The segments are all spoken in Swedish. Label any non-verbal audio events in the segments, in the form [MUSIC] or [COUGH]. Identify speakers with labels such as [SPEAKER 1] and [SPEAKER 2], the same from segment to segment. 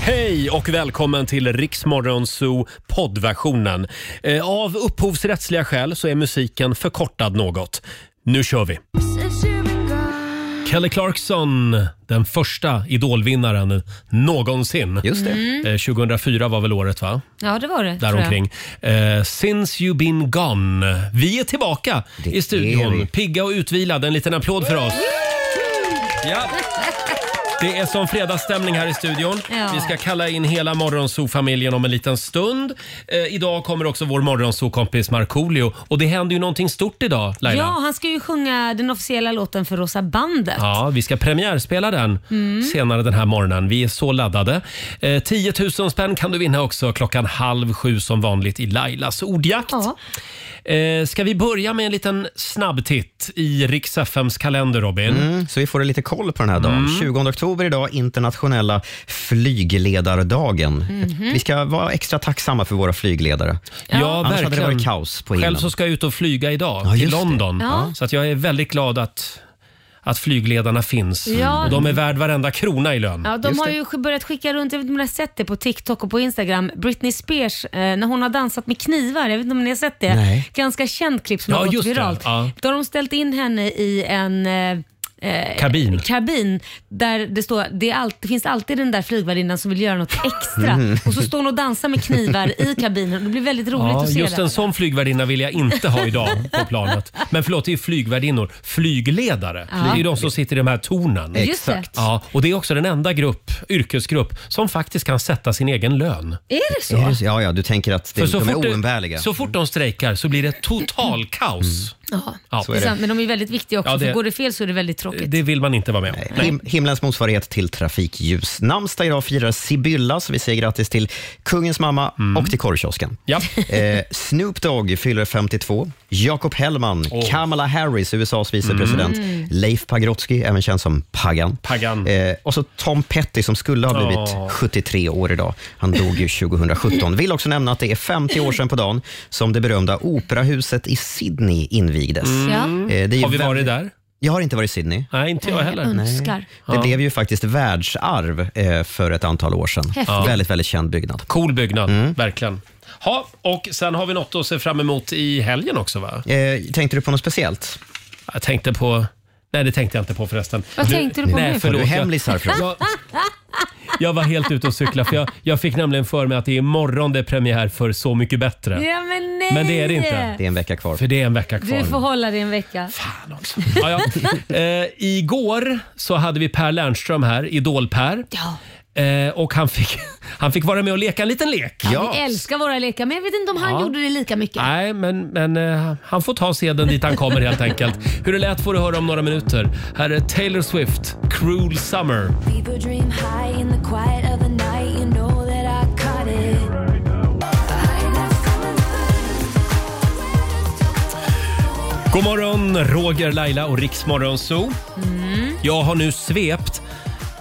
[SPEAKER 1] Hej och välkommen till Riksmorgonzoo poddversionen. Eh, Av upphovsrättsliga skäl så är musiken förkortad något. Nu kör vi! Kelly Clarkson, den första idolvinnaren någonsin.
[SPEAKER 2] Just det.
[SPEAKER 1] Eh, 2004 var väl året va?
[SPEAKER 3] Ja, det var det. tror jag.
[SPEAKER 1] Däromkring. Eh, Since you've been gone. Vi är tillbaka
[SPEAKER 2] Det
[SPEAKER 1] i
[SPEAKER 2] är
[SPEAKER 1] studion.
[SPEAKER 2] vi.
[SPEAKER 1] Pigga och utvilade. En liten applåd för oss. Ja. Det är som fredagsstämning här i studion.
[SPEAKER 3] Ja.
[SPEAKER 1] Vi ska kalla in hela Morgonzoo-familjen om en liten stund. Eh, idag kommer också vår Morgonzoo-kompis Markoolio. Och det händer ju någonting stort idag, Laila.
[SPEAKER 3] Ja, han ska ju sjunga den officiella låten för Rosa bandet.
[SPEAKER 1] Ja, vi ska premiärspela den
[SPEAKER 3] Mm.
[SPEAKER 1] senare den här morgonen. Vi är så laddade. Eh, 10 000 spänn kan du vinna också klockan halv sju som vanligt i Lailas ordjakt.
[SPEAKER 3] Ja.
[SPEAKER 1] Eh, ska vi börja med en liten snabbtitt i Rix FMs kalender, Robin?
[SPEAKER 2] Mm, så vi får lite koll på den här dagen. 20 oktober idag, internationella flygledardagen. Vi ska vara extra tacksamma för våra flygledare.
[SPEAKER 1] Ja,
[SPEAKER 2] Annars hade det
[SPEAKER 1] verkligen.
[SPEAKER 2] varit kaos på
[SPEAKER 1] Själv
[SPEAKER 2] himlen.
[SPEAKER 1] så ska jag ut och flyga idag
[SPEAKER 2] Ja,
[SPEAKER 1] till
[SPEAKER 2] just det.
[SPEAKER 1] London.
[SPEAKER 3] Ja.
[SPEAKER 1] Så att jag är väldigt glad att, att flygledarna finns.
[SPEAKER 3] Ja.
[SPEAKER 1] Och de är värd varenda krona i lön.
[SPEAKER 3] Ja, de
[SPEAKER 2] Just
[SPEAKER 3] har
[SPEAKER 2] det.
[SPEAKER 3] ju sk- börjat skicka runt, jag vet inte om ni har sett det på TikTok och på Instagram, Britney Spears eh, när hon har dansat med knivar. Jag vet inte om ni har sett det?
[SPEAKER 2] Nej.
[SPEAKER 3] Ganska känt klipp som
[SPEAKER 1] Ja,
[SPEAKER 3] har
[SPEAKER 1] just
[SPEAKER 3] gått
[SPEAKER 1] det.
[SPEAKER 3] viralt.
[SPEAKER 1] Ja.
[SPEAKER 3] Då har de ställt in henne i en eh,
[SPEAKER 1] Kabin.
[SPEAKER 3] kabin där det står det, är allt, det finns alltid den där flygvärdinnan som vill göra något extra.
[SPEAKER 1] Mm.
[SPEAKER 3] Och så står hon och dansar med knivar i kabinen. Det blir väldigt roligt
[SPEAKER 1] Ja,
[SPEAKER 3] att se
[SPEAKER 1] just
[SPEAKER 3] det.
[SPEAKER 1] en sån flygvärdinna vill jag inte ha idag
[SPEAKER 2] [LAUGHS]
[SPEAKER 1] på planet. Men förlåt, det är flygvärdinnor. Flygledare,
[SPEAKER 3] Ja.
[SPEAKER 1] det är ju de som sitter i de här tornen.
[SPEAKER 3] Just det.
[SPEAKER 2] Exakt.
[SPEAKER 1] Ja, och det är också den enda grupp, yrkesgrupp som faktiskt kan sätta sin egen lön.
[SPEAKER 3] Är det så?
[SPEAKER 2] Är det så? Ja, ja, du tänker att det,
[SPEAKER 1] För så
[SPEAKER 2] de är
[SPEAKER 1] fort det-
[SPEAKER 2] oumbärliga. Mm.
[SPEAKER 1] Så fort de strejkar så blir det total kaos.
[SPEAKER 3] Ja.
[SPEAKER 1] Ja,
[SPEAKER 3] Det
[SPEAKER 2] är
[SPEAKER 3] är
[SPEAKER 2] det.
[SPEAKER 3] sant, men de är väldigt viktiga också,
[SPEAKER 1] Ja, det-
[SPEAKER 3] för går det fel så är det väldigt tråkigt.
[SPEAKER 1] det vill man inte vara med om. Nej.
[SPEAKER 2] Him- himlens motsvarighet till trafikljus. Namnsdag idag firar Sibylla, så vi säger grattis till kungens mamma och till korvkiosken.
[SPEAKER 1] Ja.
[SPEAKER 2] Eh, Snoop Dogg fyller 52. Jakob Hellman, Kamala Harris, USAs vicepresident.
[SPEAKER 1] Mm.
[SPEAKER 2] Leif Pagrotsky, även känd som Pagan.
[SPEAKER 1] Pagan.
[SPEAKER 2] Eh, och så Tom Petty som skulle ha blivit
[SPEAKER 1] Ja.
[SPEAKER 2] 73 år idag. Han dog ju 2017. Vill också nämna att det är 50 år sedan på dagen som det berömda operahuset i Sydney invigdes.
[SPEAKER 3] Ja,
[SPEAKER 2] Eh, det är ju
[SPEAKER 1] Mm. Har vi
[SPEAKER 2] väldigt-
[SPEAKER 1] varit där?
[SPEAKER 2] Jag har inte varit i Sydney.
[SPEAKER 1] Nej, inte jag heller.
[SPEAKER 3] önskar.
[SPEAKER 2] Det blev ju faktiskt världsarv eh, för ett antal år sedan.
[SPEAKER 3] Häftigt.
[SPEAKER 2] Väldigt, väldigt känd byggnad.
[SPEAKER 1] Cool byggnad,
[SPEAKER 2] Mm.
[SPEAKER 1] verkligen. Ha, och sen har vi något att se fram emot i helgen också va?
[SPEAKER 2] Eh, tänkte du på något speciellt?
[SPEAKER 1] Jag tänkte på... Nej, det tänkte jag inte på förresten.
[SPEAKER 3] Vad tänkte du på
[SPEAKER 1] nej,
[SPEAKER 3] nu?
[SPEAKER 1] Förlåt,
[SPEAKER 2] Har du
[SPEAKER 1] jag-
[SPEAKER 2] hemlisar från?
[SPEAKER 1] Jag, jag var helt ute och cykla för jag, jag fick nämligen för mig att det är imorgon det är premiär för Så mycket bättre.
[SPEAKER 3] Ja, men nej!
[SPEAKER 1] Men det är det inte.
[SPEAKER 2] Det är en vecka kvar.
[SPEAKER 1] För det är en vecka kvar.
[SPEAKER 3] Du får hålla dig en vecka.
[SPEAKER 1] Ja, ja. Eh, igår så hade vi Per Lernström här, Idol-Per.
[SPEAKER 3] Ja.
[SPEAKER 1] Eh, och han fick, [LAUGHS] han fick vara med och leka en liten lek.
[SPEAKER 3] Vi älskar våra lekar, men jag vet inte om han
[SPEAKER 1] Ja.
[SPEAKER 3] gjorde det lika mycket.
[SPEAKER 1] Nej, men, men eh, han får ta seden dit han kommer helt enkelt. Hur det lät får du höra om några minuter. Här är Taylor Swift, Cruel Summer.
[SPEAKER 4] People dream high in the quiet of the night. You know that I caught it.
[SPEAKER 1] God morgon, Roger, Laila och Riksmorgon Zoo.
[SPEAKER 3] Mm.
[SPEAKER 1] Jag har nu svept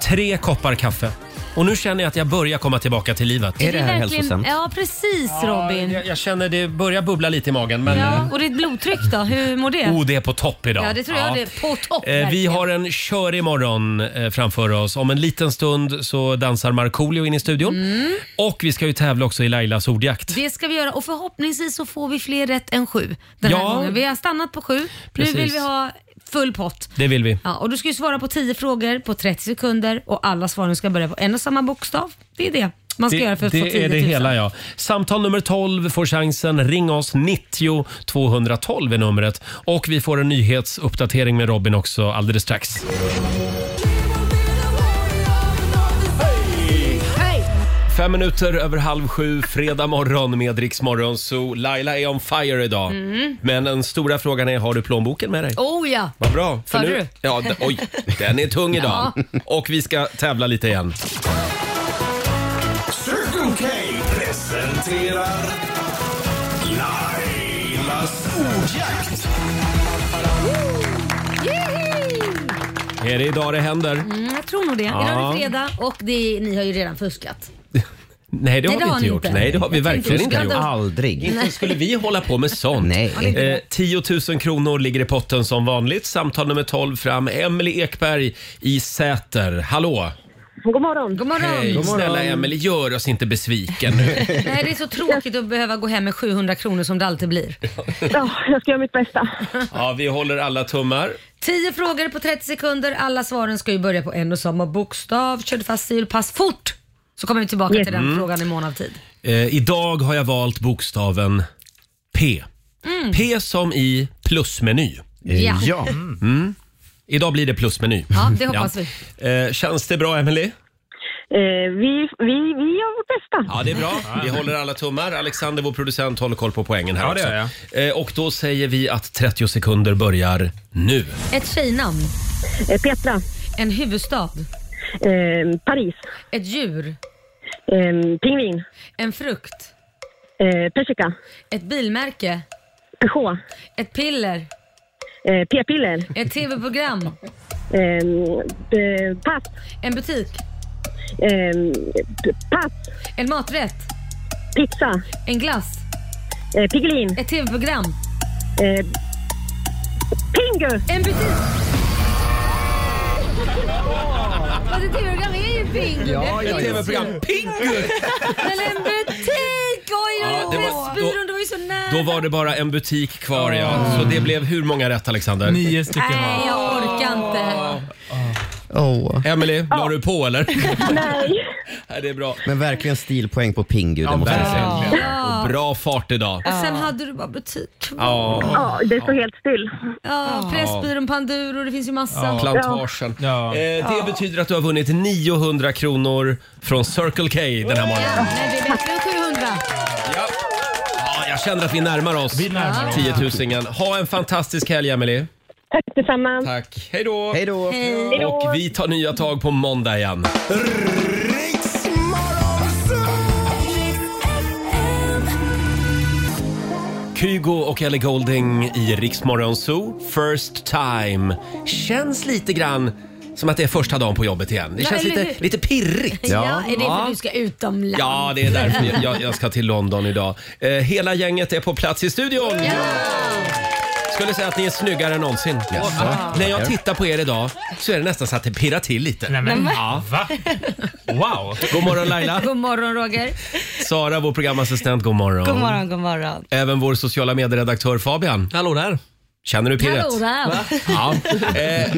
[SPEAKER 1] tre koppar kaffe och nu känner jag att jag börjar komma tillbaka till livet.
[SPEAKER 2] Är det här
[SPEAKER 3] verkligen-
[SPEAKER 2] hälsosamt?
[SPEAKER 3] Ja, precis Robin.
[SPEAKER 1] Jag, jag känner det börjar bubbla lite i magen, men
[SPEAKER 3] Ja, och ditt blodtryck då? Hur mår det?
[SPEAKER 1] oh, det är på topp idag.
[SPEAKER 3] Ja, det tror jag det är. På topp,
[SPEAKER 1] Eh, Vi
[SPEAKER 3] verkligen.
[SPEAKER 1] har en körig morgon eh, framför oss. Om en liten stund så dansar Markoolio in i studion. Och vi ska ju tävla också i Lailas ordjakt.
[SPEAKER 3] Mm. Det ska vi göra och förhoppningsvis så får vi fler rätt än sju den här
[SPEAKER 1] Ja.
[SPEAKER 3] gången. Vi har stannat på sju.
[SPEAKER 1] Precis.
[SPEAKER 3] Nu vill vi ha full pott.
[SPEAKER 1] Det vill vi.
[SPEAKER 3] Ja, och du ska ju svara på 10 frågor på 30 sekunder och alla svaren ska börja på en och samma bokstav. Det är det man ska
[SPEAKER 1] Det,
[SPEAKER 3] göra för att få 10
[SPEAKER 1] det
[SPEAKER 3] 000.
[SPEAKER 1] är det hela ja. Samtal nummer 12 får chansen. Ring oss 90 212 är numret. Och vi får en nyhetsuppdatering med Robin också alldeles strax. Fem minuter över halv sju, fredag morgon med Rix Morgon. Så Laila är on fire idag.
[SPEAKER 3] Mm.
[SPEAKER 1] Men den stora frågan är, har du plånboken med dig?
[SPEAKER 3] Oh ja!
[SPEAKER 1] Vad bra.
[SPEAKER 3] Sa
[SPEAKER 1] nu,
[SPEAKER 3] du?
[SPEAKER 1] Ja, d- oj, den är tung
[SPEAKER 3] [LAUGHS]
[SPEAKER 1] idag. Och vi ska tävla lite igen.
[SPEAKER 5] Circle K presenterar Lailas ordjakt.
[SPEAKER 1] Är det idag det händer?
[SPEAKER 3] Mm, jag tror nog det. Idag är
[SPEAKER 1] Ja.
[SPEAKER 3] det fredag och det, ni har ju redan fuskat.
[SPEAKER 1] Nej, det har
[SPEAKER 3] Nej, det
[SPEAKER 1] vi
[SPEAKER 3] har
[SPEAKER 1] inte
[SPEAKER 3] ni
[SPEAKER 1] gjort.
[SPEAKER 3] inte.
[SPEAKER 1] Nej, det har vi
[SPEAKER 3] Jag tänkte
[SPEAKER 1] verkligen
[SPEAKER 3] vi
[SPEAKER 1] inte
[SPEAKER 3] skulle
[SPEAKER 1] gjort.
[SPEAKER 3] ha-
[SPEAKER 2] Aldrig.
[SPEAKER 1] Inte skulle vi hålla på med sånt.
[SPEAKER 2] Nej.
[SPEAKER 1] Eh, 10 000 kronor ligger i potten som vanligt. Samtal nummer 12 fram. Emily Ekberg i Säter. Hallå!
[SPEAKER 6] God morgon.
[SPEAKER 3] God morgon.
[SPEAKER 1] Hej, snälla Emily, gör oss inte
[SPEAKER 3] [LAUGHS]
[SPEAKER 1] besviken nu.
[SPEAKER 3] Nej, det är så tråkigt att behöva gå hem med 700 kronor som det alltid blir.
[SPEAKER 6] Ja, jag ska göra mitt bästa.
[SPEAKER 1] Ja, vi håller alla tummar.
[SPEAKER 3] 10 frågor på 30 sekunder. Alla svaren ska ju börja på en och samma bokstav. Kör du fast sil, pass fort! Så kommer vi tillbaka till den
[SPEAKER 1] Mm.
[SPEAKER 3] frågan i mån av tid.
[SPEAKER 1] Eh, idag har jag valt bokstaven P.
[SPEAKER 3] Mm.
[SPEAKER 1] P som i plusmeny.
[SPEAKER 3] Ja.
[SPEAKER 2] Ja.
[SPEAKER 1] Idag blir det plusmeny.
[SPEAKER 3] Ja, det hoppas vi.
[SPEAKER 1] Eh, känns det bra Emily?
[SPEAKER 6] Eh, vi, vi, vi gör vårt bästa.
[SPEAKER 1] Ja, det är bra. Vi håller alla tummar. Alexander, vår producent, håller koll på poängen här
[SPEAKER 7] Ja, det
[SPEAKER 1] också.
[SPEAKER 7] gör
[SPEAKER 1] Eh, och då säger vi att 30 sekunder börjar nu.
[SPEAKER 3] Ett tjejnamn.
[SPEAKER 6] Eh, Petra.
[SPEAKER 3] En huvudstad.
[SPEAKER 6] Eh, Paris.
[SPEAKER 3] Ett djur.
[SPEAKER 6] Eh, pingvin.
[SPEAKER 3] En frukt.
[SPEAKER 6] Eh, persika.
[SPEAKER 3] Ett bilmärke.
[SPEAKER 6] Peugeot.
[SPEAKER 3] Ett piller.
[SPEAKER 6] Eh, P-piller.
[SPEAKER 3] Ett tv-program.
[SPEAKER 6] Eh, eh, pass.
[SPEAKER 3] En butik.
[SPEAKER 6] Eh, p- pass.
[SPEAKER 3] En maträtt.
[SPEAKER 6] Pizza.
[SPEAKER 3] En glass.
[SPEAKER 6] Eh, pigelin.
[SPEAKER 3] Ett tv-program.
[SPEAKER 6] Eh, pingu.
[SPEAKER 3] En butik! Fast ett tv-program är ju bingo!
[SPEAKER 2] Ja, ja, ja.
[SPEAKER 1] TV-program Pingu!
[SPEAKER 3] Men en butik! Oj,
[SPEAKER 1] Ja,
[SPEAKER 3] oj, oj!
[SPEAKER 1] det var-
[SPEAKER 3] Pressbyrån, det var ju så nära.
[SPEAKER 1] Då var det bara en butik kvar ja. Så det blev hur många rätt Alexander?
[SPEAKER 7] Nio stycken.
[SPEAKER 3] Nej, jag orkar inte.
[SPEAKER 2] Åh.
[SPEAKER 1] Emily, la du
[SPEAKER 7] [LAUGHS]
[SPEAKER 1] på eller? [LAUGHS]
[SPEAKER 6] Nej.
[SPEAKER 1] Nej, det är bra.
[SPEAKER 2] Men verkligen stilpoäng på Pingu, det
[SPEAKER 7] Ja,
[SPEAKER 2] måste jag säga.
[SPEAKER 7] verkligen.
[SPEAKER 1] Och bra fart idag.
[SPEAKER 3] Och sen hade du bara butik kvar.
[SPEAKER 1] Ja.
[SPEAKER 6] Ja, det står helt still.
[SPEAKER 3] Ja, Pressbyrån, Panduro, det finns ju massa.
[SPEAKER 1] Plantagen.
[SPEAKER 7] Ja.
[SPEAKER 1] Eh, det betyder att du har vunnit 900 kronor från Circle K den här morgonen.
[SPEAKER 3] Nej, det är bättre än 700.
[SPEAKER 1] Ja. Ja, jag känner att vi närmar oss
[SPEAKER 7] Vi närmar oss.
[SPEAKER 1] 10 000. Ha en fantastisk helg, Emily.
[SPEAKER 6] Tack detsamma.
[SPEAKER 1] Tack. Hej då!
[SPEAKER 2] Hej då.
[SPEAKER 6] Hej då.
[SPEAKER 1] Och vi tar nya tag på måndag igen.
[SPEAKER 5] Riks Morgonzoo!
[SPEAKER 1] Kygo och Ellie Golding i Riksmorgon Zoo. First time. Känns lite grann som att det är första dagen på jobbet igen. Det
[SPEAKER 3] Ja,
[SPEAKER 1] känns
[SPEAKER 3] eller
[SPEAKER 1] lite,
[SPEAKER 3] hur?
[SPEAKER 1] lite pirrigt.
[SPEAKER 3] Ja, är det
[SPEAKER 1] Ja.
[SPEAKER 3] för du ska utomlands?
[SPEAKER 1] Ja, det är därför jag- jag, jag ska till London idag. Eh, hela gänget är på plats i studion. Skulle säga att ni är snyggare än någonsin. Och, ah, när jag tittar på er idag så är det nästan så att det pirrar till lite.
[SPEAKER 7] Nej, men, ja. va? Wow!
[SPEAKER 1] God morgon Laila.
[SPEAKER 3] God morgon Roger.
[SPEAKER 1] Sara, vår programassistent, god morgon.
[SPEAKER 8] God morgon, god morgon.
[SPEAKER 1] Även vår sociala medieredaktör Fabian.
[SPEAKER 7] Hallå där.
[SPEAKER 1] Känner du pirret?
[SPEAKER 3] Hallå där.
[SPEAKER 1] Ja. Eh,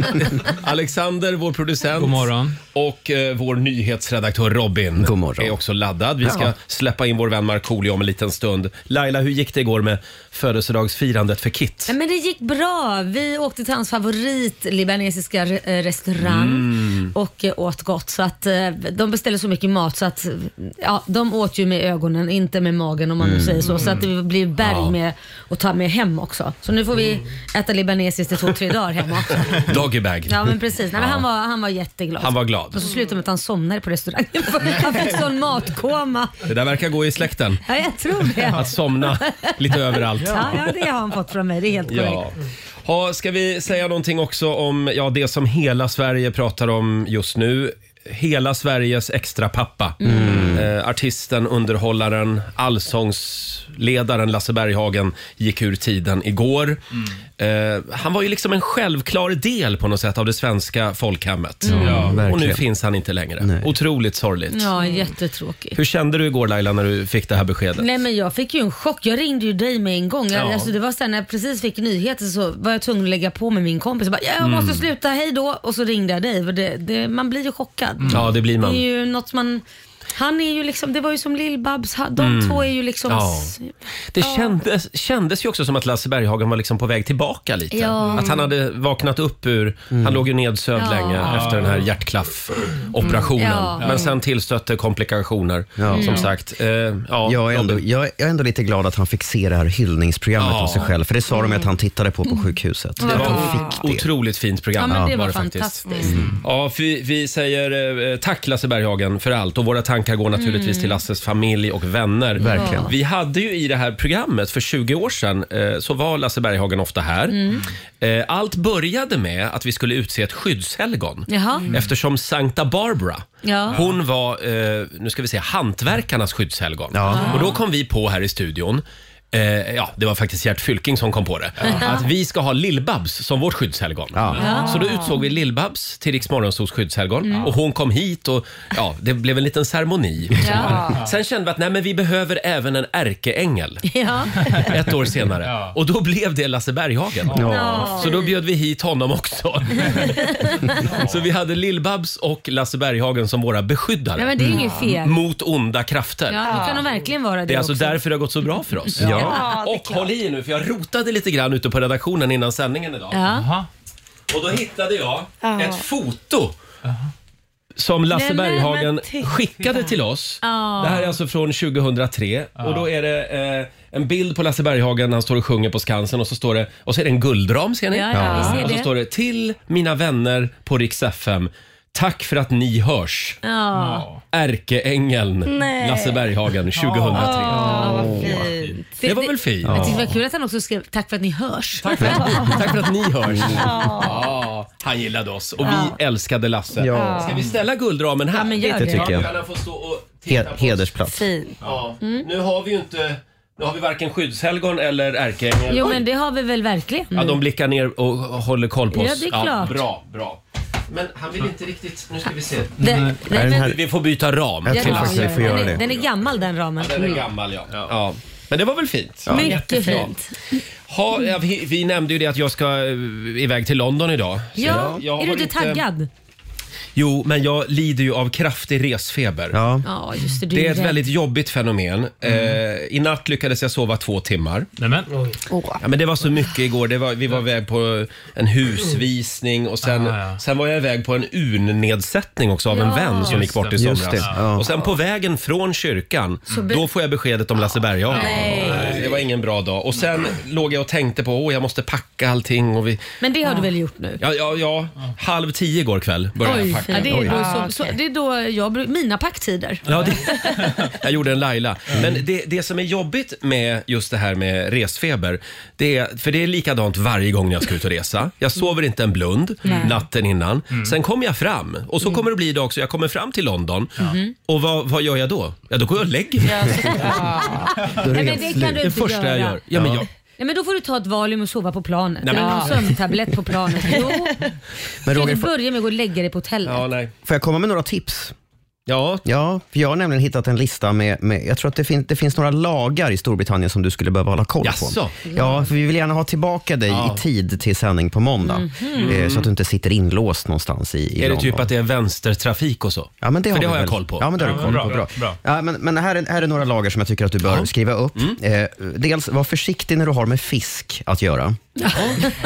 [SPEAKER 1] Alexander, vår producent.
[SPEAKER 7] God morgon.
[SPEAKER 1] Och eh, vår nyhetsredaktör Robin
[SPEAKER 2] God morgon.
[SPEAKER 1] är också laddad. Vi ska släppa in vår vän Markoolio om en liten stund. Laila, hur gick det igår med födelsedagsfirandet för Kit?
[SPEAKER 3] Nej, men det gick bra. Vi åkte till hans favorit libanesiska re- eh, restaurang
[SPEAKER 1] Mm.
[SPEAKER 3] och eh, åt gott. Så att, eh, de beställde så mycket mat så att eh, ja, de åt ju med ögonen, inte med magen om man
[SPEAKER 1] Mm.
[SPEAKER 3] nu säger så. Så att det blir berg med att ta med hem också. Så nu får vi
[SPEAKER 1] Mm.
[SPEAKER 3] äta libanesiskt i två, tre dagar hemma
[SPEAKER 1] [LAUGHS]
[SPEAKER 3] också.
[SPEAKER 1] Doggybag.
[SPEAKER 3] Ja men precis. Nej, men han, var, han var jätteglad.
[SPEAKER 1] Han var glad.
[SPEAKER 3] Och så slutade med att han somnade på restaurangen. [LAUGHS] Han fick sån matkoma.
[SPEAKER 1] Det där verkar gå i släkten.
[SPEAKER 3] Ja, jag tror det.
[SPEAKER 1] Att somna lite överallt.
[SPEAKER 3] Ja, ja, det har han fått från mig. Det är helt korrekt.
[SPEAKER 1] Ja. Ha, ska vi säga någonting också om ja, det som hela Sverige pratar om just nu? Hela Sveriges extra pappa.
[SPEAKER 3] Mm.
[SPEAKER 1] Eh, artisten, underhållaren, allsångsledaren Lasse Berghagen gick ur tiden igår.
[SPEAKER 2] Mm.
[SPEAKER 1] Eh, han var ju liksom en självklar del på något sätt av det svenska folkhemmet. Och nu
[SPEAKER 2] Mm. verkligen.
[SPEAKER 1] finns han inte längre.
[SPEAKER 2] Nej.
[SPEAKER 1] Otroligt sorgligt.
[SPEAKER 3] Ja, jättetråkigt.
[SPEAKER 1] Hur kände du igår Laila när du fick det här beskedet?
[SPEAKER 3] Nej men jag fick ju en chock. Jag ringde ju dig med en gång. Jag,
[SPEAKER 1] Ja.
[SPEAKER 3] alltså, det var sen när jag precis fick nyheter så var jag tvungen att lägga på med min kompis. Jag, bara, "Ja, jag
[SPEAKER 1] Mm.
[SPEAKER 3] måste sluta, hej då. Och så ringde jag dig. För det, det, man blir ju chockad.
[SPEAKER 1] Mm. Ja, det blir man.
[SPEAKER 3] Det är ju något man... Han är ju liksom, det var ju som Lill-Babs, ha- de två är ju liksom...
[SPEAKER 1] Mm. Ja.
[SPEAKER 3] s-
[SPEAKER 1] Det kändes, kändes ju också som att Lasse Berghagen var liksom på väg tillbaka lite.
[SPEAKER 3] Ja.
[SPEAKER 1] Att han hade vaknat upp ur... Han låg ju nedsövd
[SPEAKER 3] Ja.
[SPEAKER 1] länge efter den här hjärtklaffoperationen.
[SPEAKER 3] Ja.
[SPEAKER 1] Men sen tillstötte komplikationer, som sagt. Eh, ja,
[SPEAKER 2] Jag är, ändå, jag är ändå lite glad att han fick se det här hyllningsprogrammet
[SPEAKER 1] Ja.
[SPEAKER 2] om sig själv. För det sa de att han tittade på på sjukhuset.
[SPEAKER 1] det var
[SPEAKER 2] Han fick
[SPEAKER 1] ett otroligt fint
[SPEAKER 3] Ja,
[SPEAKER 1] program.
[SPEAKER 3] men det var,
[SPEAKER 1] faktiskt. Mm.
[SPEAKER 3] fantastiskt.
[SPEAKER 1] Ja, för vi, vi säger eh, tack Lasse Berghagen för allt och våra tankar går naturligtvis
[SPEAKER 3] Mm.
[SPEAKER 1] till Lasses familj och vänner.
[SPEAKER 2] Verkligen.
[SPEAKER 1] Vi hade ju i det här programmet för 20 år sedan eh, så var Lasse Berghagen ofta här.
[SPEAKER 3] Mm.
[SPEAKER 1] Eh, allt började med att vi skulle utse ett skyddshelgon.
[SPEAKER 3] Jaha.
[SPEAKER 1] Mm. Eftersom Sankta Barbara,
[SPEAKER 3] Ja.
[SPEAKER 1] hon var, eh, nu ska vi se, hantverkarnas skyddshelgon.
[SPEAKER 2] Ja.
[SPEAKER 1] Och då kom vi på här i studion Eh, ja, det var faktiskt Gert Fylking som kom på det. Att vi ska ha Lill-Babs som vårt skyddshelgon. Så då utsåg vi Lill-Babs till Rix Morgonzoos skyddshelgon.
[SPEAKER 3] Mm.
[SPEAKER 1] Och hon kom hit och ja, det blev en liten ceremoni.
[SPEAKER 3] Ja.
[SPEAKER 1] Sen kände vi att nej, men vi behöver även en ärkeängel.
[SPEAKER 3] Ja.
[SPEAKER 1] Ett år senare.
[SPEAKER 7] Ja.
[SPEAKER 1] Och då blev det Lasse Berghagen. Så då bjöd vi hit honom också. Så vi hade Lill-Babs och Lasse Berghagen som våra
[SPEAKER 3] Nej,
[SPEAKER 1] beskyddare.
[SPEAKER 3] men det är ju inget fel.
[SPEAKER 1] Mot onda krafter.
[SPEAKER 3] Ja, det kan nog verkligen vara det,
[SPEAKER 1] Mm. Det är alltså
[SPEAKER 3] också.
[SPEAKER 1] därför det har gått så bra för oss.
[SPEAKER 8] Ja, det är
[SPEAKER 1] Och håll i er nu, för jag rotade lite grann ute på redaktionen innan sändningen idag.
[SPEAKER 3] Ja.
[SPEAKER 7] Jaha.
[SPEAKER 1] Och då hittade jag
[SPEAKER 8] Ja.
[SPEAKER 1] ett foto som Lasse
[SPEAKER 3] Nej, men
[SPEAKER 1] Berghagen
[SPEAKER 8] titta.
[SPEAKER 1] skickade till oss.
[SPEAKER 3] Ja.
[SPEAKER 1] Det här är alltså från 2003 och då är det eh, en bild på Lasse Berghagen när han står och sjunger på Skansen och så står det, och så är det en guldram ser ni.
[SPEAKER 3] Ja, ja, vi ser
[SPEAKER 1] Och så
[SPEAKER 3] det.
[SPEAKER 1] står det till mina vänner på Rix FM. Tack för att ni hörs.
[SPEAKER 3] Ja.
[SPEAKER 7] Ja.
[SPEAKER 1] Ärkeängeln
[SPEAKER 8] Nej.
[SPEAKER 1] Lasse Berghagen 2003.
[SPEAKER 8] Åh, vad fint.
[SPEAKER 1] Det var väl fint?
[SPEAKER 3] Jag tyckte det var kul att han också skrev tack för att ni hörs.
[SPEAKER 1] Tack för,
[SPEAKER 3] [LAUGHS]
[SPEAKER 1] att, tack för att ni hörs. Ja, han gillade oss och vi älskade Lasse.
[SPEAKER 2] Ja.
[SPEAKER 1] Ska vi ställa guldramen här?
[SPEAKER 3] Ja, Mm. men gör
[SPEAKER 2] Det
[SPEAKER 3] det.
[SPEAKER 2] tycker jag.
[SPEAKER 1] Kan han få stå och titta
[SPEAKER 2] He-
[SPEAKER 1] på oss?
[SPEAKER 2] hedersplats.
[SPEAKER 8] Fint.
[SPEAKER 1] Ja. Nu har vi ju inte, nu har vi varken skyddshelgon eller ärkeängel.
[SPEAKER 3] Jo
[SPEAKER 1] Oj!
[SPEAKER 3] men det har vi väl verkligen.
[SPEAKER 1] Ja, de blickar ner och håller koll på
[SPEAKER 3] Ja,
[SPEAKER 1] oss.
[SPEAKER 3] det är klart.
[SPEAKER 1] bra, bra. Men han vill inte riktigt, nu ska vi se.
[SPEAKER 3] Den, den,
[SPEAKER 2] Är den här-
[SPEAKER 1] Vi får byta ram.
[SPEAKER 2] Jag
[SPEAKER 3] den-
[SPEAKER 2] tror faktiskt vi får göra
[SPEAKER 3] den, är-
[SPEAKER 2] det.
[SPEAKER 3] den är gammal den ramen. Mm.
[SPEAKER 1] Den är gammal ja. ja. Men det var väl fint?
[SPEAKER 3] Mycket fint.
[SPEAKER 1] Ha, ja, vi, vi nämnde ju det att jag ska eh, iväg till London idag. Så
[SPEAKER 3] Ja,
[SPEAKER 1] jag- jag
[SPEAKER 3] är
[SPEAKER 1] har
[SPEAKER 3] du inte taggad?
[SPEAKER 1] Jo, men jag lider ju av kraftig resfeber.
[SPEAKER 2] Ja.
[SPEAKER 3] Ja, just det. Du
[SPEAKER 1] Det är ett
[SPEAKER 3] rädd.
[SPEAKER 1] väldigt jobbigt fenomen. Eh, I natt lyckades jag sova två timmar.
[SPEAKER 7] Nämen.
[SPEAKER 1] Ja, men det var så mycket igår. Det var, vi var iväg på en husvisning och sen,
[SPEAKER 7] Ah, ja.
[SPEAKER 1] sen var jag iväg på en urnedsättning också av en vän som gick
[SPEAKER 7] Just
[SPEAKER 1] bort i
[SPEAKER 7] det.
[SPEAKER 1] somras.
[SPEAKER 2] Just det, ja.
[SPEAKER 1] Och sen på vägen från kyrkan,
[SPEAKER 3] be-
[SPEAKER 1] då får jag beskedet om Lasse Berghagen. Det var ingen bra dag. Och sen låg jag och tänkte på, åh jag måste packa allting. Och vi,
[SPEAKER 3] Men det har du väl gjort nu?
[SPEAKER 1] ja, ja, ja, halv tio igår kväll började jag
[SPEAKER 3] Oj,
[SPEAKER 1] packa.
[SPEAKER 3] ja, det, är då,
[SPEAKER 8] Oj.
[SPEAKER 3] så, så, det är då jag, bru- mina packtider.
[SPEAKER 1] Ja, det, [LAUGHS] jag gjorde en Laila. Men det, det som är jobbigt med just det här med resfeber, det är, för det är likadant varje gång jag ska ut och resa. Jag sover inte en blund natten innan. Sen kommer jag fram och så kommer det bli det också. Jag kommer fram till London och vad, vad gör jag då? Ja, då går jag och lägger mig.
[SPEAKER 3] Nej, men det kan du
[SPEAKER 1] [LAUGHS] Det
[SPEAKER 3] inte
[SPEAKER 1] första
[SPEAKER 3] göra.
[SPEAKER 1] jag gör. Ja, men jag,
[SPEAKER 3] Nej, men då får du ta ett Valium och sova på planet.
[SPEAKER 1] Nej, men-
[SPEAKER 3] Ja. Sömntablett
[SPEAKER 1] [LAUGHS]
[SPEAKER 3] på planet. Jo,
[SPEAKER 2] Men
[SPEAKER 3] ska
[SPEAKER 2] Roger,
[SPEAKER 3] du
[SPEAKER 2] får,
[SPEAKER 3] börja med att gå och lägga dig på hotellet?
[SPEAKER 1] ja, nej.
[SPEAKER 2] får jag komma med några tips?
[SPEAKER 1] Ja,
[SPEAKER 2] Ja, för jag har nämligen hittat en lista med, med jag tror att det, fin, det finns några lagar i Storbritannien som du skulle behöva hålla koll
[SPEAKER 1] Jaså?
[SPEAKER 2] på. Ja, för vi vill gärna ha tillbaka dig i tid till sändning på måndag. Eh, så att du inte sitter inlåst någonstans i, i
[SPEAKER 1] Mhm. är det
[SPEAKER 2] London.
[SPEAKER 1] typ att det är vänstertrafik och så?
[SPEAKER 2] Ja, men det
[SPEAKER 1] För
[SPEAKER 2] har
[SPEAKER 1] det
[SPEAKER 2] vi
[SPEAKER 1] har jag
[SPEAKER 2] väl.
[SPEAKER 1] koll på.
[SPEAKER 2] Ja, men det har
[SPEAKER 7] Ja,
[SPEAKER 2] du koll
[SPEAKER 7] bra,
[SPEAKER 2] på. Bra.
[SPEAKER 7] bra.
[SPEAKER 2] Ja, men, men här, är, här är några lagar som jag tycker att du bör skriva upp. Eh, dels, var försiktig när du har med fisk att göra.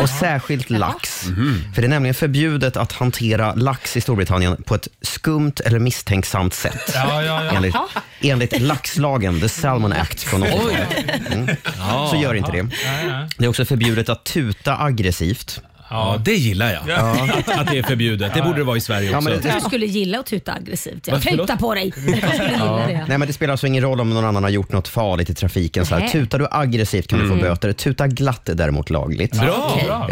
[SPEAKER 2] Och särskilt lax. För det är nämligen förbjudet att hantera lax i Storbritannien på ett skumt eller misstänksamt sätt.
[SPEAKER 7] Ja, ja, ja.
[SPEAKER 2] Enligt, enligt laxlagen, the Salmon Act från 80-talet. Mm. Så gör inte det.
[SPEAKER 7] Nej, nej.
[SPEAKER 2] Det är också förbjudet att tuta aggressivt.
[SPEAKER 1] Ja, det gillar jag. Att, att det är förbjudet. Det borde det vara i Sverige
[SPEAKER 2] Ja,
[SPEAKER 1] också.
[SPEAKER 2] men det-
[SPEAKER 3] Du skulle gilla att tuta aggressivt. Jag
[SPEAKER 1] Varför
[SPEAKER 3] tutar
[SPEAKER 1] [LAUGHS]
[SPEAKER 3] på dig. Jag skulle gilla det.
[SPEAKER 2] Nej, men det spelar alltså ingen roll om någon annan har gjort något farligt i trafiken. Så här,
[SPEAKER 3] Nej.
[SPEAKER 2] tutar du aggressivt kan du få böter. Tuta glatt är däremot lagligt. Eh,
[SPEAKER 1] Bra!
[SPEAKER 7] Bra.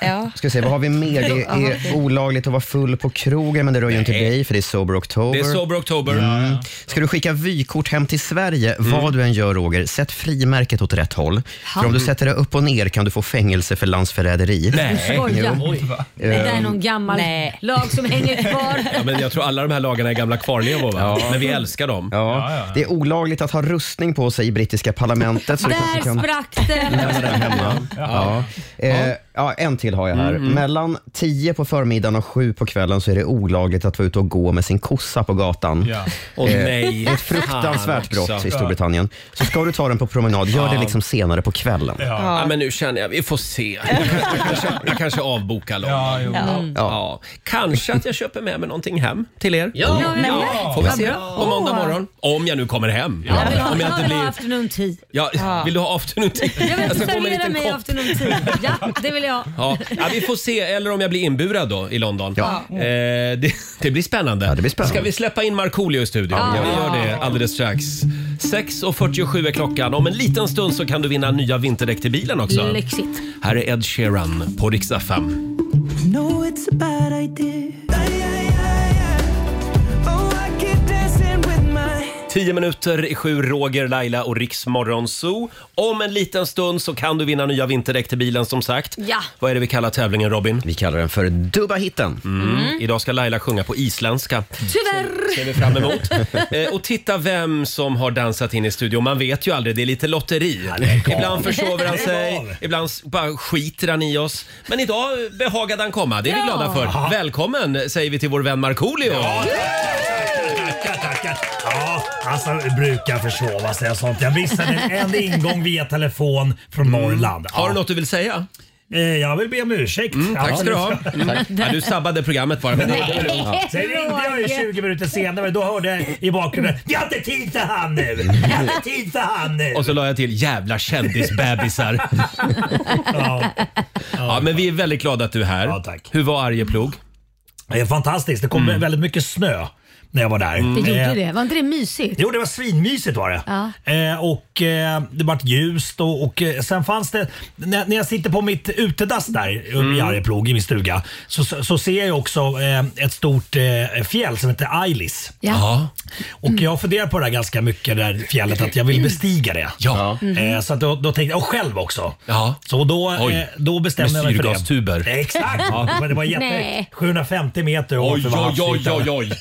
[SPEAKER 8] Ja.
[SPEAKER 2] Ska se, vad har vi mer? Det är olagligt att vara full på krogen, men det rör ju inte dig för det är sober
[SPEAKER 1] Det
[SPEAKER 2] oktober.
[SPEAKER 1] är Sober October.
[SPEAKER 2] Mm. Ska du skicka vykort hem till Sverige, vad du än gör Roger, sätt frimärket åt rätt håll. För om du sätter det upp och ner kan du få fängelse för landsförräderi.
[SPEAKER 1] Nej.
[SPEAKER 3] Skoja.
[SPEAKER 7] Oj, va?
[SPEAKER 3] Det där är någon gammal
[SPEAKER 8] Nej.
[SPEAKER 3] lag som
[SPEAKER 1] [LAUGHS]
[SPEAKER 3] hänger kvar.
[SPEAKER 1] Ja, men jag tror alla de här lagarna är gamla kvarlevor, va? men vi älskar dem.
[SPEAKER 2] Ja.
[SPEAKER 7] Ja, ja, ja.
[SPEAKER 2] Det är olagligt att ha rustning på sig i brittiska parlamentet. Så du kanske
[SPEAKER 3] Där
[SPEAKER 2] kan...
[SPEAKER 3] sprack det!
[SPEAKER 2] lämna den hemma. Ja. Eh, ja, en till har jag här. Mellan 10 på förmiddagen och 7 på kvällen så är det olagligt att vara ute och gå med sin kossa på gatan.
[SPEAKER 7] Ja.
[SPEAKER 1] Och nej,
[SPEAKER 2] Eh, Det är ett fruktansvärt
[SPEAKER 1] fan också.
[SPEAKER 2] brott i Storbritannien. Så ska du ta den på promenad, gör det liksom senare på kvällen. Ja.
[SPEAKER 1] Ja, men nu känner jag, vi får se. Jag kanske, jag kanske avbokar London. Ja.
[SPEAKER 7] Ja, jo.
[SPEAKER 1] Kanske att jag köper med mig någonting hem till er. Ja,
[SPEAKER 7] Ja.
[SPEAKER 1] Får vi se på måndag morgon. Om jag nu kommer hem.
[SPEAKER 3] Jag vill ha,
[SPEAKER 1] Om jag
[SPEAKER 3] jag
[SPEAKER 1] inte
[SPEAKER 3] vill ha
[SPEAKER 1] blir...
[SPEAKER 3] afternoon tea.
[SPEAKER 1] Ja, vill du ha afternoon tea?
[SPEAKER 3] Jag vill
[SPEAKER 1] ska gå med en
[SPEAKER 3] servera
[SPEAKER 1] liten
[SPEAKER 3] mig
[SPEAKER 1] kopp.
[SPEAKER 3] afternoon tea. Ja, det vill jag.
[SPEAKER 1] Ja. ja, vi får se. Eller om jag blir inburad då i London. Eh, det, det blir spännande.
[SPEAKER 2] Ja, det blir spännande.
[SPEAKER 1] Ska vi släppa in Markoolio i studion? Ja. Vi gör det alldeles strax. 6.47 är klockan. Om en liten stund så kan du vinna nya vinterdäck till bilen också.
[SPEAKER 3] Lyxigt.
[SPEAKER 1] Här är Ed Sheeran på riksdag 5.
[SPEAKER 5] No, it's a bad idea. Ay, ay, ay, ay. Oh, I keep dancing with my
[SPEAKER 1] Tio minuter i sju, Roger, Laila och Riksmorgon Zoo. Om en liten stund så kan du vinna nya vinterdäck till bilen som sagt.
[SPEAKER 3] Ja.
[SPEAKER 1] Vad är det vi kallar tävlingen Robin?
[SPEAKER 2] Vi kallar den för Dubba hitten.
[SPEAKER 1] Mm. Idag ska Laila sjunga på isländska.
[SPEAKER 3] Tyvärr.
[SPEAKER 1] Ser vi fram emot. eh, och titta vem som har dansat in i studion. Man vet ju aldrig, det är lite lotteri. Ibland försover han sig, ibland s- bara skiter han i oss. Men idag behagade han komma, det är vi
[SPEAKER 3] Ja.
[SPEAKER 1] glada för. Välkommen säger vi till vår vän Markoolio.
[SPEAKER 9] Tackar, tackar. Ja, alltså jag brukar försova sig och sånt. Jag missade en ingång via telefon från Norrland. Ja.
[SPEAKER 1] Mm. Har du något du vill säga?
[SPEAKER 9] Eh, Jag vill be om ursäkt.
[SPEAKER 1] Tack ska du ha.
[SPEAKER 9] Absolut.
[SPEAKER 1] Mm. Ja, du sabbade programmet bara. Men det, det är lugnt.
[SPEAKER 3] [LAUGHS]
[SPEAKER 9] Sen ringde jag ju 20 minuter senare. Då hörde jag i bakgrunden. Vi har inte tid för han nu! Vi har inte tid för han nu!
[SPEAKER 1] Och så la jag till jävla kändisbebisar.
[SPEAKER 9] Ja.
[SPEAKER 1] Ja, men vi är väldigt glada att du är här.
[SPEAKER 9] Ja, tack.
[SPEAKER 1] Hur var Arjeplog?
[SPEAKER 9] Det är fantastiskt. Det kom väldigt mycket snö när jag var där.
[SPEAKER 3] Mm. Det
[SPEAKER 9] Eh,
[SPEAKER 3] gjorde det. Var inte det mysigt?
[SPEAKER 9] Jo, det var svinmysigt var det.
[SPEAKER 3] Ja.
[SPEAKER 9] Eh, och eh, det vart ljust och, och eh, sen fanns det, när, när jag sitter på mitt utedass där uppe
[SPEAKER 3] Mm.
[SPEAKER 9] i Arjeplog i min stuga så, så, så ser jag också eh, ett stort eh, fjäll som heter Ailis.
[SPEAKER 3] Ja.
[SPEAKER 9] Och
[SPEAKER 1] Mm.
[SPEAKER 9] jag funderar på det här ganska mycket, det här fjället, att jag vill bestiga det.
[SPEAKER 1] Ja. Mm.
[SPEAKER 9] Eh, så att då, då tänkte jag, och själv också.
[SPEAKER 1] Ja.
[SPEAKER 9] Så då,
[SPEAKER 1] Oj.
[SPEAKER 9] eh, då bestämde
[SPEAKER 1] Med
[SPEAKER 9] jag mig för det.
[SPEAKER 1] syrgastuber.
[SPEAKER 9] Exakt! Men det var
[SPEAKER 3] Nej.
[SPEAKER 9] jättehögt. 750 meter
[SPEAKER 1] Oj,
[SPEAKER 9] ovanför
[SPEAKER 1] oj, oj,
[SPEAKER 9] havsytan.
[SPEAKER 1] oj, oj.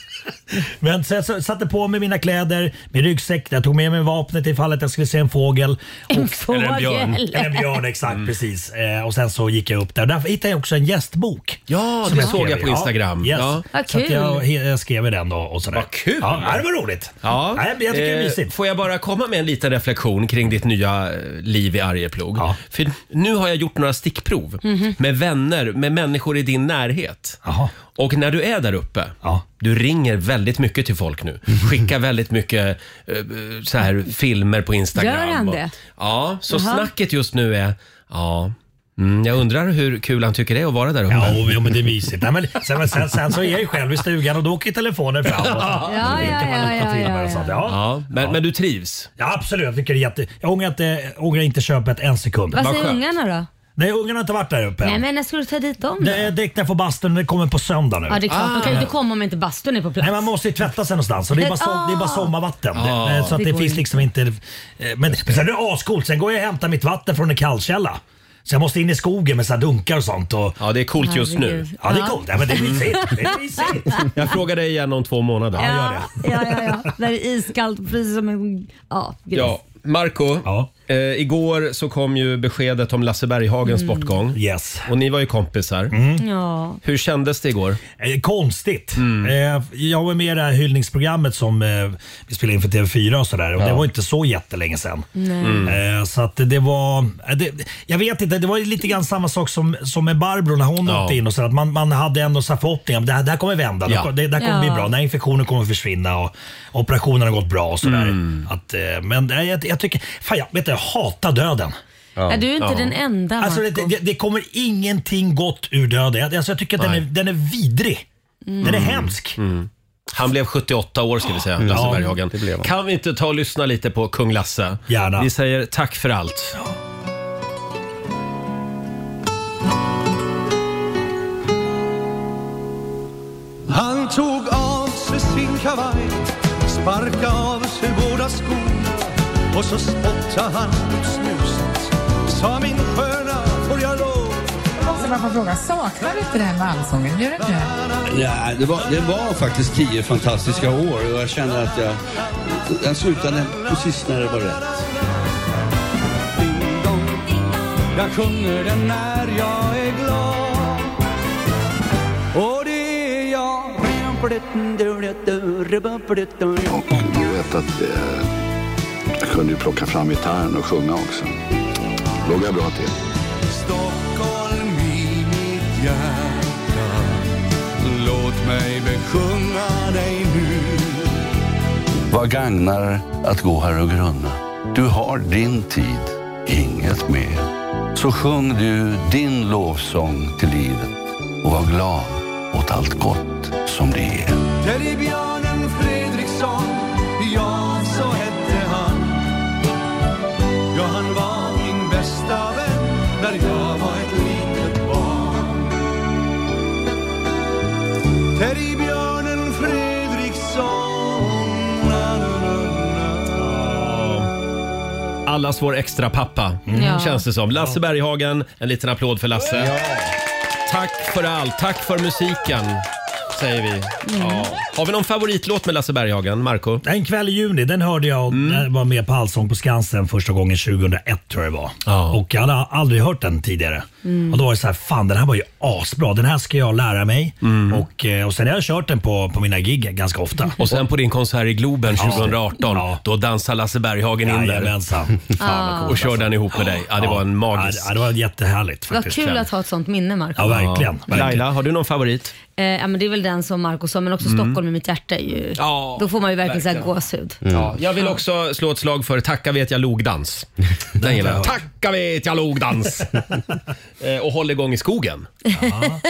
[SPEAKER 9] Men sen så satte på mig mina kläder, min ryggsäck, jag tog med mig vapnet ifall att jag skulle se en fågel.
[SPEAKER 3] [LAUGHS] En
[SPEAKER 1] Eller en björn.
[SPEAKER 3] fågel.
[SPEAKER 9] Eller en björn, exakt precis. Eh, och sen så gick jag upp där. Där hittade jag också en gästbok.
[SPEAKER 1] Ja,
[SPEAKER 9] som
[SPEAKER 1] det såg
[SPEAKER 9] skrev
[SPEAKER 1] jag
[SPEAKER 9] i.
[SPEAKER 1] på Instagram.
[SPEAKER 9] Ja, yes.
[SPEAKER 1] Ja.
[SPEAKER 3] Vad
[SPEAKER 9] Så att
[SPEAKER 3] kul.
[SPEAKER 9] jag, he- jag skrev i den då och sådär.
[SPEAKER 1] Vad kul.
[SPEAKER 9] Ja, det var roligt.
[SPEAKER 1] Ja.
[SPEAKER 9] Nej, men jag tycker det är
[SPEAKER 1] Eh,
[SPEAKER 9] mysigt.
[SPEAKER 1] Får jag bara komma med en liten reflektion kring ditt nya eh, liv i Arjeplog?
[SPEAKER 9] Ja.
[SPEAKER 1] För nu har jag gjort några stickprov med vänner, med människor i din närhet.
[SPEAKER 9] Jaha.
[SPEAKER 1] Och när du är där uppe,
[SPEAKER 9] Ja. Mhm.
[SPEAKER 1] du ringer väldigt mycket till folk nu. Skickar väldigt mycket eh, så här, filmer på Instagram.
[SPEAKER 3] Gör han
[SPEAKER 1] och-
[SPEAKER 3] det?
[SPEAKER 1] Ja, så
[SPEAKER 3] Jaha.
[SPEAKER 1] snacket just nu är, ja, mm, jag undrar hur kul han tycker det är att vara där uppe.
[SPEAKER 9] Ja, jo, men det är mysigt. Nej, men sen, sen, sen så är jag ju själv i stugan och då åker telefonen fram. Och, ja,
[SPEAKER 3] ja, ja, ja, ja,
[SPEAKER 9] och sånt.
[SPEAKER 3] ja.
[SPEAKER 9] Ja.
[SPEAKER 1] Ja, men, men du trivs?
[SPEAKER 9] ja, absolut. Jag, tycker det är jätte... jag ångrar inte, ångrar inte köpet en sekund.
[SPEAKER 3] Vad
[SPEAKER 1] Vad
[SPEAKER 3] säger
[SPEAKER 1] skönt.
[SPEAKER 3] ungarna då?
[SPEAKER 9] Nej, ungarna har inte varit där uppe än.
[SPEAKER 3] Nej men när ska du ta dit dem då?
[SPEAKER 9] Det är direkt när jag får bastun, det kommer på söndag nu.
[SPEAKER 3] Ja det är klart,
[SPEAKER 1] Ah.
[SPEAKER 3] de kan ju inte komma om inte bastun är på plats.
[SPEAKER 9] Nej, man måste ju tvätta sig någonstans och det är bara, so
[SPEAKER 3] Ah.
[SPEAKER 9] det är bara sommarvatten.
[SPEAKER 1] Ah.
[SPEAKER 9] Det- Så att
[SPEAKER 3] Det
[SPEAKER 9] det,
[SPEAKER 3] går
[SPEAKER 9] finns
[SPEAKER 3] inte.
[SPEAKER 9] liksom inte... eh, Men, men sen är det ascoolt, sen går jag och hämtar mitt vatten från en kallkälla. Så jag måste in i skogen med så här dunkar och sånt. Och,
[SPEAKER 1] Ja, det är coolt just nu.
[SPEAKER 3] Herregud.
[SPEAKER 9] ja, det är coolt. Ja, men det är mysigt. Det är mysigt.
[SPEAKER 3] [LAUGHS]
[SPEAKER 1] Jag frågar dig igen om två månader.
[SPEAKER 3] Ja, ja, ja, ja. Där det är iskallt precis som en ja, gris.
[SPEAKER 1] Ja, Marco,
[SPEAKER 9] Ja.
[SPEAKER 1] eh, igår så kom ju beskedet om Lasse Berghagens
[SPEAKER 3] Mm.
[SPEAKER 1] bortgång.
[SPEAKER 9] Yes.
[SPEAKER 1] Och ni var ju kompisar.
[SPEAKER 9] Mm.
[SPEAKER 3] Ja.
[SPEAKER 1] Hur kändes det igår?
[SPEAKER 9] Eh, Konstigt. Eh, jag var med i det här hyllningsprogrammet som eh, vi spelade in för TV4 och sådär. Och Det var inte så jättelänge sedan. Eh, så att det var... eh, Det, jag vet inte, det var ju lite grann samma sak som, som med Barbro när hon
[SPEAKER 1] Ja.
[SPEAKER 9] åkte in. Och så, att man, man hade ändå så här förhoppningar. Det här, det här kommer vända.
[SPEAKER 1] Ja.
[SPEAKER 9] Det, det här kommer bli
[SPEAKER 3] Ja.
[SPEAKER 9] bra. Den här infektionen kommer försvinna och operationen har gått bra och sådär.
[SPEAKER 1] Mm.
[SPEAKER 9] Att, eh, men eh, jag, jag tycker... Fan, jag, vet du, jag hatar döden.
[SPEAKER 3] Är du är inte den enda Marco.
[SPEAKER 9] Alltså, det, det, det kommer ingenting gott ur döden. Alltså, jag tycker att den
[SPEAKER 1] Nej. Mm.
[SPEAKER 9] är, den är vidrig. Den är hemsk.
[SPEAKER 1] Han blev 78 år ska vi säga, Lasse Berghagen. Kan vi inte ta och lyssna lite på kung Lasse?
[SPEAKER 9] Gärna.
[SPEAKER 1] Vi säger tack för allt.
[SPEAKER 5] Han tog av sig sin kavaj, sparka av sig båda skorna och så spottade han ut snuset. Sa min sköna, får jag lov?
[SPEAKER 10] måste man få fråga, saknar du inte det här med allsången? Gör du inte det?
[SPEAKER 11] Ja, det, var, det var faktiskt tio fantastiska år och jag kände att jag, jag slutade precis när det var rätt.
[SPEAKER 5] Ding dong, jag sjunger den när jag är glad. Och det är jag.
[SPEAKER 11] Du vet att eh, jag kunde ju plocka fram gitarren och sjunga också. Låg jag bra till?
[SPEAKER 5] Stockholm i mitt hjärta Låt mig besjunga dig nu
[SPEAKER 11] Vad gagnar att gå här och grunna? Du har din tid, inget mer. Så sjung du din lovsång till livet och var glad åt allt gott som det är.
[SPEAKER 5] Där är björnen Fredriksson Ja, så hette han Ja, han var min bästa vän När jag var ett litet barn Där är björnen Fredriksson na, na, na, na.
[SPEAKER 1] allas vår extra pappa.
[SPEAKER 9] Mm.
[SPEAKER 12] Ja.
[SPEAKER 1] Känns det som. Lasse Berghagen, en liten applåd för Lasse. Tack för allt, tack för musiken. Säger vi.
[SPEAKER 9] Mm.
[SPEAKER 1] Ja. Har vi någon favoritlåt med Lasse Berghagen, Marco?
[SPEAKER 9] En kväll i juni, den hörde jag och
[SPEAKER 1] Mm.
[SPEAKER 9] den var med på Allsång på Skansen första gången 2001 tror jag det var. Och jag hade aldrig hört den tidigare.
[SPEAKER 12] Mm.
[SPEAKER 9] Och då var det så här, fan den här var ju asbra. Den här ska jag lära mig. Och, eh, och sen har jag kört den på, på mina gig ganska ofta.
[SPEAKER 1] Mm. [LAUGHS] Och sen på din konsert i Globen 2018, då dansar Lasse Berghagen in där. [LAUGHS]
[SPEAKER 9] Jajamensan.
[SPEAKER 3] Fan, vad coolt,
[SPEAKER 1] Och kör den ihop med dig. Ja, det var en magisk...
[SPEAKER 9] Ja, det var jättehärligt
[SPEAKER 3] Vad kul att ha ett sånt minne Marco.
[SPEAKER 1] Laila, har du någon favorit?
[SPEAKER 3] Eh, ja, men det är väl den som Marco sa, men också
[SPEAKER 1] Mm.
[SPEAKER 3] Stockholm i mitt hjärta. Är ju,
[SPEAKER 1] Ja,
[SPEAKER 3] då får man ju verkligen, Så
[SPEAKER 1] verkligen.
[SPEAKER 3] här gåshud.
[SPEAKER 1] Ja, jag vill också slå ett slag för Tacka vet jag logdans. [LAUGHS] Den gillar jag. Tacka vet jag [LAUGHS] logdans! Eh, Och håll igång i skogen.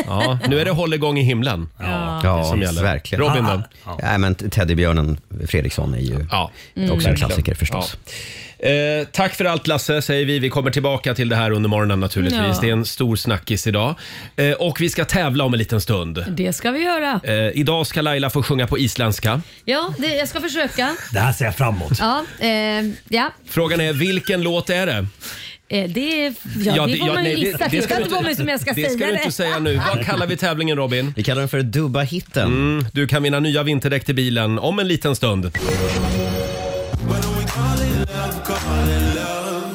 [SPEAKER 1] Ja, nu är det håll igång i himlen
[SPEAKER 2] Ja,
[SPEAKER 1] Det som gäller.
[SPEAKER 2] verkligen.
[SPEAKER 1] Robin då?
[SPEAKER 2] Ja. Nej, men Teddybjörnen Fredriksson är ju
[SPEAKER 1] Mm.
[SPEAKER 2] också en
[SPEAKER 1] Verkligen.
[SPEAKER 2] klassiker förstås.
[SPEAKER 1] Ja. Eh, tack för allt Lasse, säger vi. Vi kommer tillbaka till det här under morgonen naturligtvis.
[SPEAKER 3] Ja.
[SPEAKER 1] Det är en stor snackis idag. Eh, och vi ska tävla om en liten stund.
[SPEAKER 3] Det ska vi göra.
[SPEAKER 1] Eh, idag ska Laila få sjunga på isländska.
[SPEAKER 3] Ja, det, jag ska försöka.
[SPEAKER 1] Det här ser jag fram emot.
[SPEAKER 3] Ja, eh, ja.
[SPEAKER 1] Frågan är, vilken låt är det?
[SPEAKER 3] Eh, det, är- ja, det får man ju
[SPEAKER 1] nej,
[SPEAKER 3] gissa. Det,
[SPEAKER 1] ska
[SPEAKER 3] ska
[SPEAKER 1] du
[SPEAKER 3] inte vara mig som jag ska
[SPEAKER 1] det
[SPEAKER 3] säga
[SPEAKER 1] ska du inte säga nu. Vad kallar vi tävlingen Robin?
[SPEAKER 2] Vi kallar den för Dubba hitten.
[SPEAKER 1] Mm, du kan vinna nya vinterdäck till bilen om en liten stund.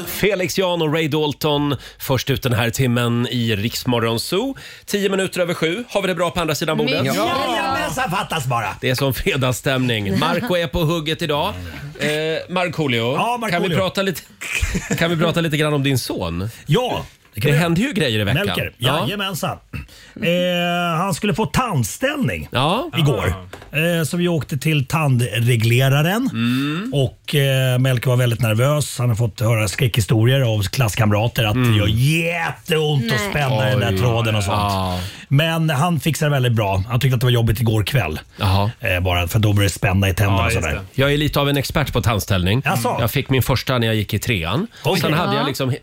[SPEAKER 1] Felix Jan och Ray Dalton först ut den här timmen i Riksmorgon Zoo. Tio minuter över sju. Har vi det bra på andra sidan bordet?
[SPEAKER 9] Ja. Jajamensan, fattas bara.
[SPEAKER 1] Det är som fredagsstämning. Marco är på hugget idag. Eh, Markoolio,
[SPEAKER 9] Ja,
[SPEAKER 1] kan,
[SPEAKER 9] Markoolio.
[SPEAKER 1] vi prata
[SPEAKER 9] [LAUGHS]
[SPEAKER 1] lite, kan vi prata lite grann om din son?
[SPEAKER 9] Ja,
[SPEAKER 1] det, det hände ju grejer i veckan.
[SPEAKER 9] Melker, jajamensan. Eh, han skulle få tandställning igår. Eh, så vi åkte till tandregleraren och eh, Melker var väldigt nervös. Han har fått höra skräckhistorier av klasskamrater att det gör jätteont att
[SPEAKER 12] Nej.
[SPEAKER 9] spänna den där
[SPEAKER 12] Oj.
[SPEAKER 9] tråden och sånt. Men han fixade det väldigt bra. Han tyckte att det var jobbigt igår kväll. Eh, bara för då började det spänna i tänderna och sådär.
[SPEAKER 1] Jag är lite av en expert på tandställning.
[SPEAKER 9] Jaså?
[SPEAKER 1] Jag fick min första när jag gick i trean.
[SPEAKER 9] Oj.
[SPEAKER 1] Sen hade jag
[SPEAKER 9] Ja.
[SPEAKER 1] liksom eh,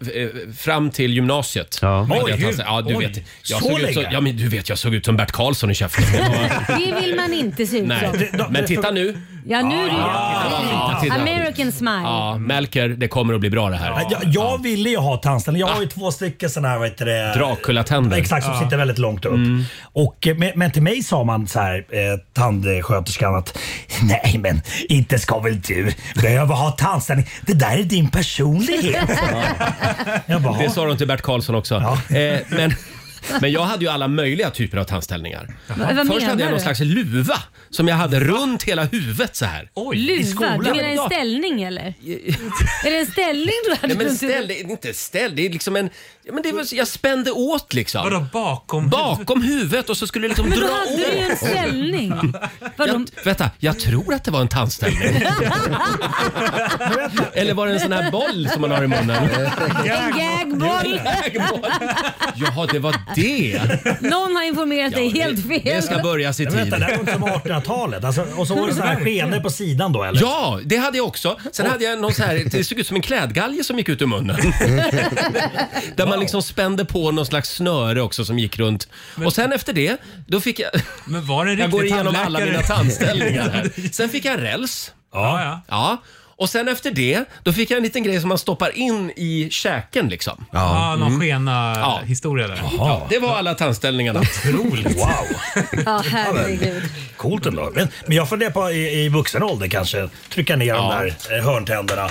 [SPEAKER 1] fram till gymnasiet. Hade
[SPEAKER 9] Oj,
[SPEAKER 1] jag
[SPEAKER 9] hur?
[SPEAKER 1] tandställ- ja, du
[SPEAKER 9] Oj.
[SPEAKER 1] vet, jag
[SPEAKER 9] Så
[SPEAKER 1] såg ut som,
[SPEAKER 9] länge?
[SPEAKER 1] ja, men du vet, jag såg ut som Bert Karlsson i käften.
[SPEAKER 3] [LAUGHS] Det vill man inte se ut som.
[SPEAKER 1] Nej. Men titta nu.
[SPEAKER 3] Ja, nu är det
[SPEAKER 1] Ja, titta.
[SPEAKER 3] American smile.
[SPEAKER 1] Ja, Melker, det kommer att bli bra det här.
[SPEAKER 9] Jag, jag ville ju ha tandställning. Jag har ju två stycken sådana här vad heter det,
[SPEAKER 1] Draculatänder.
[SPEAKER 9] Exakt, som
[SPEAKER 1] Ah. Ja. Mm.
[SPEAKER 9] sitter väldigt långt upp. Och, eh, men, men till mig sa man så här, eh, tandsköterskan att nej men inte ska väl du behöva ha tandställning. Det där är din personlighet. [LAUGHS]
[SPEAKER 1] Det sa de till Bert Karlsson också. Eh, men, men jag hade ju alla möjliga typer av tandställningar.
[SPEAKER 3] Vad menar
[SPEAKER 1] Först hade jag
[SPEAKER 3] du?
[SPEAKER 1] någon slags luva som jag hade runt hela huvudet så här.
[SPEAKER 3] Luva, du menar en
[SPEAKER 1] Ja, [LAUGHS]
[SPEAKER 3] ställning eller? är det en ställning du hade
[SPEAKER 1] Nej, men
[SPEAKER 3] [LAUGHS] runt
[SPEAKER 1] ställ,
[SPEAKER 3] huvudet?
[SPEAKER 1] det är inte ställ, det är liksom en... Ja, men det var, jag spände åt liksom. Vadå bakom Bakom huvudet och så skulle jag liksom
[SPEAKER 3] [LAUGHS] Men
[SPEAKER 1] dra
[SPEAKER 3] då hade
[SPEAKER 1] åt.
[SPEAKER 3] du ju en ställning.
[SPEAKER 1] [LAUGHS] Jag, vänta, jag tror att det var en
[SPEAKER 3] [LAUGHS]
[SPEAKER 1] tandställning. Eller var det en sån här boll som man har i
[SPEAKER 3] [LAUGHS]
[SPEAKER 1] munnen? [LAUGHS]
[SPEAKER 3] En gagboll.
[SPEAKER 1] Jaha, det var det.
[SPEAKER 3] Någon har informerat dig helt fel.
[SPEAKER 1] börjas i
[SPEAKER 9] Men Vänta,
[SPEAKER 1] tid.
[SPEAKER 9] det här var inte som 1800-talet. Alltså, och så var det sådana här skenor på sidan då
[SPEAKER 1] [LAUGHS]
[SPEAKER 9] eller?
[SPEAKER 1] Ja, det hade jag också. Sen hade jag någon så här, det såg ut som en klädgalge som gick ut ur munnen. [LAUGHS] Där man liksom spände på någon slags snöre också som gick runt. Och sen efter det, då fick jag... [LAUGHS]
[SPEAKER 7] Men var det en
[SPEAKER 1] Jag går
[SPEAKER 7] riktig
[SPEAKER 1] igenom alla
[SPEAKER 7] tandläkare?
[SPEAKER 1] mina tandställningar
[SPEAKER 7] [LAUGHS]
[SPEAKER 1] här. Sen fick jag räls.
[SPEAKER 9] Ja, ja.
[SPEAKER 1] Ja. Och sen efter det, då fick jag en liten grej som man stoppar in i käken liksom.
[SPEAKER 7] Ja, Ah, någon
[SPEAKER 1] Mm.
[SPEAKER 7] skena
[SPEAKER 1] Ja.
[SPEAKER 7] historia där.
[SPEAKER 1] Ja, det var alla tandställningarna.
[SPEAKER 9] Otroligt. Wow.
[SPEAKER 3] Ja, herregud.
[SPEAKER 9] Coolt ändå. Men, men jag funderar på i, i vuxen ålder kanske trycka ner de där eh, hörntänderna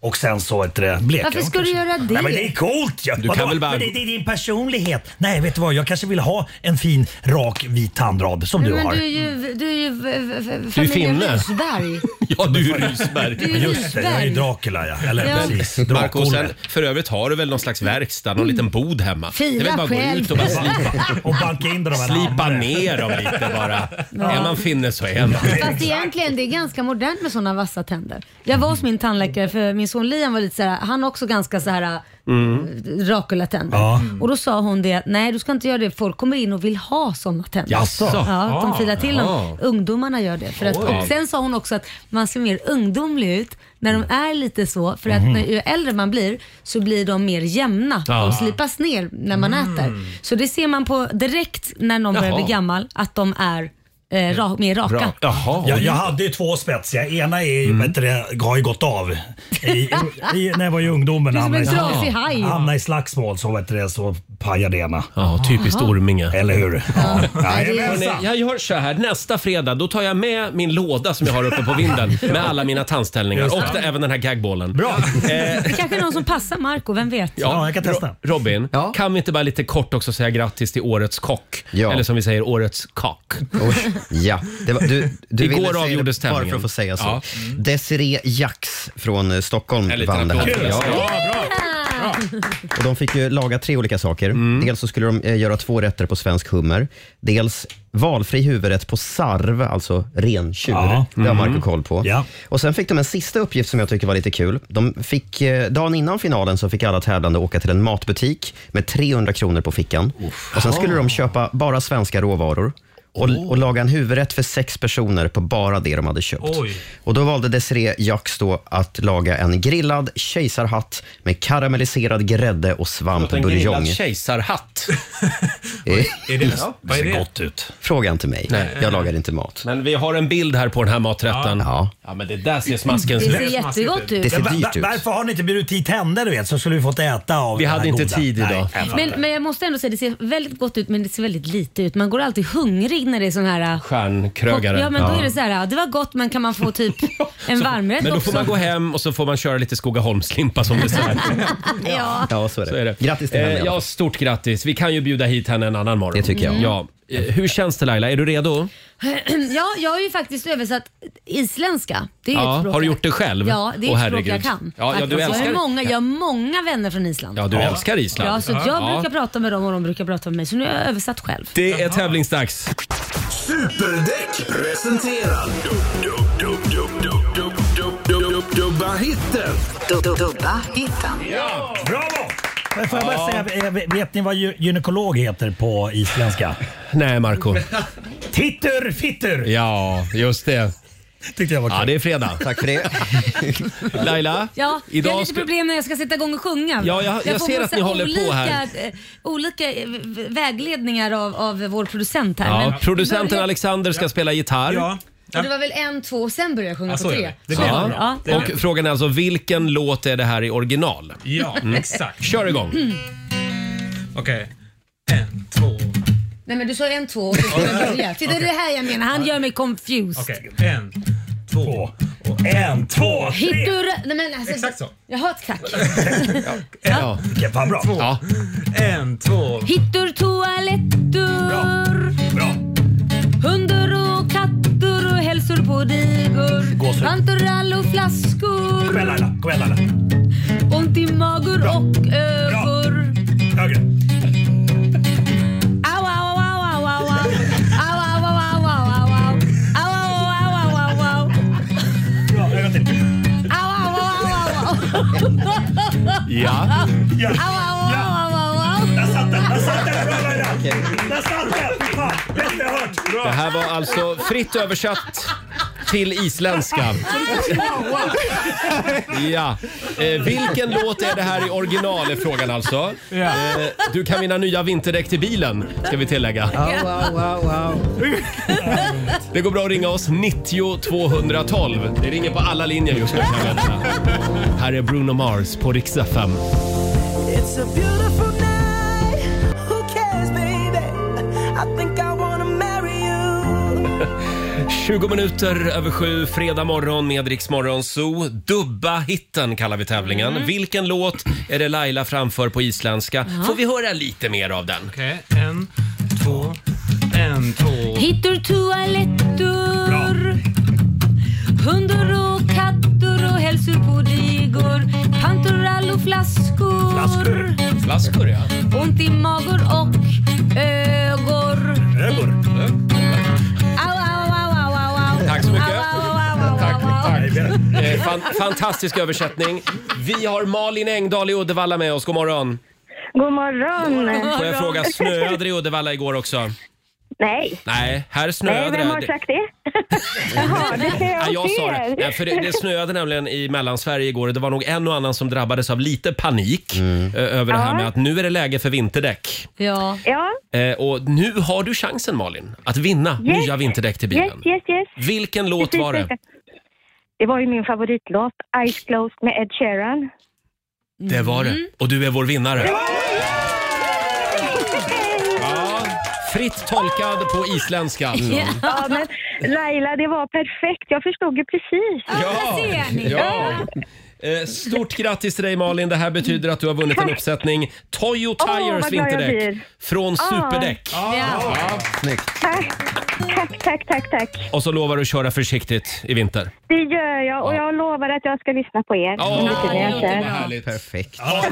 [SPEAKER 9] och sen så ett eh, bleka
[SPEAKER 3] Varför
[SPEAKER 9] dem
[SPEAKER 3] ska du
[SPEAKER 9] kanske.
[SPEAKER 3] göra det?
[SPEAKER 9] Nej, men det är coolt ju.
[SPEAKER 1] Du
[SPEAKER 9] Vadå?
[SPEAKER 1] kan väl bara-
[SPEAKER 9] Men det, det är din personlighet. Nej, vet du vad? Jag kanske vill ha en fin rak vit tandrad som
[SPEAKER 3] Nej,
[SPEAKER 9] du
[SPEAKER 3] men
[SPEAKER 9] har.
[SPEAKER 3] du är ju, du är ju v- v- v-
[SPEAKER 9] Du är
[SPEAKER 3] familjen
[SPEAKER 9] finne.
[SPEAKER 3] Rysberg.
[SPEAKER 1] [LAUGHS] Ja, du är Rysberg.
[SPEAKER 3] Du
[SPEAKER 1] [LAUGHS]
[SPEAKER 3] är
[SPEAKER 9] Just det, jag är ju
[SPEAKER 3] Rysberg.
[SPEAKER 9] Dracula ja. Eller
[SPEAKER 3] Ja.
[SPEAKER 9] precis,
[SPEAKER 1] Marco,
[SPEAKER 9] Dracula.
[SPEAKER 1] sen, för övrigt har du väl någon slags verkstad, någon liten bod hemma?
[SPEAKER 3] Fila
[SPEAKER 1] det är väl bara att gå
[SPEAKER 3] själv.
[SPEAKER 1] ut och bara slipa,
[SPEAKER 9] och banka in
[SPEAKER 1] dem slipa ner dem lite bara.
[SPEAKER 3] Ja.
[SPEAKER 1] Är man finne så är man.
[SPEAKER 3] Fast egentligen det är ganska modernt med sådana vassa tänder. Jag var hos min tandläkare för min son Liam var lite så här, han har också ganska så här Dracula-tänder.
[SPEAKER 12] Mm. Ja.
[SPEAKER 3] Och då sa hon det att nej du ska inte göra det, folk kommer in och vill ha sådana tänder.
[SPEAKER 12] Jaså?
[SPEAKER 3] Ja, de
[SPEAKER 12] Ah,
[SPEAKER 3] filar till dem.
[SPEAKER 12] jaha.
[SPEAKER 3] Ungdomarna gör det. För att,
[SPEAKER 12] Oj.
[SPEAKER 3] och sen sa hon också att man ser mer ungdomlig ut när de är lite så. För att
[SPEAKER 12] Mhm.
[SPEAKER 3] när, ju äldre man blir så blir de mer jämna.
[SPEAKER 12] Ja.
[SPEAKER 3] De slipas ner när man
[SPEAKER 12] Mm.
[SPEAKER 3] äter. Så det ser man på direkt när någon börjar
[SPEAKER 12] Jaha.
[SPEAKER 3] bli gammal att de är eh, ra, mer raka.
[SPEAKER 9] Jag, jag hade ju två spetsiga. Ena är,
[SPEAKER 1] Mm.
[SPEAKER 9] ju vet du, det, har ju gått av I, i, när jag var i ungdomen.
[SPEAKER 3] Du är som en
[SPEAKER 9] hamnade i-
[SPEAKER 3] trasig haj.
[SPEAKER 9] Hamnade i slagsmål så, vet du, det, så pajade ena.
[SPEAKER 1] Ja, typiskt
[SPEAKER 9] Jaha.
[SPEAKER 1] Orminge.
[SPEAKER 9] Eller hur?
[SPEAKER 1] Hörrni, jag gör så här. Nästa fredag då tar jag med min låda som jag har uppe på
[SPEAKER 3] [LAUGHS]
[SPEAKER 1] vinden med alla mina tandställningar
[SPEAKER 9] Just
[SPEAKER 1] och
[SPEAKER 9] det.
[SPEAKER 1] det- även den här gagballen. Bra.
[SPEAKER 3] Det kanske är någon som passar Marco, vem vet?
[SPEAKER 1] Ro- Robin, kan vi inte bara lite kort också säga grattis till årets kock? Eller som vi säger, årets kak.
[SPEAKER 2] Ja, det var, du, du
[SPEAKER 1] Igår
[SPEAKER 2] ville säga det
[SPEAKER 1] avgjordes
[SPEAKER 2] Bara
[SPEAKER 1] tävlingen.
[SPEAKER 2] för att få säga så.
[SPEAKER 1] Ja.
[SPEAKER 2] Desiree Jax från eh, Stockholm vann det här. Ja. Och de fick ju laga tre olika saker.
[SPEAKER 9] Mm.
[SPEAKER 2] Dels så skulle de eh, göra två rätter på svensk hummer. Dels valfri huvudrätt på sarv, alltså rentjur.
[SPEAKER 9] Ja.
[SPEAKER 2] Det har
[SPEAKER 9] Mm.
[SPEAKER 2] Marco koll på.
[SPEAKER 9] Ja.
[SPEAKER 2] Och Sen fick de en sista uppgift som jag tycker var lite kul. De fick, eh, dagen innan finalen så fick alla tävlande åka till en matbutik med 300 kronor på fickan. Och Sen skulle de köpa bara svenska råvaror. Och, och laga en huvudrätt för sex personer på bara det de hade köpt.
[SPEAKER 9] Oj.
[SPEAKER 2] Och Då valde Desiree Jax då att laga en grillad kejsarhatt med karamelliserad grädde och svamp
[SPEAKER 1] En grillad
[SPEAKER 2] buljong.
[SPEAKER 1] kejsarhatt.
[SPEAKER 2] Är
[SPEAKER 1] det- vad är det?
[SPEAKER 9] ut.
[SPEAKER 2] Fråga inte mig.
[SPEAKER 1] Nej.
[SPEAKER 2] Jag lagar inte mat.
[SPEAKER 1] Men vi har en bild här på den här maträtten. Ja. Ja, men det där ser smaskens
[SPEAKER 3] Det ser jättegott
[SPEAKER 1] typ.
[SPEAKER 3] ut. Det ser
[SPEAKER 9] Ja, va-
[SPEAKER 3] dyrt
[SPEAKER 9] va-
[SPEAKER 3] ut.
[SPEAKER 9] Varför har ni inte bjudit hit henne du vet, så skulle vi fått äta av
[SPEAKER 1] Vi
[SPEAKER 9] det
[SPEAKER 1] hade
[SPEAKER 9] här
[SPEAKER 1] inte
[SPEAKER 9] goda.
[SPEAKER 1] tid idag.
[SPEAKER 9] Nej, jag fattar.
[SPEAKER 3] Men, men jag måste ändå säga, det ser väldigt gott ut men det ser väldigt lite ut. Man går alltid hungrig när det är sån här... äh,
[SPEAKER 1] Stjärnkrögare.
[SPEAKER 3] Ja men då är det så här, äh, det var gott men kan man få
[SPEAKER 1] [LAUGHS]
[SPEAKER 3] typ en varmrätt
[SPEAKER 1] Men då
[SPEAKER 3] också?
[SPEAKER 1] får man gå hem och så får man köra lite Skogaholmslimpa som
[SPEAKER 3] [LAUGHS]
[SPEAKER 1] dessert.
[SPEAKER 3] ja. [CLEARS THROAT]
[SPEAKER 2] Ja, så är det.
[SPEAKER 1] Så är det. Eh,
[SPEAKER 2] Grattis till henne i alla fall.
[SPEAKER 1] Ja, stort grattis. Vi kan ju bjuda hit henne en annan morgon.
[SPEAKER 2] Det tycker jag. Mm.
[SPEAKER 1] Ja. Eh, Hur känns det Laila? Är du redo?
[SPEAKER 3] ja, jag har ju faktiskt översatt isländska. Det är ju ett
[SPEAKER 1] ja.
[SPEAKER 3] språk
[SPEAKER 1] Har du
[SPEAKER 3] jag-
[SPEAKER 1] gjort det själv?
[SPEAKER 3] Ja, det är
[SPEAKER 1] Åh,
[SPEAKER 3] ett språk
[SPEAKER 1] herregud.
[SPEAKER 3] jag kan.
[SPEAKER 1] Ja, ja, du
[SPEAKER 3] Faktiskt. jag,
[SPEAKER 1] älskar...
[SPEAKER 3] har många, jag har många vänner från Island.
[SPEAKER 1] Ja, du älskar Island.
[SPEAKER 3] Ja, så jag
[SPEAKER 1] Ja.
[SPEAKER 3] brukar prata med dem och de brukar prata med mig. Så nu har jag översatt själv.
[SPEAKER 1] Det är tävlingsdags.
[SPEAKER 12] Superdäck presenterar Dubba hitten.
[SPEAKER 13] Dubba hitten.
[SPEAKER 12] Ja!
[SPEAKER 9] Bravo! Men får jag bara
[SPEAKER 12] Ja.
[SPEAKER 9] säga, eh, vet ni vad gy- gynekolog heter på isländska?
[SPEAKER 1] Nej, Marco.
[SPEAKER 9] Tittur fittur!
[SPEAKER 1] Ja, just det.
[SPEAKER 9] Tyckte jag var
[SPEAKER 1] Ja, det är fredag.
[SPEAKER 2] Tack
[SPEAKER 1] [LAUGHS]
[SPEAKER 2] för det.
[SPEAKER 1] Laila,
[SPEAKER 3] Ja, jag har
[SPEAKER 1] idag
[SPEAKER 3] lite
[SPEAKER 1] ska...
[SPEAKER 3] problem när jag ska sätta igång och sjunga.
[SPEAKER 1] Ja, jag- jag
[SPEAKER 3] får
[SPEAKER 1] ser
[SPEAKER 3] massa
[SPEAKER 1] att ni håller på
[SPEAKER 3] olika,
[SPEAKER 1] här.
[SPEAKER 3] eh, Olika eh, v- vägledningar av, av vår producent här.
[SPEAKER 1] Ja,
[SPEAKER 3] men-
[SPEAKER 1] producenten
[SPEAKER 3] börjar-
[SPEAKER 1] Alexander ska spela gitarr.
[SPEAKER 3] Och det var väl en, två och sen började jag sjunga
[SPEAKER 7] Ja,
[SPEAKER 3] på
[SPEAKER 7] så är
[SPEAKER 3] tre.
[SPEAKER 7] det. Det blir bra.
[SPEAKER 3] Ja.
[SPEAKER 7] Det är
[SPEAKER 1] Och frågan är alltså vilken låt är det här i original?
[SPEAKER 7] Ja,
[SPEAKER 1] Mm.
[SPEAKER 7] exakt.
[SPEAKER 1] Kör igång.
[SPEAKER 3] Mm.
[SPEAKER 7] Okej.
[SPEAKER 3] Nej men du sa en, två och så ska jag börja. Titta det är det här jag menar, han gör mig confused.
[SPEAKER 7] Okej, en, två och en, två, tre!
[SPEAKER 3] Hittur... Nej men alltså... Exakt
[SPEAKER 7] så.
[SPEAKER 3] Jaha, tack.
[SPEAKER 7] Ja.
[SPEAKER 9] Vilken fan bra.
[SPEAKER 1] Ja.
[SPEAKER 7] En, två...
[SPEAKER 3] Hittur toalettur.
[SPEAKER 9] Bra.
[SPEAKER 3] Hundar och katter och hälsor på digor.
[SPEAKER 9] Gåshud.
[SPEAKER 3] Bantorall och flaskor.
[SPEAKER 9] Kom igen Laila, kom igen Laila.
[SPEAKER 3] Ont i magur och ögon.
[SPEAKER 9] Högre.
[SPEAKER 3] Au, au, au, au, au, au. Au, au, au, au, au, au, au. Au, au, au, au, au, au, au.
[SPEAKER 9] Bra, en gång till.
[SPEAKER 3] Au, au, au, au, au.
[SPEAKER 1] Ja.
[SPEAKER 9] Ja.
[SPEAKER 3] Au, au, au, au, au, au.
[SPEAKER 9] Där satt den, där satt den! Bra Laila! Där satt den! Fan, bättre hört!
[SPEAKER 1] Det här var alltså fritt översatt till isländska. Ja. Eh, vilken låt är det här i original är frågan alltså. Eh, du kan vinna nya vinterdäck till bilen ska vi tillägga. Det går bra att ringa oss 90 212. Det ringer på alla linjer just nu. kan jag berätta. Här är Bruno Mars på Rix
[SPEAKER 12] It's
[SPEAKER 1] FM.
[SPEAKER 12] a beautiful night. Who cares baby? I think I wanna marry you.
[SPEAKER 1] 20 minuter över sju, fredag morgon med Rix Morgon Zoo. Dubba hitten kallar vi tävlingen. Vilken låt är det Laila framför på isländska? Får vi höra lite mer av den?
[SPEAKER 7] Okej, en, två, en, två...
[SPEAKER 3] Hittor toalettor Hundar och katter och hälsor på digor Pantorall och flaskor
[SPEAKER 1] Flaskor. Flaskor, ja.
[SPEAKER 3] Ont i magur och ögor
[SPEAKER 9] Ögor.
[SPEAKER 3] Au, au, au, au, au, au
[SPEAKER 1] Tack så mycket.
[SPEAKER 3] Au, au, au, au, au, au, au.
[SPEAKER 1] Eh, fan, fantastisk översättning. Vi har Malin Engdahl i Uddevalla med oss. God morgon.
[SPEAKER 6] God morgon!
[SPEAKER 1] Får jag fråga, snöade det i Uddevalla igår också?
[SPEAKER 6] Nej.
[SPEAKER 1] Nej, här
[SPEAKER 6] Nej,
[SPEAKER 1] snöade
[SPEAKER 6] vem har
[SPEAKER 1] det. [LAUGHS]
[SPEAKER 6] sagt det? Jaha, det ser jag
[SPEAKER 1] Nej, jag
[SPEAKER 6] hos
[SPEAKER 1] sa det.
[SPEAKER 6] er.
[SPEAKER 1] Nej, för det, det snöade nämligen i Mellansverige igår och det var nog en och annan som drabbades av lite panik eh, över det här
[SPEAKER 6] Mm. Ja.
[SPEAKER 1] med att nu är det läge för vinterdäck.
[SPEAKER 3] Ja.
[SPEAKER 6] Ja.
[SPEAKER 1] Eh, och nu har du chansen Malin att vinna
[SPEAKER 6] Yes.
[SPEAKER 1] nya vinterdäck till bilen.
[SPEAKER 6] Yes, yes, yes.
[SPEAKER 1] Vilken låt
[SPEAKER 6] Precis,
[SPEAKER 1] var det?
[SPEAKER 6] precis. [LAUGHS] Det var ju min favoritlåt, Eyes Closed med Ed Sheeran.
[SPEAKER 1] Det var det.
[SPEAKER 6] Mm.
[SPEAKER 1] Och du är vår vinnare. Fritt tolkad på isländska.
[SPEAKER 6] [LAUGHS] Ja. men Laila, det var perfekt. Jag förstod ju precis.
[SPEAKER 1] Ja, ja. Eh, Stort grattis till dig Malin. Det här betyder att du har vunnit en uppsättning Toyo
[SPEAKER 6] Åh, vad
[SPEAKER 1] Tires
[SPEAKER 6] glad jag
[SPEAKER 1] vinterdäck
[SPEAKER 6] blir. Ah.
[SPEAKER 1] från
[SPEAKER 6] Ja.
[SPEAKER 1] Superdäck.
[SPEAKER 6] Ja.
[SPEAKER 1] Snyggt.
[SPEAKER 6] Tack, tack, tack, tack, tack.
[SPEAKER 1] Och så lovar du att köra försiktigt i vinter.
[SPEAKER 6] Det gör jag och jag lovar att jag ska lyssna på er.
[SPEAKER 1] Ja,
[SPEAKER 6] mycket när jag kör.
[SPEAKER 2] Perfekt.
[SPEAKER 1] [LAUGHS] Ha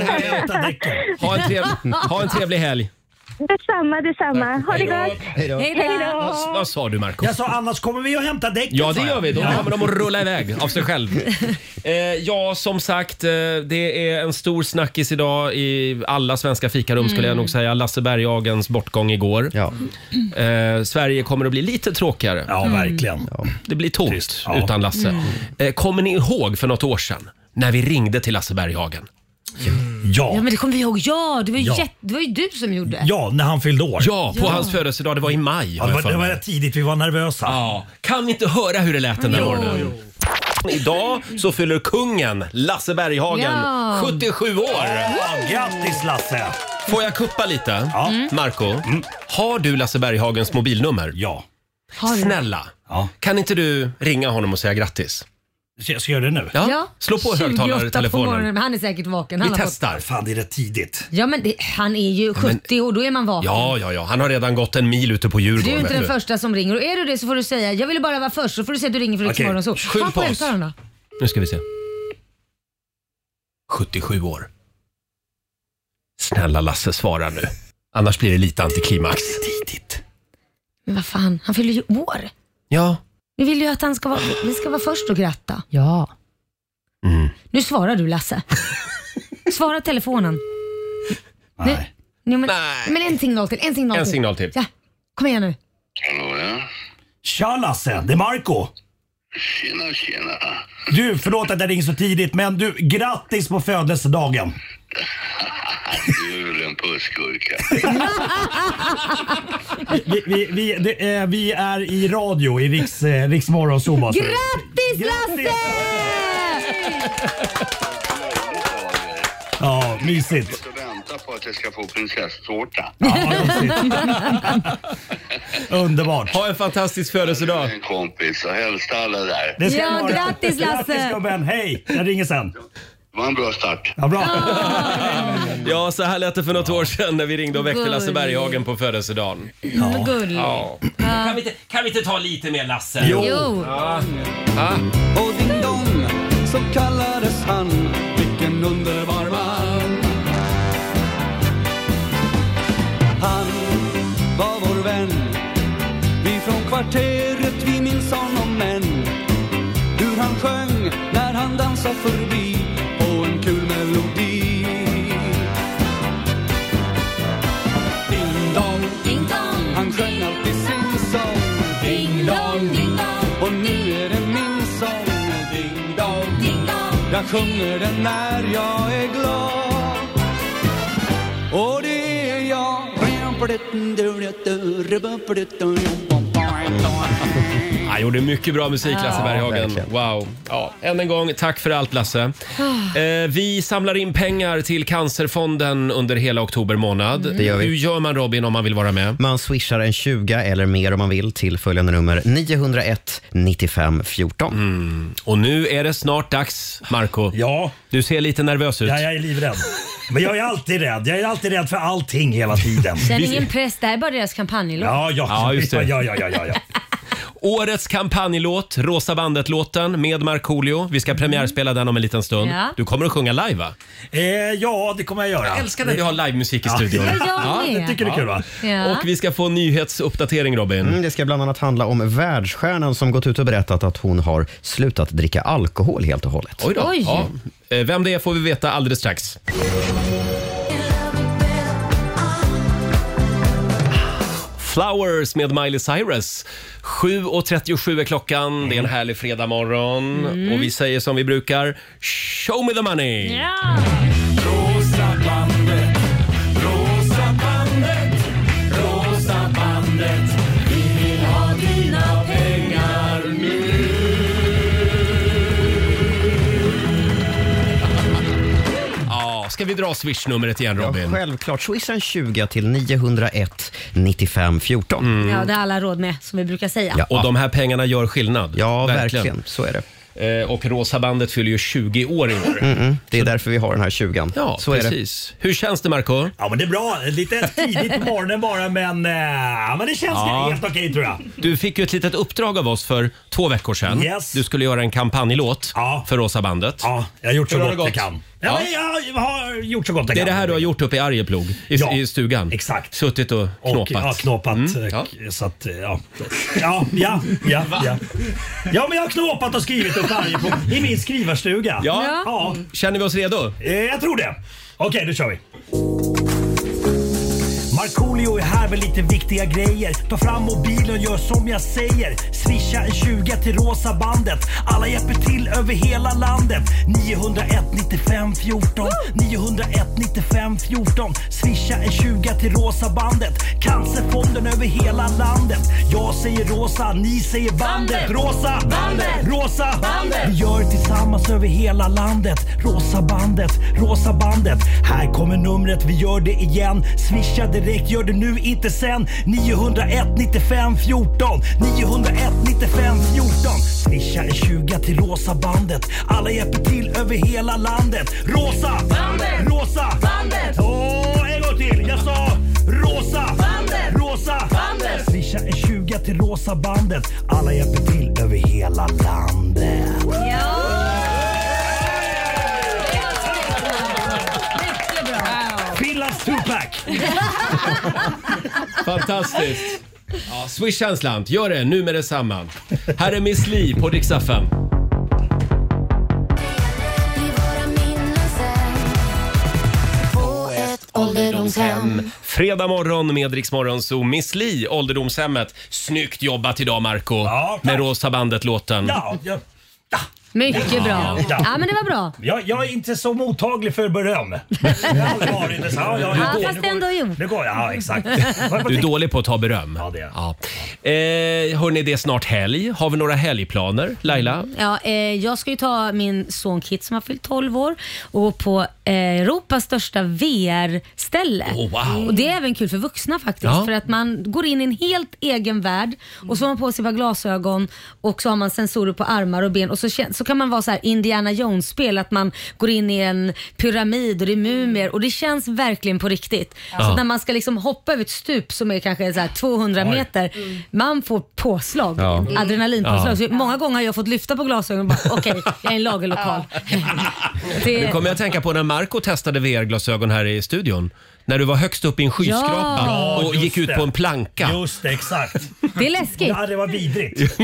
[SPEAKER 1] en trevlig, ha en trevlig helg.
[SPEAKER 6] Detsamma, detsamma. Ha det gott.
[SPEAKER 1] Hej då. Vad, vad sa du Marco?
[SPEAKER 9] Jag sa annars kommer vi att hämta däcken.
[SPEAKER 1] Ja, det
[SPEAKER 9] sa jag.
[SPEAKER 1] gör vi. Då
[SPEAKER 9] Ja.
[SPEAKER 1] kommer de att rulla iväg av sig själv.
[SPEAKER 9] [LAUGHS]
[SPEAKER 1] Eh, ja, som sagt, eh, det är en stor snackis idag i alla svenska fikarum skulle jag
[SPEAKER 14] Mm.
[SPEAKER 1] nog säga. Lasse Berghagens bortgång igår. Eh, Sverige kommer att bli lite tråkigare.
[SPEAKER 9] Ja, Mm. verkligen.
[SPEAKER 1] Det blir tomt utan Lasse.
[SPEAKER 9] Mm.
[SPEAKER 1] Eh, kommer ni ihåg för något år sedan när vi ringde till Lasse Berghagen?
[SPEAKER 9] Ja.
[SPEAKER 3] Ja men det kommer vi ihåg. Ja, det var ju,
[SPEAKER 1] Ja.
[SPEAKER 3] jätte- det var ju du som gjorde.
[SPEAKER 9] Ja, när han fyllde år.
[SPEAKER 1] Ja, på
[SPEAKER 3] Ja.
[SPEAKER 1] hans födelsedag. Det var i maj.
[SPEAKER 9] Ja, det, var, det var rätt tidigt, vi var nervösa.
[SPEAKER 1] Ja. Kan vi inte höra hur det lät den där morgonen? Idag så fyller kungen, Lasse Berghagen,
[SPEAKER 9] Ja.
[SPEAKER 1] 77 år.
[SPEAKER 9] Grattis Lasse!
[SPEAKER 1] Får jag kuppa lite? Mm.
[SPEAKER 9] Ja. Mm.
[SPEAKER 1] Marco, har du Lasse Berghagens mobilnummer?
[SPEAKER 9] Ja.
[SPEAKER 3] Har du?
[SPEAKER 1] Snälla, kan inte du ringa honom och säga grattis?
[SPEAKER 9] Ska jag göra det nu?
[SPEAKER 1] Ja. Slå på
[SPEAKER 3] 28 På
[SPEAKER 1] högtalartelefonen.
[SPEAKER 3] morgonen, men han är säkert vaken.
[SPEAKER 1] Vi
[SPEAKER 3] Han har fått-
[SPEAKER 1] testar.
[SPEAKER 9] Fan, det är rätt tidigt.
[SPEAKER 3] Ja men det, han är ju 70 och då är man vaken.
[SPEAKER 1] Ja, ja, ja. Han har redan gått en mil ute på
[SPEAKER 3] Du
[SPEAKER 1] Djurgården.
[SPEAKER 3] är inte
[SPEAKER 1] vet
[SPEAKER 3] den
[SPEAKER 1] du.
[SPEAKER 3] första som ringer och är du det så får du säga jag ville bara vara först så får du säga att du ringer från
[SPEAKER 1] Okej,
[SPEAKER 3] Riksmorgon så.
[SPEAKER 1] skyll
[SPEAKER 3] Ha
[SPEAKER 1] på oss.
[SPEAKER 3] högtalaren då.
[SPEAKER 1] Nu ska vi se. 77 år. Snälla Lasse, svara nu. Annars blir det lite antiklimax.
[SPEAKER 3] Men vad fan, han fyller ju år.
[SPEAKER 1] Ja.
[SPEAKER 3] Vi vill ju att han ska vara, vi ska vara först och gratta. Ja. Nu svarar du Lasse. Svara telefonen. Nej. Nu, men, men en signal till. En signal
[SPEAKER 9] En
[SPEAKER 3] till.
[SPEAKER 9] signal till.
[SPEAKER 3] Ja. Kom igen nu.
[SPEAKER 9] Tja Lasse, det är Marco.
[SPEAKER 15] Tjena, tjena.
[SPEAKER 9] Du, förlåt att jag ringer så tidigt men du, grattis på födelsedagen.
[SPEAKER 15] Du är väl en pussgurka.
[SPEAKER 9] Vi, vi, vi, det, eh, vi är i radio i Riks, eh, Riksmorgon Zoo. bara så du vet.
[SPEAKER 3] Grattis Lasse!
[SPEAKER 9] Ja, mysigt.
[SPEAKER 15] Jag väntar på att jag ska få prinsesstårta.
[SPEAKER 9] Underbart.
[SPEAKER 1] Ha en fantastisk födelsedag.
[SPEAKER 15] En kompis och hälsa alla där.
[SPEAKER 9] Det ska jag vara. Grattis gubben, hej! Jag ringer sen.
[SPEAKER 15] Det var en bra start.
[SPEAKER 9] Ja, bra.
[SPEAKER 1] Ja, så här lät det för något år sedan när vi ringde och väckte Lasse
[SPEAKER 9] Gulligt.
[SPEAKER 1] Berghagen på födelsedagen.
[SPEAKER 9] Ja.
[SPEAKER 3] Gulligt.
[SPEAKER 1] Ja. Kan, vi inte, kan vi inte ta lite mer Lasse?
[SPEAKER 5] Jo. Jo.
[SPEAKER 1] Ja. Ja.
[SPEAKER 5] Och Ding Dong, så kallades han. Vilken underbar man. Han var vår vän. Vi från kvarteret, vi minns honom än. Hur han sjöng när han dansade förbi på en kul melodi. Ding dong, ding dong. Han sjöng alltid sin sång. Ding dong, ding dong. Och nu är det min sång. Ding dong, ding dong. Jag sjunger den när jag är glad. Och det är jag.
[SPEAKER 1] Han gjorde mycket bra musik, Lasse
[SPEAKER 5] Ja,
[SPEAKER 1] Berghagen. Wow. Ja, än en gång, tack för allt Lasse.
[SPEAKER 5] Ah.
[SPEAKER 1] Eh, vi samlar in pengar till Cancerfonden under hela oktober månad.
[SPEAKER 2] Det gör vi.
[SPEAKER 1] Hur gör man Robin om man vill vara med?
[SPEAKER 2] Man swishar en 20 eller mer om man vill till följande nummer 901 95 14.
[SPEAKER 1] Mm. Och nu är det snart dags, Marco.
[SPEAKER 9] Ja.
[SPEAKER 1] Du ser lite nervös ut.
[SPEAKER 9] Ja, jag är livrädd. Men jag är alltid rädd. Jag är alltid rädd för allting hela tiden.
[SPEAKER 3] Känn ingen press, det här är bara deras kampanjlåt.
[SPEAKER 9] Ja, ja.
[SPEAKER 1] Ja, just det.
[SPEAKER 9] Ja, ja, ja, ja, ja.
[SPEAKER 1] Årets kampanjlåt, Rosa bandet-låten med Markoolio. Vi ska premiärspela den om en liten stund.
[SPEAKER 9] Ja.
[SPEAKER 1] Du kommer att sjunga live va?
[SPEAKER 9] Eh, ja, det kommer jag göra.
[SPEAKER 1] Jag älskar när vi har livemusik i
[SPEAKER 9] Ja.
[SPEAKER 1] studion.
[SPEAKER 9] Ja, jag med. Jag tycker det är kul, va?
[SPEAKER 3] Ja.
[SPEAKER 1] Och vi ska få en nyhetsuppdatering Robin.
[SPEAKER 2] Mm, det ska bland annat handla om världsstjärnan som gått ut och berättat att hon har slutat dricka alkohol helt och hållet.
[SPEAKER 1] Oj då. Ja. Eh, Vem det är får vi veta alldeles strax. Flowers med Miley Cyrus. 7.37 är klockan, det är en härlig fredagmorgon
[SPEAKER 12] Mm.
[SPEAKER 1] och vi säger som vi brukar, show me the money!
[SPEAKER 12] Rosa bandet, rosa bandet, rosa bandet. Vi vill ha dina pengar nu.
[SPEAKER 1] Ja, ska vi dra swishnumret igen Robin?
[SPEAKER 2] Självklart. Swishen 20 till 901 95 14.
[SPEAKER 1] Mm.
[SPEAKER 3] Ja, det har alla råd med som vi brukar säga.
[SPEAKER 1] Och de här pengarna gör skillnad.
[SPEAKER 2] Ja, verkligen. Så är
[SPEAKER 1] det. Eh, och Rosa bandet fyller ju 20 år i år.
[SPEAKER 2] Det är därför vi har den här 20
[SPEAKER 1] Ja,
[SPEAKER 2] Så är det.
[SPEAKER 1] precis. Hur känns det Marco?
[SPEAKER 9] Ja, men det är bra. Lite tidigt på morgonen bara, men, eh, men det känns
[SPEAKER 1] Ja.
[SPEAKER 9] helt okej tror jag.
[SPEAKER 1] Du fick ju ett litet uppdrag av oss för två veckor sedan.
[SPEAKER 9] Yes.
[SPEAKER 1] Du skulle göra en kampanjlåt för Rosa bandet. Ja,
[SPEAKER 9] jag har gjort så
[SPEAKER 1] Hur har
[SPEAKER 9] gott
[SPEAKER 1] det
[SPEAKER 9] jag
[SPEAKER 1] gått?
[SPEAKER 9] kan. Ja.
[SPEAKER 1] Ja.
[SPEAKER 9] men jag har gjort så gott jag
[SPEAKER 1] Det är
[SPEAKER 9] kan.
[SPEAKER 1] det här du har gjort uppe i Arjeplog, i,
[SPEAKER 9] Ja,
[SPEAKER 1] i stugan.
[SPEAKER 9] Exakt.
[SPEAKER 1] Suttit och
[SPEAKER 9] Och,
[SPEAKER 1] knåpat. Mm.
[SPEAKER 9] ja, knåpat. eh, Så att, eh, ja. Ja, ja, ja, ja. Ja, men jag har knåpat och skrivit upp varje på, i min skrivarstuga.
[SPEAKER 1] Ja.
[SPEAKER 9] ja.
[SPEAKER 1] Känner vi oss redo?
[SPEAKER 9] Eh, jag tror det. Okej, då kör vi. Markoolio är här med lite viktiga grejer. Ta fram mobilen och gör som jag säger. Swisha en 20 till rosa bandet. Alla hjälper till över hela landet. 901 95 14. 901 95 14. Swisha en 20 till rosa bandet. Cancerfonden över hela landet. Jag säger rosa, ni säger bandet. Rosa bandet, rosa bandet. Vi gör det tillsammans över hela landet. Rosa bandet, rosa bandet. Här kommer numret, vi gör det igen. Swisha direkt, gör det nu, inte sen. 901 95 14. 901 95 14. Swisha en 20 till rosa bandet. Alla hjälper till över hela landet. Rosa bandet, rosa bandet. Åh, en gång till. Jag sa rosa bandet, rosa bandet. Swisha en 20 till rosa bandet. Alla hjälper till över hela landet. Finlands Tupac!
[SPEAKER 1] Fantastiskt. Ja, swisha en slant. Gör det nu med detsamma. Här är Miss Li på Dix FM. Ålderdomshem. Fredag morgon med Rix Morgon Zoo. Miss Li, ålderdomshemmet. Snyggt jobbat idag Marco med Rosa bandet-låten.
[SPEAKER 9] Ja, jag,
[SPEAKER 3] Mycket bra.
[SPEAKER 9] Ja.
[SPEAKER 3] Ja, men det var bra.
[SPEAKER 9] jag, jag är inte så mottaglig för beröm. Jag har aldrig varit det. Så, ja, ja,
[SPEAKER 3] Ja,
[SPEAKER 9] nu går-
[SPEAKER 3] fast
[SPEAKER 9] nu går-
[SPEAKER 3] ändå jo.
[SPEAKER 9] Nu går jag, ja exakt.
[SPEAKER 1] Du är dålig på att ta beröm.
[SPEAKER 9] Ja, det är
[SPEAKER 1] ja. eh, Hörni, det är snart helg. Har vi några helgplaner? Laila?
[SPEAKER 3] Ja, eh, jag ska ju ta min son Kit som har fyllt 12 år och på eh, Europas största VR-ställe.
[SPEAKER 12] Oh, wow.
[SPEAKER 3] Och Det är även kul för vuxna faktiskt.
[SPEAKER 12] Ja.
[SPEAKER 3] För att man går in i en helt egen värld och så har man på sig ett par glasögon och så har man sensorer på armar och ben och så, kän- så kan man vara så här Indiana Jones-spel att man går in i en pyramid och det är mumier och det känns verkligen på riktigt.
[SPEAKER 12] Ja.
[SPEAKER 3] Så att när man ska liksom hoppa över ett stup som är kanske så här 200
[SPEAKER 12] Oj.
[SPEAKER 3] meter, man får påslag,
[SPEAKER 12] Ja. Mm.
[SPEAKER 3] adrenalinpåslag.
[SPEAKER 12] Ja.
[SPEAKER 3] Så Många gånger har jag fått lyfta på glasögonen och bara okej, jag är i en lagerlokal. [LAUGHS]
[SPEAKER 1] Nu kommer jag att tänka på när Marco testade VR-glasögon här i studion. När du var högst upp i en skyskrapa
[SPEAKER 9] Ja,
[SPEAKER 1] och
[SPEAKER 9] just
[SPEAKER 1] gick ut
[SPEAKER 9] det.
[SPEAKER 1] på en planka.
[SPEAKER 9] Just det, exakt.
[SPEAKER 3] Det är läskigt.
[SPEAKER 9] Ja, det
[SPEAKER 1] [LAUGHS]
[SPEAKER 9] var vidrigt.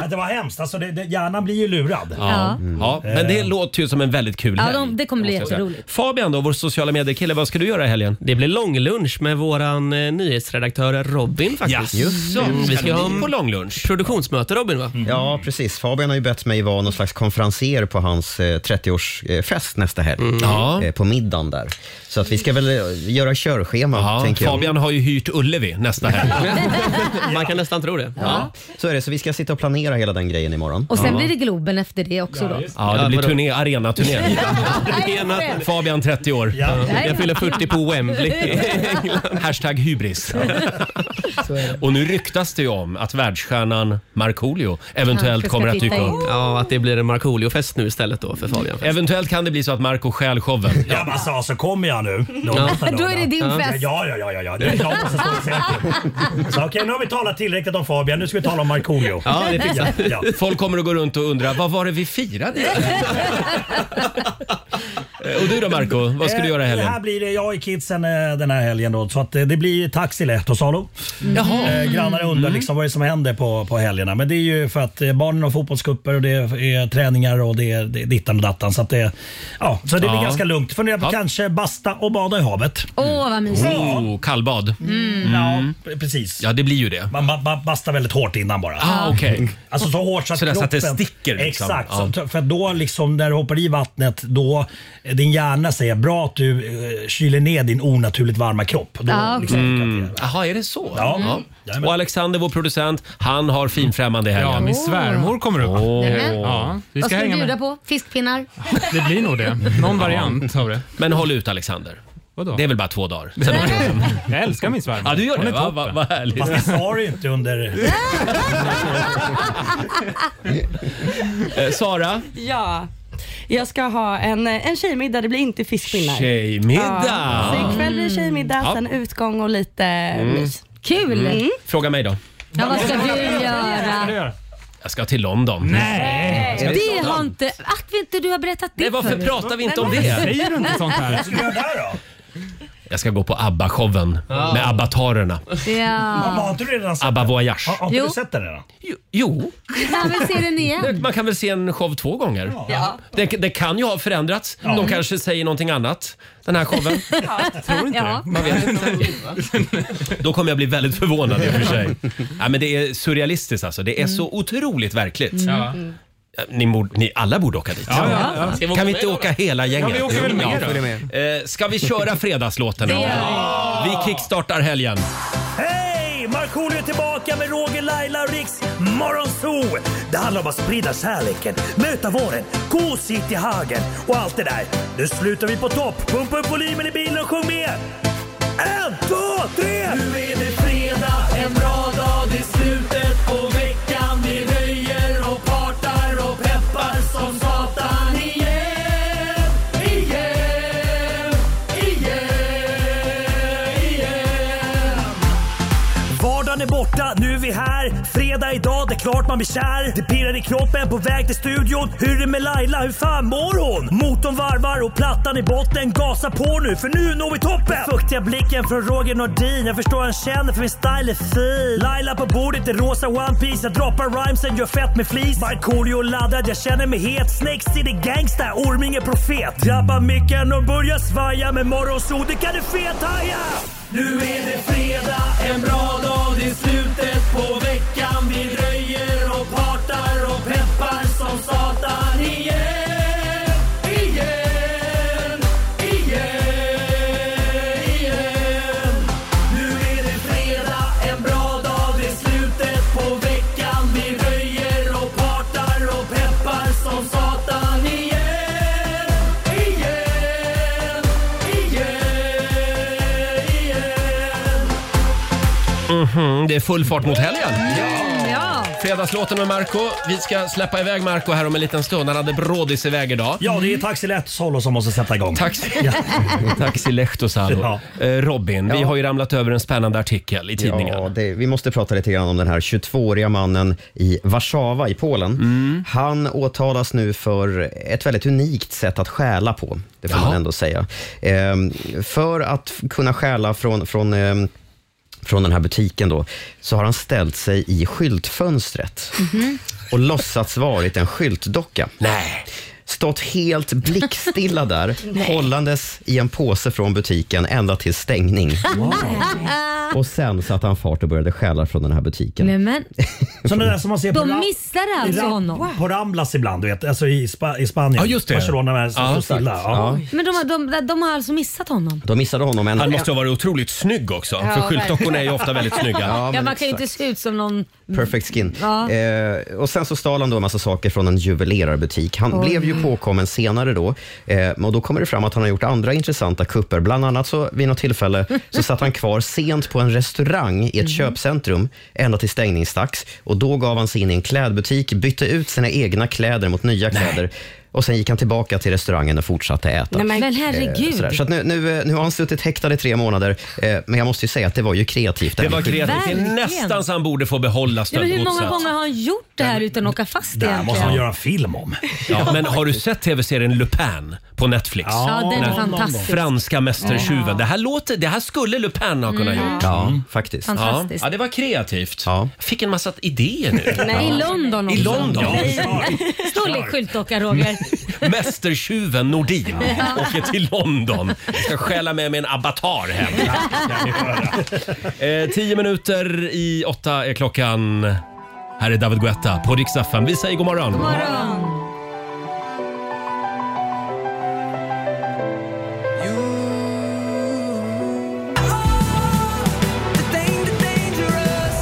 [SPEAKER 9] Ja, det var hemskt. Alltså, det, det, hjärnan blir ju lurad.
[SPEAKER 1] Ja. Ja,
[SPEAKER 9] Mm.
[SPEAKER 1] men
[SPEAKER 9] Eh.
[SPEAKER 1] det låter ju som en väldigt kul
[SPEAKER 3] Ja,
[SPEAKER 1] helg.
[SPEAKER 3] de, det kommer bli
[SPEAKER 1] måste jag säga.
[SPEAKER 3] jätteroligt.
[SPEAKER 1] Fabian då, vår sociala medier-kille, vad ska du göra i helgen?
[SPEAKER 14] Det blir långlunch med våran eh, nyhetsredaktör Robin faktiskt.
[SPEAKER 2] Jaså, ska ni på
[SPEAKER 1] långlunch?
[SPEAKER 14] Produktionsmöte Robin va?
[SPEAKER 1] Mm.
[SPEAKER 2] Ja, precis. Fabian har ju bett mig vara någon slags konferenser på hans eh, 30-årsfest nästa helg.
[SPEAKER 1] Mm. Ja.
[SPEAKER 2] Eh, På middagen där. Så att vi ska väl eh, göra körschema,
[SPEAKER 1] Ja,
[SPEAKER 2] tänker jag.
[SPEAKER 1] Fabian har ju hyrt Ullevi
[SPEAKER 14] [LAUGHS]
[SPEAKER 1] nästa helg.
[SPEAKER 14] Man kan nästan tro det.
[SPEAKER 2] Ja. Så är det, så vi ska sitta och planera hela den grejen imorgon.
[SPEAKER 3] Och sen blir det Globen efter det också då.
[SPEAKER 1] Ja, det blir
[SPEAKER 14] [LAUGHS]
[SPEAKER 1] turné, arenaturné.
[SPEAKER 3] Arena-
[SPEAKER 1] Fabian 30 år.
[SPEAKER 3] Ja. Jag fyller 40
[SPEAKER 1] på Wembley.
[SPEAKER 14] [LAUGHS]
[SPEAKER 1] Hashtag hybris. [LAUGHS] Och nu ryktas det ju om att världsstjärnan Markoolio eventuellt
[SPEAKER 14] Kanske ska
[SPEAKER 1] kommer att
[SPEAKER 14] flytta
[SPEAKER 1] dyka
[SPEAKER 14] in.
[SPEAKER 1] upp. Ja, att det blir en Markoolio-fest nu istället då för Fabian. Eventuellt kan det bli så att Marco stjäl showen.
[SPEAKER 9] Ja, men alltså, så kommer jag nu.
[SPEAKER 1] Ja.
[SPEAKER 3] Då är det din
[SPEAKER 9] Ja.
[SPEAKER 3] fest.
[SPEAKER 9] Ja, ja, ja. ja, ja. Det är jag som står säker. Så, Okej, nu har vi talat tillräckligt om Fabian. Nu ska vi tala om Markoolio.
[SPEAKER 1] Ja, det fixar
[SPEAKER 9] Ja, ja.
[SPEAKER 1] Folk kommer att gå runt och undra vad var det vi firade? Eh, Och du då Marco, vad ska du göra i
[SPEAKER 9] Eh, Det
[SPEAKER 1] helgen?
[SPEAKER 9] här blir det, jag och kidsen eh, den här helgen då. Så att eh, det blir taxi lätt och salo.
[SPEAKER 1] Jaha. Mm.
[SPEAKER 9] Eh, Grannarna undrar liksom vad det är som händer på, på helgerna. Men det är ju för att eh, barnen har fotbollscuper och det är träningar och det är, det är dittan och dattan. Så, att det, ja, så det blir
[SPEAKER 1] Ja.
[SPEAKER 9] ganska lugnt. Funderar på kanske basta och bada i havet.
[SPEAKER 3] Åh, vad mysigt.
[SPEAKER 1] Oh, kallbad.
[SPEAKER 9] Mm. Ja, p- precis.
[SPEAKER 1] Ja, det blir ju det.
[SPEAKER 9] Man ba ba bastar väldigt hårt innan bara.
[SPEAKER 1] Ah, okej.
[SPEAKER 9] Alltså så hårt så att
[SPEAKER 1] Sådär så
[SPEAKER 9] kroppen...
[SPEAKER 1] att det sticker liksom.
[SPEAKER 9] Exakt.
[SPEAKER 1] Ja.
[SPEAKER 9] Så, för då liksom när du hoppar i vattnet då eh, din hjärna säger bra att du eh, kyler ner din onaturligt varma kropp. Då,
[SPEAKER 1] Ja, Ah, okej.
[SPEAKER 9] liksom,
[SPEAKER 1] Jaha, är det så?
[SPEAKER 9] Ja.
[SPEAKER 1] Ja. Och Alexander, vår producent, han har finfrämmande i helgen.
[SPEAKER 16] Ja, min svärmor kommer upp.
[SPEAKER 1] Åh.
[SPEAKER 3] Nämen. Ja, Vad ska du bjuda på? Fiskpinnar?
[SPEAKER 1] Det blir nog det.
[SPEAKER 16] Någon variant
[SPEAKER 1] av det. Men håll ut Alexander. Vadå? Det är väl bara två dagar? Sen åker jag. jag älskar min svärmor. Ja, du gör
[SPEAKER 9] Hon
[SPEAKER 1] det
[SPEAKER 9] är
[SPEAKER 1] va?
[SPEAKER 9] toppen.
[SPEAKER 1] Vad va härligt.
[SPEAKER 9] Fast det sa du ju
[SPEAKER 1] [LAUGHS]
[SPEAKER 9] inte under...
[SPEAKER 1] Eh, Sara,
[SPEAKER 8] Ja. Jag ska ha en, en tjejmiddag, det blir inte fiskpinnar.
[SPEAKER 1] Tjejmiddag.
[SPEAKER 8] Ja. Så ikväll blir det tjejmiddag,
[SPEAKER 1] Mm. Ja.
[SPEAKER 8] sen utgång och lite
[SPEAKER 1] Mm.
[SPEAKER 8] mys.
[SPEAKER 3] Kul!
[SPEAKER 8] Mm.
[SPEAKER 1] fråga mig då.
[SPEAKER 3] Ja, vad ska du göra?
[SPEAKER 1] Jag ska till London.
[SPEAKER 3] Nej!
[SPEAKER 1] Jag ska till
[SPEAKER 3] Det
[SPEAKER 1] London.
[SPEAKER 3] har inte... Att vi inte du har berättat det
[SPEAKER 1] Nej, varför
[SPEAKER 3] förut.
[SPEAKER 1] pratar vi inte om
[SPEAKER 3] Nej,
[SPEAKER 1] det?
[SPEAKER 3] men-
[SPEAKER 1] Säger du inte sånt här?
[SPEAKER 9] då?
[SPEAKER 1] Jag ska gå på ABBA-showen
[SPEAKER 9] Ja.
[SPEAKER 16] Ah.
[SPEAKER 1] med ABBA-tarerna.
[SPEAKER 9] Har har
[SPEAKER 3] Ja.
[SPEAKER 9] inte du redan sett
[SPEAKER 1] ABBA
[SPEAKER 9] den?
[SPEAKER 1] Voyage.
[SPEAKER 16] Ah,
[SPEAKER 9] Har, har inte
[SPEAKER 3] Jo.
[SPEAKER 9] du sett den redan?
[SPEAKER 1] Jo.
[SPEAKER 3] Kan vi se
[SPEAKER 1] [LAUGHS]
[SPEAKER 3] den igen?
[SPEAKER 1] Man kan väl se en show två gånger?
[SPEAKER 3] Ja.
[SPEAKER 1] Det, det kan ju ha förändrats.
[SPEAKER 3] Ja.
[SPEAKER 1] De kanske säger någonting annat, den här showen.
[SPEAKER 3] Tror inte [LAUGHS] ja.
[SPEAKER 1] Man vet inte.
[SPEAKER 16] [LAUGHS]
[SPEAKER 1] Då kommer jag bli väldigt förvånad i och för sig. Ja, men det är surrealistiskt alltså. Det är så otroligt verkligt.
[SPEAKER 16] Mm. Ja.
[SPEAKER 1] Ni, borde, ni alla borde åka dit.
[SPEAKER 16] Ja, ja, ja. Ska vi åka
[SPEAKER 1] Kan vi
[SPEAKER 16] med
[SPEAKER 1] inte
[SPEAKER 16] då?
[SPEAKER 1] åka hela gänget?
[SPEAKER 16] Ja, vi åker väl med då.
[SPEAKER 1] följer Eh, Ska vi köra fredagslåten?
[SPEAKER 9] Det gör
[SPEAKER 1] Vi kickstartar helgen.
[SPEAKER 9] Hej! Markoolio är tillbaka med Roger, Laila och Riks Morgonzoo! Det handlar om att sprida kärleken, möta våren, gosigt i hagen och allt det där. Nu slutar vi på topp! Pumpa upp volymen i bilen och sjung med! En, två, tre! Nu är det fredag, en bra dag, det är slutet på veckan. Vi röjer och partar och peppar som satan igen, igen, igen, igen. Vardagen är borta, nu är vi här. Fredag idag, det är klart man blir kär. Det pirrar i kroppen på väg till studion. Hur är det med Laila, hur fan mår hon? Motorn varvar och plattan i botten. Gasa på nu, för nu når vi toppen! Den fuktiga blicken från Roger Nordin. Jag förstår han känner, för min style är fin. Laila på bordet i rosa One Piece Jag droppar rhymesen, gör fett med flis. Markoolio laddad, jag känner mig het. Snakes city gangsta, Orming är profet. Drabbar micken och börjar svaja. Med morgonsol, det kan du fethaja! Nu är det fredag, en bra dag, det är slutet på veckan Vi röjer och partar och peppar som satan igen Igen, igen, igen Nu är det fredag, en bra dag, det är slutet på veckan Vi röjer och partar och peppar som satan igen Igen, igen, igen
[SPEAKER 1] Mhm, det är full fart mot helgen.
[SPEAKER 3] Ja.
[SPEAKER 1] Fredagslåten med Marco. Vi ska släppa iväg Marco här om en liten stund. Han hade brådis iväg idag.
[SPEAKER 9] Ja, det är Taxi Lätt-Solo som måste sätta
[SPEAKER 1] [LAUGHS]
[SPEAKER 9] igång.
[SPEAKER 1] Taxi, Taxi Lehtosalo. Eh, Robin, vi
[SPEAKER 2] Ja.
[SPEAKER 1] har ju ramlat över en spännande artikel i tidningen.
[SPEAKER 2] Ja, det, vi måste prata lite grann om den här 22-åriga mannen i Warszawa i Polen. Han åtalas nu för ett väldigt unikt sätt att stjäla på, det får man ändå säga. Ehm, för att f- kunna stjäla från, från ehm, från den här butiken då, så har han ställt sig i skyltfönstret och låtsats varit en skyltdocka.
[SPEAKER 1] Nej.
[SPEAKER 2] Stått helt
[SPEAKER 3] [LAUGHS]
[SPEAKER 2] blickstilla där,
[SPEAKER 12] Nej.
[SPEAKER 2] hållandes i en påse från butiken ända
[SPEAKER 3] [LAUGHS]
[SPEAKER 2] till stängning. Och sen satte han fart och började stjäla från den här butiken.
[SPEAKER 3] Nej, men.
[SPEAKER 9] Sådana där som man ser på
[SPEAKER 3] De
[SPEAKER 9] Ram-
[SPEAKER 3] missade alltså
[SPEAKER 9] i Ram-
[SPEAKER 3] honom.
[SPEAKER 9] På Ramblas ibland, du vet. Alltså i, Spa- i Spanien.
[SPEAKER 2] Ja, just det.
[SPEAKER 9] Barcelona med
[SPEAKER 2] Ja,
[SPEAKER 9] ja,
[SPEAKER 2] exakt.
[SPEAKER 9] stilla.
[SPEAKER 2] Ja.
[SPEAKER 9] Ja.
[SPEAKER 3] Men de, har- de, de har alltså missat honom?
[SPEAKER 2] De missade honom. En...
[SPEAKER 1] Han måste ha varit otroligt snygg också.
[SPEAKER 3] Ja,
[SPEAKER 1] för skyltdockorna är ju ofta väldigt snygga.
[SPEAKER 3] Ja, man kan ju inte se ut som någon...
[SPEAKER 2] Perfect skin.
[SPEAKER 3] Mm. Ja.
[SPEAKER 2] Eh, och sen så stal han då en massa saker från en juvelerarbutik. Han
[SPEAKER 3] Oj.
[SPEAKER 2] blev ju påkommen senare då. Eh, och då kommer det fram att han har gjort andra intressanta kupper. Bland annat så vid något tillfälle så satt han kvar sent på en restaurang i
[SPEAKER 3] Mhm.
[SPEAKER 2] ett köpcentrum ända till stängningsdags. Och då gav han sig in i en klädbutik, bytte ut sina egna kläder mot nya kläder. Och sen gick han tillbaka till restaurangen och fortsatte äta.
[SPEAKER 3] Nej, men- Men
[SPEAKER 2] Eh,
[SPEAKER 3] herregud.
[SPEAKER 2] sådär. Så att nu, nu, eh, nu har han suttit häktad i tre månader, eh, men jag måste ju säga att det var ju kreativt.
[SPEAKER 1] Det var kreativt. Det är
[SPEAKER 3] Verkligen.
[SPEAKER 1] nästan så han borde få behålla
[SPEAKER 3] Ja, men hur många
[SPEAKER 1] stöldgodset.
[SPEAKER 3] gånger har han gjort det här utan att åka fast egentligen?
[SPEAKER 1] en film om. Ja, men har du sett tv-serien Lupin på Netflix?
[SPEAKER 3] Ja, den är
[SPEAKER 1] Nej.
[SPEAKER 3] fantastisk.
[SPEAKER 1] Franska mästertjuven.
[SPEAKER 3] Ja.
[SPEAKER 1] Det, här låter, det här skulle Lupin ha kunnat
[SPEAKER 3] Mm.
[SPEAKER 1] gjort.
[SPEAKER 2] Ja, faktiskt.
[SPEAKER 3] Fantastiskt.
[SPEAKER 1] Ja. ja, det var kreativt. Jag fick en massa idéer nu.
[SPEAKER 3] [LAUGHS] Nej, I London också.
[SPEAKER 1] I London?
[SPEAKER 3] Ja, Storlek skyltdocka Roger.
[SPEAKER 1] Mästertjuven Nordin
[SPEAKER 3] Ja.
[SPEAKER 1] åker till London. Ska stjäla med mig en avatar hem. Eh, tio minuter i åtta är klockan. Här är David Guetta på Riksaffen. Vi säger god morgon.
[SPEAKER 12] God
[SPEAKER 17] dangerous.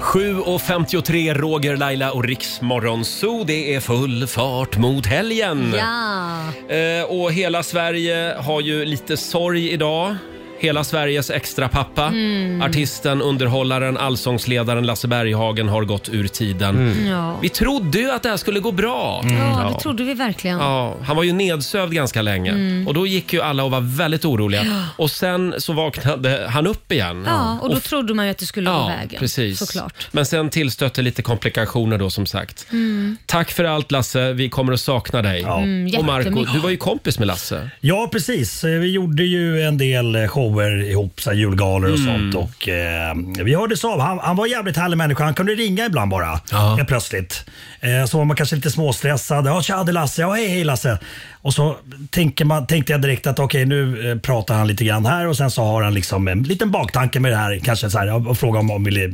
[SPEAKER 1] 7.53, Roger, Laila och Riksmorgon Zoo. Det är full fart mot helgen.
[SPEAKER 3] Ja.
[SPEAKER 1] Eh, och hela Sverige har ju lite sorg idag. Hela Sveriges extra pappa.
[SPEAKER 3] Mm.
[SPEAKER 1] Artisten, underhållaren, allsångsledaren Lasse Berghagen har gått ur tiden.
[SPEAKER 3] Mm. Ja.
[SPEAKER 1] Vi trodde ju att det här skulle gå bra.
[SPEAKER 3] Ja, det trodde vi verkligen.
[SPEAKER 1] Ja, han var ju nedsövd ganska länge
[SPEAKER 3] Mm.
[SPEAKER 1] och då gick ju alla och var väldigt oroliga.
[SPEAKER 3] Ja.
[SPEAKER 1] Och sen så vaknade han upp igen.
[SPEAKER 3] Ja, och då
[SPEAKER 1] f-
[SPEAKER 3] trodde man ju att det skulle gå
[SPEAKER 1] ja,
[SPEAKER 3] vägen.
[SPEAKER 1] precis.
[SPEAKER 3] Såklart.
[SPEAKER 1] Men sen tillstötte lite komplikationer då som sagt.
[SPEAKER 3] Mm.
[SPEAKER 1] Tack för allt Lasse, vi kommer att sakna dig.
[SPEAKER 9] Mm,
[SPEAKER 1] och Marco,
[SPEAKER 9] jättemycket.
[SPEAKER 1] du var ju kompis med Lasse.
[SPEAKER 9] Ja, precis. Eh, Vi gjorde ju en del eh, shower ihop, så här, julgalor och
[SPEAKER 1] Mm.
[SPEAKER 9] sånt. Och, eh, vi hördes av. Han, han var en jävligt härlig människa. Han kunde ringa ibland bara, helt plötsligt. Eh, så var man kanske lite småstressad. Ja, tja, det är Lasse. Ja, hej, hej Lasse. Och så tänker man, tänkte jag direkt att okej, nu eh, pratar han lite grann här och sen så har han liksom en liten baktanke med det här. Kanske så här, ja, och fråga om han ville eh,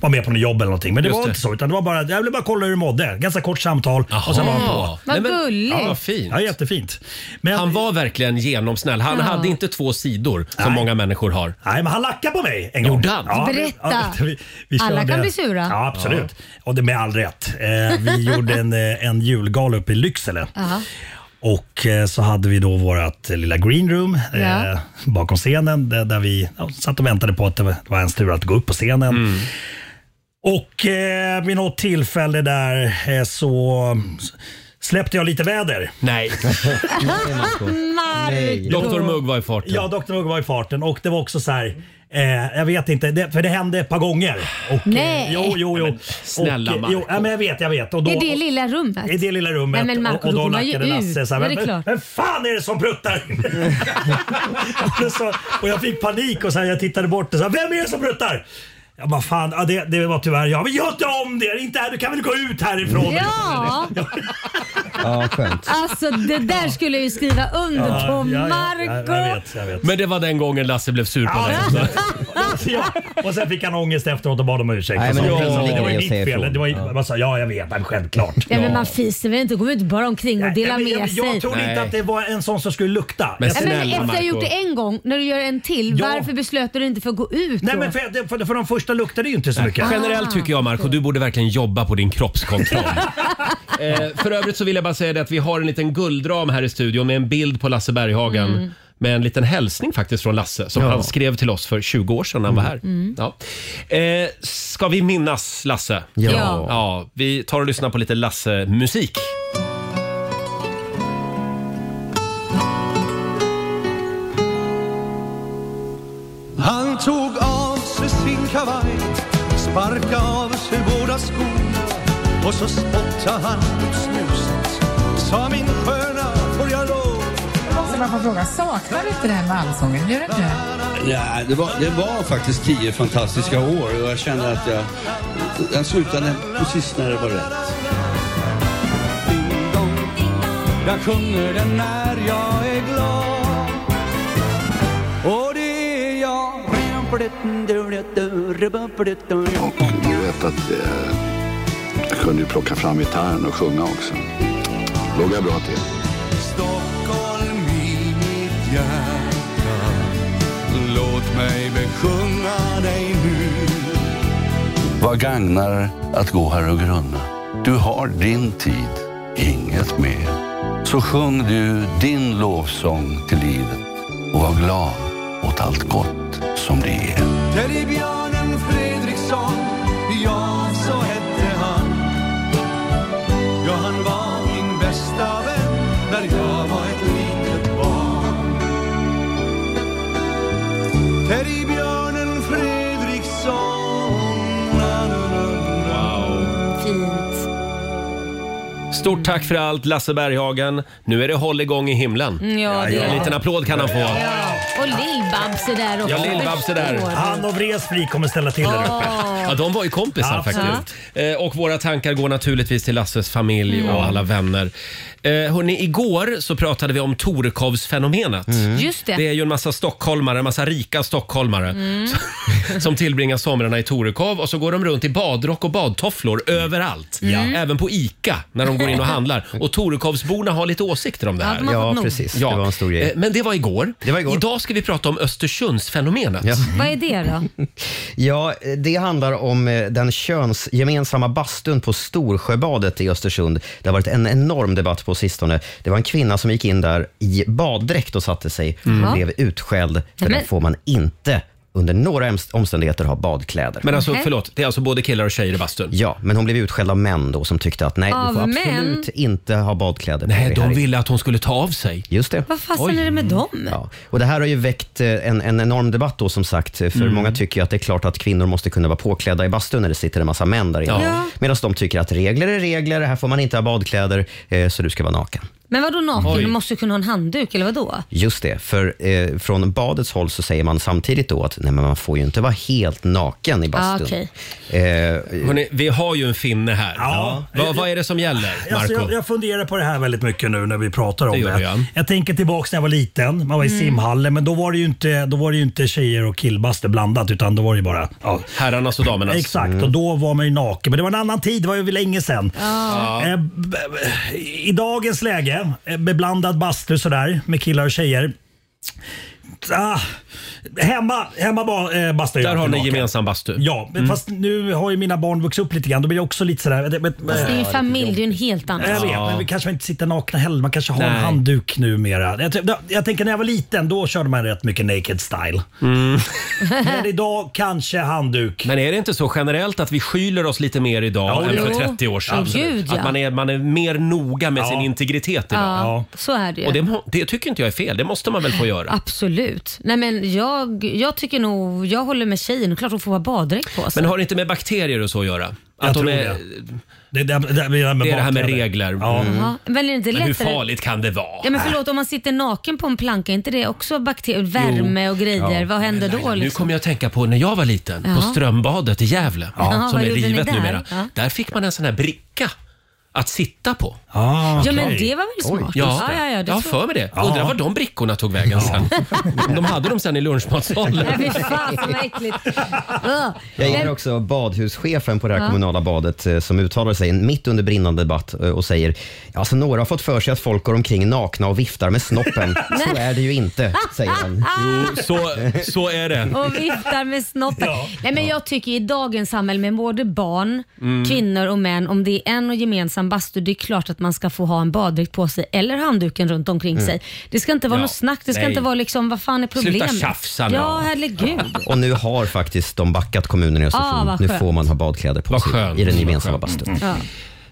[SPEAKER 9] vara med på något jobb eller någonting. Men det
[SPEAKER 1] Just
[SPEAKER 9] var
[SPEAKER 1] det.
[SPEAKER 9] inte så, utan det var bara, jag ville bara kolla hur du mådde. Ganska kort samtal och sen var han på.
[SPEAKER 3] Vad gulligt.
[SPEAKER 1] Ja, vad fint.
[SPEAKER 9] Ja, jättefint.
[SPEAKER 1] han var verkligen genomsnäll. Han
[SPEAKER 3] Ja.
[SPEAKER 1] hade inte två sidor som
[SPEAKER 9] Nej.
[SPEAKER 1] många människor har.
[SPEAKER 9] Nej, men han lackade på mig en gång.
[SPEAKER 1] Gjorde han?
[SPEAKER 9] Ja,
[SPEAKER 3] Berätta.
[SPEAKER 9] ja,
[SPEAKER 3] Alla kan bli sura.
[SPEAKER 9] Ja, absolut. Och det med all rätt. Eh, vi
[SPEAKER 3] [LAUGHS]
[SPEAKER 9] gjorde en, eh, en julgala uppe i Lycksele.
[SPEAKER 3] Ja.
[SPEAKER 9] Och eh, så hade vi då vårt eh, lilla green room eh,
[SPEAKER 3] Ja.
[SPEAKER 9] bakom scenen där, där vi ja, satt och väntade på att det var det var ens tur att gå upp på scenen.
[SPEAKER 1] Mm.
[SPEAKER 9] Och eh, vid något tillfälle där eh, så släppte jag lite väder.
[SPEAKER 1] [LAUGHS] Nej.
[SPEAKER 3] Marco.
[SPEAKER 1] Dr Mugg var i farten.
[SPEAKER 9] Ja, Dr Mugg var i farten och det var också så här. Eh, jag vet inte, det, för det hände ett par gånger. Och,
[SPEAKER 3] Nej.
[SPEAKER 9] Eh, jo, jo, jo.
[SPEAKER 1] snälla,
[SPEAKER 9] och, eh, jo,
[SPEAKER 1] Marco.
[SPEAKER 9] ja, men Jag vet, jag vet. Och då,
[SPEAKER 3] I det lilla rummet?
[SPEAKER 9] i det lilla rummet.
[SPEAKER 3] Nej, men Marco,
[SPEAKER 9] och, och
[SPEAKER 3] då
[SPEAKER 9] då
[SPEAKER 3] går man ju
[SPEAKER 9] lackade
[SPEAKER 3] ut.
[SPEAKER 9] Lasse så här,
[SPEAKER 3] Ja,
[SPEAKER 9] men,
[SPEAKER 3] det är
[SPEAKER 9] men,
[SPEAKER 3] klart.
[SPEAKER 9] men fan är det som pruttar? [LAUGHS] och, så, och jag fick panik och så här, jag tittade bort och sa vem är det som pruttar? Jag bara fan, ja, det, det var tyvärr jag. Men gör inte om det! Inte här, du kan väl gå ut härifrån?
[SPEAKER 3] Ja,
[SPEAKER 2] Ja, skönt.
[SPEAKER 3] alltså det där skulle jag ju skriva under
[SPEAKER 1] Ja,
[SPEAKER 3] på.
[SPEAKER 1] ja, ja.
[SPEAKER 3] Marco!
[SPEAKER 1] Men det var den gången Lasse blev sur på
[SPEAKER 9] Ja,
[SPEAKER 1] dig.
[SPEAKER 9] det- Så [LAUGHS] jag- och sen fick han ångest efteråt och bad om ursäkt.
[SPEAKER 2] Nej,
[SPEAKER 9] Och
[SPEAKER 2] men
[SPEAKER 9] så-
[SPEAKER 2] det är
[SPEAKER 9] så-
[SPEAKER 2] ingen
[SPEAKER 9] det var
[SPEAKER 2] idé
[SPEAKER 9] ju
[SPEAKER 2] att
[SPEAKER 9] mitt
[SPEAKER 2] säga
[SPEAKER 9] fel.
[SPEAKER 2] ifrån.
[SPEAKER 9] Det var ju, man sa, ja, jag vet, men självklart.
[SPEAKER 3] Ja, men man fiser väl inte? Gå inte bara omkring och dela
[SPEAKER 9] Nej, men
[SPEAKER 3] med
[SPEAKER 9] jag,
[SPEAKER 3] sig.
[SPEAKER 9] jag trodde inte att det var en sån som skulle lukta.
[SPEAKER 3] Men,
[SPEAKER 9] Jag-
[SPEAKER 3] men efter att ha gjort det en gång, när du gör en till,
[SPEAKER 9] Ja.
[SPEAKER 3] varför beslöt du dig inte för att gå ut
[SPEAKER 9] Nej,
[SPEAKER 3] då?
[SPEAKER 9] men för, för, för de första luktade ju inte så mycket.
[SPEAKER 1] Generellt tycker jag Marco, du borde verkligen jobba på din
[SPEAKER 9] [LAUGHS]
[SPEAKER 1] kroppskontroll. eh, för övrigt så vill jag bara säga det att vi har en liten guldram här i studion med en bild på Lasse Berghagen.
[SPEAKER 16] Mm.
[SPEAKER 1] Med en liten hälsning faktiskt från Lasse som
[SPEAKER 16] Ja.
[SPEAKER 1] han skrev till oss för 20 år sedan när han var här.
[SPEAKER 16] Mm.
[SPEAKER 1] Ja. Eh, ska vi minnas Lasse?
[SPEAKER 16] Ja.
[SPEAKER 1] ja. Vi tar och lyssnar på lite Lasse-musik.
[SPEAKER 5] Han tog av sig sin kavaj, sparkade av sig båda skorna och så spottade han upp snuset. Sa min sköna, får jag lov?
[SPEAKER 10] Jag måste bara få fråga, saknar du inte det här med allsången? Gör du inte det?
[SPEAKER 18] Ja, det, var, det var faktiskt tio fantastiska år och jag kände att jag, jag slutade precis när det var rätt.
[SPEAKER 12] Jag sjunger den när jag är glad Och det är jag
[SPEAKER 15] Du vet att eh, jag kunde ju plocka fram gitarren och sjunga också. Låg jag bra till?
[SPEAKER 12] Stockholm i mitt hjärta Låt mig besjunga dig nu
[SPEAKER 11] Vad gagnar att gå här och grunna? Du har din tid, inget mer. Så sjung du din lovsång till livet och var glad åt allt gott som det är.
[SPEAKER 5] Där är björnen Fredriksson, ja så hette han. Ja, han var min bästa bästa vän när jag var ett litet barn. Terribjörnen Fredriksson, na, na, na, na.
[SPEAKER 3] Fint.
[SPEAKER 1] Stort tack för allt Lasse Berghagen. Nu är det håll igång i himlen.
[SPEAKER 3] Mm, ja, det är det.
[SPEAKER 1] En liten applåd kan han få.
[SPEAKER 3] Och Lill-Babs är där också.
[SPEAKER 1] Ja, Lill-Babs är där.
[SPEAKER 3] Förstår.
[SPEAKER 1] Han
[SPEAKER 9] och Vresvik kommer ställa till där uppe.
[SPEAKER 3] Åh.
[SPEAKER 1] Ja, de var ju kompisar
[SPEAKER 9] Ja,
[SPEAKER 1] faktiskt. Eh, Och våra tankar går naturligtvis till Lasses familj
[SPEAKER 3] Mm.
[SPEAKER 1] och alla vänner. Eh, hörni, igår så pratade vi om Torekovsfenomenet.
[SPEAKER 9] Mm.
[SPEAKER 3] Just det.
[SPEAKER 1] Mm. det är ju en massa stockholmare, en massa rika stockholmare
[SPEAKER 3] Mm.
[SPEAKER 1] som [LAUGHS] tillbringar somrarna i Torekov och så går de runt i badrock och badtofflor överallt.
[SPEAKER 3] Ja. Mm.
[SPEAKER 1] Även på ICA när de går in och
[SPEAKER 2] [LAUGHS]
[SPEAKER 1] handlar. Och Torekovsborna har lite åsikter om det
[SPEAKER 2] Ja,
[SPEAKER 1] här.
[SPEAKER 2] de har Ja, fått nog. precis. Det var en stor grej.
[SPEAKER 1] Eh, Men det var igår.
[SPEAKER 2] Det var igår.
[SPEAKER 1] Idag ska vi prata om Östersundsfenomenet.
[SPEAKER 3] Vad är det då?
[SPEAKER 2] Ja, det handlar om eh, den könsgemensamma bastun på Storsjöbadet i Östersund. Det har varit en enorm debatt på sistone. Det var en kvinna som gick in där i baddräkt och satte sig
[SPEAKER 1] Mm.
[SPEAKER 2] och blev utskälld. För
[SPEAKER 1] Nämen.
[SPEAKER 2] det får man inte under några ems- omständigheter ha badkläder.
[SPEAKER 1] Men alltså, Nej. förlåt, det är alltså både killar och tjejer i bastun?
[SPEAKER 2] Ja, men hon blev utskälld av män då som tyckte att nej,
[SPEAKER 3] Av
[SPEAKER 2] du får absolut
[SPEAKER 3] män?
[SPEAKER 2] inte ha badkläder
[SPEAKER 1] Nej, de
[SPEAKER 2] ville
[SPEAKER 1] att hon skulle ta av sig.
[SPEAKER 2] Just det.
[SPEAKER 3] Vad fasen är det med
[SPEAKER 1] Mm.
[SPEAKER 3] dem?
[SPEAKER 2] Ja. Och det här har ju väckt eh, en, en enorm debatt då som sagt. eh, För
[SPEAKER 1] Mm.
[SPEAKER 2] många tycker ju att det är klart att kvinnor måste kunna vara påklädda i bastun när det sitter en massa män där inne.
[SPEAKER 3] Ja.
[SPEAKER 2] Medan de tycker att regler är regler, här får man inte ha badkläder, eh, så du ska vara naken.
[SPEAKER 3] Men vadå naken?
[SPEAKER 2] Oj.
[SPEAKER 3] Du måste ju kunna ha en handduk eller vadå?
[SPEAKER 2] Just det, för eh, från badets håll så säger man samtidigt då att nej, men man får ju inte vara helt naken i
[SPEAKER 3] Ah,
[SPEAKER 2] bastun.
[SPEAKER 3] okej.
[SPEAKER 2] eh,
[SPEAKER 1] Hörrni, vi har ju en finne här.
[SPEAKER 9] Ja.
[SPEAKER 1] Vad, vad är det som gäller,
[SPEAKER 9] Alltså,
[SPEAKER 1] Marco?
[SPEAKER 9] jag, jag funderar på det här väldigt mycket nu när vi pratar om
[SPEAKER 1] Det
[SPEAKER 9] det.
[SPEAKER 1] gör vi, ja.
[SPEAKER 9] Jag tänker tillbaka när jag var liten. Man var i
[SPEAKER 1] Mm.
[SPEAKER 9] simhallen, men då var, det ju inte, då var det ju inte tjejer och killbastu blandat utan då var det ju bara ja.
[SPEAKER 1] Herrarnas och damernas.
[SPEAKER 9] Exakt, och då var man ju naken. Men det var en annan tid, det var ju länge sedan.
[SPEAKER 1] Ja.
[SPEAKER 9] Eh, b- b- I dagens läge, eh, beblandad bastu sådär med killar och tjejer. Ah, hemma hemma ba, eh, bastar jag
[SPEAKER 1] Där har
[SPEAKER 9] alltid
[SPEAKER 1] ni
[SPEAKER 9] naken.
[SPEAKER 1] gemensam bastu.
[SPEAKER 9] Ja, men
[SPEAKER 1] Mm.
[SPEAKER 9] fast nu har ju mina barn vuxit upp lite grann. Då blir jag också lite sådär... Men,
[SPEAKER 3] Fast det är ju en familj, det är ju en helt annan
[SPEAKER 9] jag
[SPEAKER 3] sak.
[SPEAKER 9] vet, men vi kanske inte sitter nakna heller. Man kanske har en
[SPEAKER 1] Nej.
[SPEAKER 9] handduk numera. Jag, jag, jag tänker när jag var liten, då körde man rätt mycket naked style.
[SPEAKER 1] Mm.
[SPEAKER 9] Men idag kanske handduk.
[SPEAKER 1] Men är det inte så generellt att vi skyller oss lite mer idag
[SPEAKER 9] Ja,
[SPEAKER 1] än
[SPEAKER 9] jo.
[SPEAKER 1] för 30 år sedan?
[SPEAKER 3] Åh, gud, ja.
[SPEAKER 1] Att man är, man är mer noga med
[SPEAKER 9] Ja.
[SPEAKER 1] sin integritet idag.
[SPEAKER 3] Ja, så är det ju.
[SPEAKER 1] Och det, må- det tycker inte jag är fel. Det måste man väl få göra?
[SPEAKER 3] Absolut. Nej men jag, jag tycker nog, jag håller med tjejen. Det är Klart hon får ha baddräkt på sig.
[SPEAKER 1] Men har det inte med bakterier och så att göra?
[SPEAKER 9] Jag
[SPEAKER 1] Att de
[SPEAKER 9] tror
[SPEAKER 1] är,
[SPEAKER 9] det. Det, det, det, det, det,
[SPEAKER 1] det är det här med
[SPEAKER 9] bakkläder.
[SPEAKER 1] regler. Mm.
[SPEAKER 9] Ja.
[SPEAKER 3] Jaha, Men är det inte
[SPEAKER 1] Men hur
[SPEAKER 3] lättare?
[SPEAKER 1] farligt kan det vara?
[SPEAKER 3] Mm. Ja men förlåt, om man sitter naken på en planka, är inte det också bakterier? Värme och grejer,
[SPEAKER 1] Ja.
[SPEAKER 3] vad händer då?
[SPEAKER 1] Nu
[SPEAKER 3] Liksom?
[SPEAKER 1] kommer jag att tänka på när jag var liten,
[SPEAKER 3] Ja.
[SPEAKER 1] på Strömbadet i Gävle,
[SPEAKER 3] Ja,
[SPEAKER 1] som
[SPEAKER 3] vad
[SPEAKER 1] är
[SPEAKER 3] gjorde ni
[SPEAKER 1] rivet
[SPEAKER 3] där?
[SPEAKER 1] numera.
[SPEAKER 3] Ja.
[SPEAKER 1] Där fick man en sån här bricka att sitta på.
[SPEAKER 9] Ah,
[SPEAKER 3] Ja, men okej. det var väl smart?
[SPEAKER 1] Ja,
[SPEAKER 3] Ja, ja, ja, det
[SPEAKER 1] jag har
[SPEAKER 3] tror jag.
[SPEAKER 1] för mig det.
[SPEAKER 3] Ja.
[SPEAKER 1] Undrar var de brickorna tog vägen [LAUGHS] sen. Om de hade dem sen i lunchmatsalen.
[SPEAKER 3] Nej fy fan vad äckligt. Ugh.
[SPEAKER 2] Jag gillar
[SPEAKER 3] Men-
[SPEAKER 2] också badhuschefen på det här
[SPEAKER 3] Ja.
[SPEAKER 2] kommunala badet eh, som uttalar sig mitt under brinnande debatt eh, och säger alltså några har fått för sig att folk går omkring nakna och viftar med snoppen. Så
[SPEAKER 3] [LAUGHS] Nej.
[SPEAKER 2] är det ju inte, säger han.
[SPEAKER 1] Jo, så, så är det.
[SPEAKER 3] och viftar med snoppen. Nej, men jag tycker i dagens samhälle med både barn,
[SPEAKER 1] Mm.
[SPEAKER 3] kvinnor och män, om det är en och gemensam bastu, det är klart att man ska få ha en baddräkt på sig eller handduken runt omkring
[SPEAKER 2] Mm.
[SPEAKER 3] sig. Det ska inte vara
[SPEAKER 2] Ja,
[SPEAKER 3] något snack, det ska
[SPEAKER 2] nej.
[SPEAKER 3] inte vara liksom, vad fan är problemet?
[SPEAKER 2] tjafsa nu.
[SPEAKER 3] Ja, herregud.
[SPEAKER 2] Och nu har faktiskt de backat kommunen i
[SPEAKER 3] Ah,
[SPEAKER 2] Östersund.
[SPEAKER 3] vad
[SPEAKER 2] nu
[SPEAKER 3] skönt. Mm.
[SPEAKER 2] får man ha badkläder på sig i den gemensamma bastun.
[SPEAKER 3] Ja.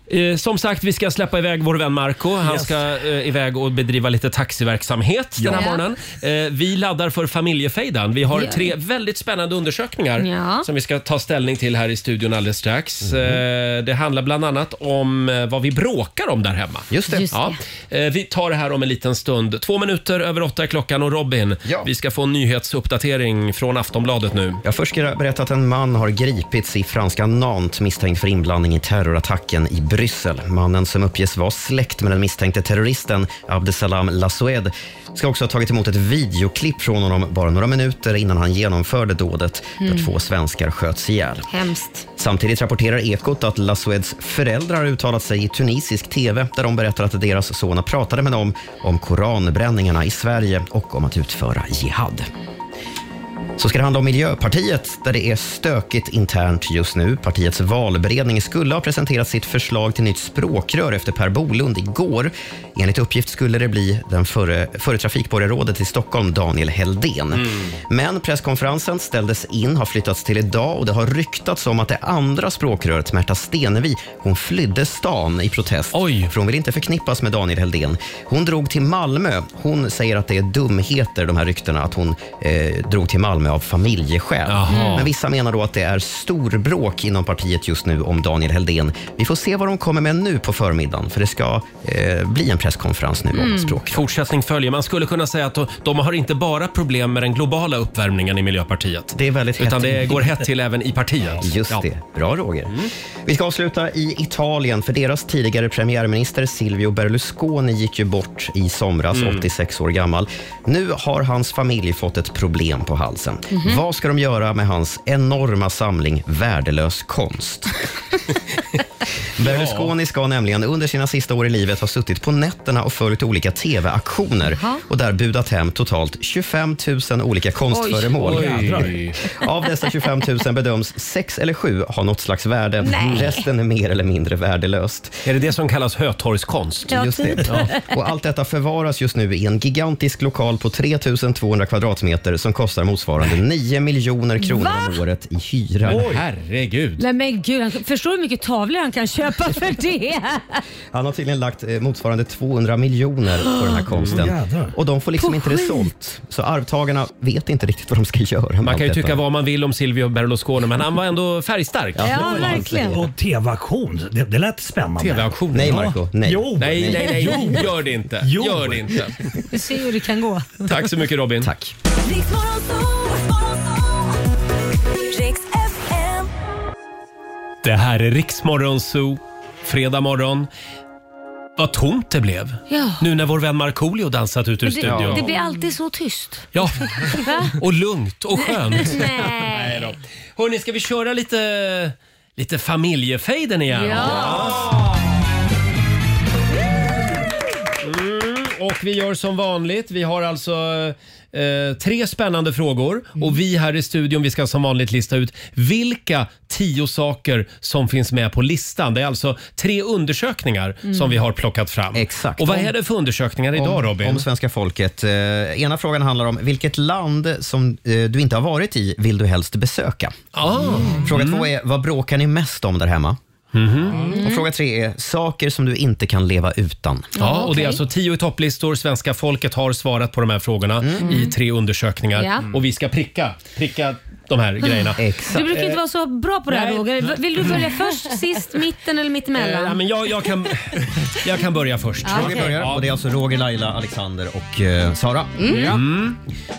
[SPEAKER 1] Eh, Som sagt, vi ska släppa iväg vår vän Marco Han
[SPEAKER 9] Yes.
[SPEAKER 1] ska eh, iväg och bedriva lite taxiverksamhet den här
[SPEAKER 9] Ja.
[SPEAKER 1] morgonen. Eh, vi laddar för familjefejden. Vi har
[SPEAKER 9] Ja.
[SPEAKER 1] tre väldigt spännande undersökningar
[SPEAKER 9] Ja.
[SPEAKER 1] som vi ska ta ställning till här i studion alldeles strax. Eh, det handlar bland annat om eh, vad vi bråkar om där hemma. Just
[SPEAKER 2] det. Just
[SPEAKER 1] Ja. Eh, vi tar det här om en liten stund. Två minuter över åtta är klockan och Robin, vi ska få en nyhetsuppdatering från Aftonbladet nu.
[SPEAKER 2] Jag först ska jag berätta att en man har gripits i franska Nantes misstänkt för inblandning i terrorattacken i Bryssel. Mannen som uppges vara släkt med den misstänkte terroristen Abdesalam Lasoued ska också ha tagit emot ett videoklipp från honom bara några minuter innan han genomförde dådet
[SPEAKER 3] Mm.
[SPEAKER 2] där två svenskar sköts ihjäl.
[SPEAKER 3] Hemskt.
[SPEAKER 2] Samtidigt rapporterar Ekot att Lasoueds föräldrar har uttalat sig i tunisisk tv där de berättar att deras son pratade med dem om koranbränningarna i Sverige och om att utföra jihad. Så ska det handla om Miljöpartiet där det är stökigt internt just nu. Partiets valberedning skulle ha presenterat sitt förslag till nytt språkrör efter Per Bolund igår. Enligt uppgift skulle det bli den före, före trafikborgarrådet i Stockholm, Daniel Heldén. Men presskonferensen ställdes in, har flyttats till idag och det har ryktats om att det andra språkröret, Märta Stenevi, hon flydde stan i protest. För hon vill inte förknippas med Daniel Heldén. Hon drog till Malmö. Hon säger att det är dumheter, de här ryktena, att hon eh, drog till Malmö av familjeskäl. Mm.
[SPEAKER 12] Jaha.
[SPEAKER 2] Men vissa menar då att det är storbråk inom partiet just nu om Daniel Heldén. Vi får se vad de kommer med nu på förmiddagen, för det ska eh, bli en presskonferens nu
[SPEAKER 1] Mm.
[SPEAKER 2] om språk.
[SPEAKER 1] Fortsättning följer. Man skulle kunna säga att de- de har inte bara problem med den globala uppvärmningen i Miljöpartiet.
[SPEAKER 2] Det är väldigt
[SPEAKER 1] Utan
[SPEAKER 2] hett.
[SPEAKER 1] det går hett till även i partiet.
[SPEAKER 2] Just
[SPEAKER 1] Ja.
[SPEAKER 2] det. Bra Roger.
[SPEAKER 12] Mm.
[SPEAKER 2] Vi ska avsluta i Italien för deras tidigare premiärminister Silvio Berlusconi gick ju bort i somras,
[SPEAKER 12] Mm.
[SPEAKER 2] 86 år gammal. Nu har hans familj fått ett problem på halsen.
[SPEAKER 12] Mhm.
[SPEAKER 2] Vad ska de göra med hans enorma samling
[SPEAKER 12] [LAUGHS]
[SPEAKER 2] värdelös konst? Berlusconi ska nämligen under sina sista år i livet ha suttit på nätterna och följt olika tv-aktioner
[SPEAKER 12] Jaha.
[SPEAKER 2] och där budat hem totalt 25 000 olika konstföremål.
[SPEAKER 12] Oj. Jädrar.
[SPEAKER 2] Av dessa 25 000 bedöms sex eller sju ha något slags värde.
[SPEAKER 12] Nej.
[SPEAKER 2] Resten är mer eller mindre värdelöst.
[SPEAKER 1] Är det det som kallas hötorgskonst?
[SPEAKER 12] Ja,
[SPEAKER 2] Just det.
[SPEAKER 12] typ.
[SPEAKER 2] Ja. Och allt detta förvaras just nu i en gigantisk lokal på 3 200 kvadratmeter som kostar motsvarande 9 miljoner kronor om
[SPEAKER 3] Va?
[SPEAKER 2] året i hyra.
[SPEAKER 3] Oj.
[SPEAKER 1] herregud.
[SPEAKER 3] Nej men gud, han, förstår du hur mycket tavlor han kan köpa för
[SPEAKER 2] [LAUGHS]
[SPEAKER 3] det?
[SPEAKER 2] Han har tydligen lagt eh, motsvarande 200 miljoner på den här konsten.
[SPEAKER 1] Mm,
[SPEAKER 2] Och de får liksom
[SPEAKER 1] På
[SPEAKER 2] inte det
[SPEAKER 1] skit.
[SPEAKER 2] sålt. Så arvtagarna vet inte riktigt vad de ska göra med
[SPEAKER 1] Man
[SPEAKER 2] allt
[SPEAKER 1] kan ju
[SPEAKER 2] detta.
[SPEAKER 1] tycka vad man vill om Silvio Berlusconi, men han var ändå färgstark.
[SPEAKER 2] Ja, Ja, verkligen.
[SPEAKER 9] Och tv-auktion, det, det lät spännande.
[SPEAKER 1] TV-auktion.
[SPEAKER 2] Nej, Marco, nej.
[SPEAKER 9] Jo.
[SPEAKER 1] Nej, nej, nej.
[SPEAKER 9] Jo.
[SPEAKER 1] Gör det inte.
[SPEAKER 9] Jo.
[SPEAKER 1] Gör det inte.
[SPEAKER 3] Du ser hur det kan gå.
[SPEAKER 1] Tack så mycket Robin.
[SPEAKER 2] Tack.
[SPEAKER 1] Det här är Riksmorgon Zoo. Fredag morgon. Vad tomt det blev.
[SPEAKER 3] Ja.
[SPEAKER 1] Nu när vår vän Markoolio dansat ut ur
[SPEAKER 3] Men
[SPEAKER 1] studion.
[SPEAKER 3] det, det blir alltid så
[SPEAKER 2] [LAUGHS]
[SPEAKER 3] tyst.
[SPEAKER 1] Ja,
[SPEAKER 3] Va?
[SPEAKER 1] och lugnt och skönt.
[SPEAKER 3] Nej.
[SPEAKER 1] då. Hörni, ska vi köra lite, lite familjefejden igen? Mm, och vi gör som vanligt. Vi har alltså eh, tre spännande frågor
[SPEAKER 3] Mm.
[SPEAKER 1] och vi här i studion vi ska som vanligt lista ut vilka tio saker som finns med på listan. Det är alltså tre undersökningar
[SPEAKER 2] Mm.
[SPEAKER 1] som vi har plockat fram.
[SPEAKER 2] Exakt.
[SPEAKER 1] Och vad är det för undersökningar idag
[SPEAKER 2] om,
[SPEAKER 1] Robin?
[SPEAKER 2] Om svenska folket. Eh, ena frågan handlar om vilket land som eh, du inte har varit i vill du helst besöka?
[SPEAKER 1] Mm. Mhm.
[SPEAKER 2] Fråga två är vad bråkar ni mest om där hemma? Och fråga tre är saker som du inte kan leva utan.
[SPEAKER 1] Ja, och det är alltså tio topplistor. Svenska folket har svarat på de här frågorna i tre undersökningar.
[SPEAKER 3] Ja.
[SPEAKER 1] Och vi ska pricka, pricka de här grejerna.
[SPEAKER 3] Du brukar inte vara så bra på det här
[SPEAKER 1] Nej.
[SPEAKER 3] Roger. Vill du börja först, sist, mitten eller
[SPEAKER 1] Eh, ja,
[SPEAKER 3] mittemellan?
[SPEAKER 1] men jag, jag, kan, jag kan börja först.
[SPEAKER 3] Ja, Roger okej. börjar,
[SPEAKER 2] och det är alltså Roger, Laila, Alexander och eh, Sara.
[SPEAKER 3] Mm. Ja.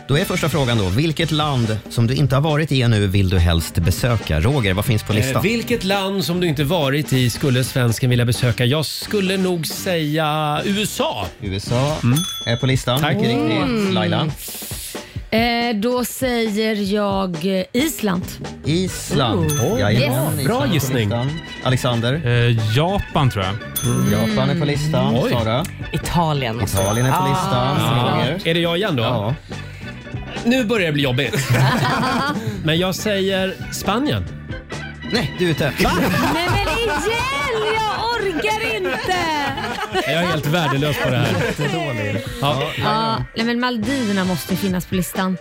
[SPEAKER 2] Då är första frågan då, vilket land som du inte har varit i ännu vill du helst besöka? Roger, vad finns på listan?
[SPEAKER 1] Eh, vilket land som du inte varit i skulle svensken vilja besöka? Jag skulle nog säga USA.
[SPEAKER 2] USA är på listan.
[SPEAKER 1] Mm. Tack.
[SPEAKER 2] Mycket riktigt.
[SPEAKER 3] Mm.
[SPEAKER 2] Laila.
[SPEAKER 3] Eh, då säger jag eh, Island.
[SPEAKER 2] Island.
[SPEAKER 3] Oh.
[SPEAKER 2] Jajamän,
[SPEAKER 3] Yes.
[SPEAKER 2] Island
[SPEAKER 3] Bra
[SPEAKER 2] på
[SPEAKER 1] gissning.
[SPEAKER 2] listan. Alexander?
[SPEAKER 16] Japan tror jag.
[SPEAKER 2] Japan är på listan.
[SPEAKER 16] Oj.
[SPEAKER 2] Sara?
[SPEAKER 8] Italien.
[SPEAKER 2] Italien är på listan. Roger?
[SPEAKER 1] Är det jag igen då?
[SPEAKER 2] Ja.
[SPEAKER 1] Nu börjar det bli jobbigt. Men jag säger Spanien.
[SPEAKER 2] Nej, du är ute.
[SPEAKER 3] Nej men igen! Jag orkar inte!
[SPEAKER 1] Jag är helt värdelös på det här. Ja.
[SPEAKER 3] Ja, nej men Maldiverna måste finnas på listan.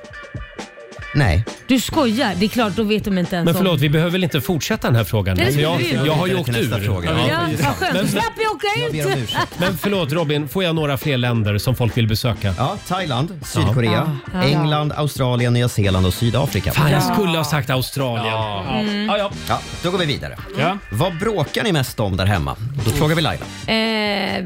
[SPEAKER 2] Nej.
[SPEAKER 3] Du skojar? Det är klart, då vet de inte ens
[SPEAKER 1] Men
[SPEAKER 3] om.
[SPEAKER 1] förlåt, vi behöver väl inte fortsätta den här frågan?
[SPEAKER 3] Nej,
[SPEAKER 1] För
[SPEAKER 3] det skulle
[SPEAKER 1] jag,
[SPEAKER 3] vi ju.
[SPEAKER 1] jag har ju
[SPEAKER 2] Till
[SPEAKER 1] åkt
[SPEAKER 2] nästa
[SPEAKER 1] ur.
[SPEAKER 2] fråga.
[SPEAKER 3] Ja,
[SPEAKER 1] Ja.
[SPEAKER 3] vad skönt. Då
[SPEAKER 1] Men-
[SPEAKER 3] slapp jag åka ut.
[SPEAKER 1] Men förlåt Robin, får jag några fler länder som folk vill besöka?
[SPEAKER 2] Ja, Thailand, Sydkorea,
[SPEAKER 1] Ja.
[SPEAKER 2] England, Australien, Nya Zeeland och Sydafrika.
[SPEAKER 1] Fan, jag skulle ha sagt Australien. Ja.
[SPEAKER 3] Mm.
[SPEAKER 1] Ja, ja.
[SPEAKER 2] Ja, då går vi vidare.
[SPEAKER 1] Ja.
[SPEAKER 2] Vad bråkar ni mest om där hemma? Då frågar vi Laila.
[SPEAKER 3] Eh,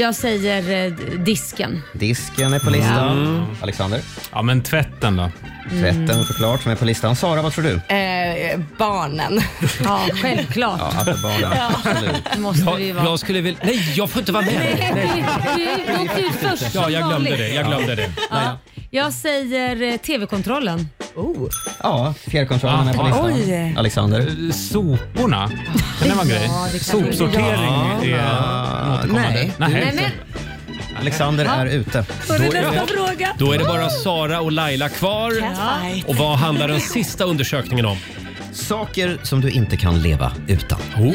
[SPEAKER 3] jag säger eh, disken.
[SPEAKER 2] Disken är på listan.
[SPEAKER 16] Mm.
[SPEAKER 2] Alexander?
[SPEAKER 16] Ja, men tvätten då?
[SPEAKER 2] Tvätten såklart som är på listan. Sara, vad tror du?
[SPEAKER 8] Eh, barnen.
[SPEAKER 3] Ja, självklart.
[SPEAKER 2] Ja, att barnen. Absolut.
[SPEAKER 3] Det måste det ju vara.
[SPEAKER 1] Jag skulle vilja... Nej, jag får inte vara med!
[SPEAKER 3] Nej, du- du åkte ut först,
[SPEAKER 1] Ja,
[SPEAKER 3] som
[SPEAKER 1] jag glömde
[SPEAKER 3] vanligt.
[SPEAKER 1] det. Jag glömde det.
[SPEAKER 3] Ja. Jag säger eh, TV-kontrollen. Oh.
[SPEAKER 2] Ja, fjärrkontrollen är på
[SPEAKER 16] Ja.
[SPEAKER 2] listan.
[SPEAKER 3] Ah, Oj.
[SPEAKER 2] Alexander?
[SPEAKER 16] Soporna? Kan det vara en grej?
[SPEAKER 3] Ja, det kan det. Eh,
[SPEAKER 16] Sopsortering
[SPEAKER 2] Ja.
[SPEAKER 16] är en återkommande.
[SPEAKER 2] Ah, Nej.
[SPEAKER 3] Nej, men,
[SPEAKER 2] Alexander
[SPEAKER 3] Ja.
[SPEAKER 2] är ute.
[SPEAKER 3] Då är det nästa fråga.
[SPEAKER 1] Då är det bara Sara och Laila kvar.
[SPEAKER 3] Ja.
[SPEAKER 1] Och vad handlar den sista undersökningen om?
[SPEAKER 2] Saker som du inte kan leva utan.
[SPEAKER 3] Oh.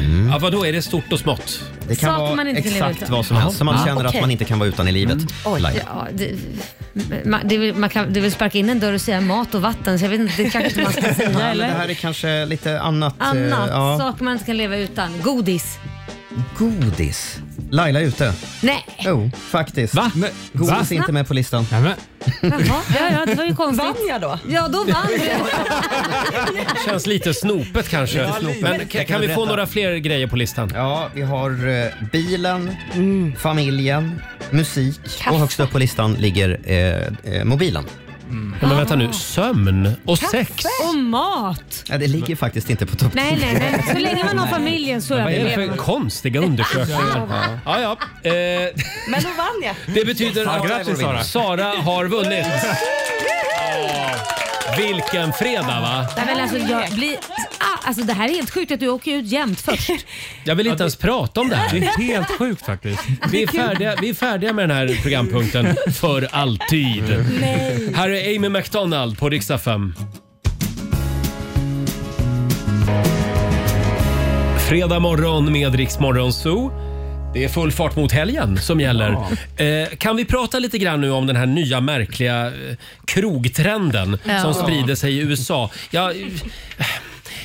[SPEAKER 1] Mm. Ja, vad då är det stort och smått?
[SPEAKER 2] Det kan
[SPEAKER 3] Saker
[SPEAKER 2] vara
[SPEAKER 3] man inte kan leva
[SPEAKER 2] exakt
[SPEAKER 3] utan.
[SPEAKER 2] vad som helst som man
[SPEAKER 3] Ja.
[SPEAKER 2] känner
[SPEAKER 3] Okej. Mm.
[SPEAKER 2] att man inte kan vara utan i livet. Laila.
[SPEAKER 3] Ja, det, man, det, vill, man kan, det vill sparka in en dörr och säga mat och vatten, så jag vet inte, det kanske inte man ska
[SPEAKER 2] Nej,
[SPEAKER 3] säga
[SPEAKER 2] men
[SPEAKER 3] eller?
[SPEAKER 2] Det här är kanske lite annat. eh,
[SPEAKER 3] Annat,
[SPEAKER 2] ja.
[SPEAKER 3] saker man inte kan leva utan. Godis.
[SPEAKER 2] Godis. Laila är ute.
[SPEAKER 3] Nej.
[SPEAKER 2] Jo, faktiskt. Va? Godis
[SPEAKER 3] Va?
[SPEAKER 2] är inte med på listan.
[SPEAKER 3] Jaha, ja, ja, det var ju konstigt.
[SPEAKER 8] Vann jag då?
[SPEAKER 3] Ja, då vann du.
[SPEAKER 1] Känns lite snopet kanske.
[SPEAKER 2] Ja, lite.
[SPEAKER 1] Men kan,
[SPEAKER 2] Jag kan
[SPEAKER 1] kan vi få
[SPEAKER 2] berätta.
[SPEAKER 1] några fler grejer på listan?
[SPEAKER 2] Ja, vi har eh, bilen,
[SPEAKER 3] Mm.
[SPEAKER 2] familjen, musik och högst upp på listan ligger eh, eh, mobilen.
[SPEAKER 1] Ja, men vänta nu, sömn och sex?
[SPEAKER 3] Och mat.
[SPEAKER 2] Ja, det ligger faktiskt inte på topp
[SPEAKER 3] Nej,
[SPEAKER 2] 10.
[SPEAKER 3] nej, nej. Så länge man har familjen så
[SPEAKER 1] Vad är det
[SPEAKER 3] överlever
[SPEAKER 1] för
[SPEAKER 3] man.
[SPEAKER 1] konstiga undersökningar? Ja, ja. Eh,
[SPEAKER 8] Men då vann jag.
[SPEAKER 1] [LAUGHS] det betyder
[SPEAKER 16] Ja,
[SPEAKER 1] att
[SPEAKER 16] grattis, Sara.
[SPEAKER 1] Sara har vunnit. Ja, vilken fredag va?
[SPEAKER 3] Nej, men alltså, jag blir, ah, alltså, det här är helt sjukt att du åker ut jämt först.
[SPEAKER 1] Jag vill inte ens prata om det här.
[SPEAKER 3] Det är helt
[SPEAKER 1] sjukt faktiskt. [LAUGHS] Vi är färdiga, vi är färdiga med den här programpunkten för alltid.
[SPEAKER 3] Nej.
[SPEAKER 1] Här är Amy McDonald på riksdag 5. Fredag morgon med Rix Morgon Zoo. Det är full fart mot helgen som gäller. Eh, kan vi prata lite grann nu om den här nya märkliga eh, krogtrenden
[SPEAKER 14] Ja.
[SPEAKER 1] som sprider sig i USA? Jag,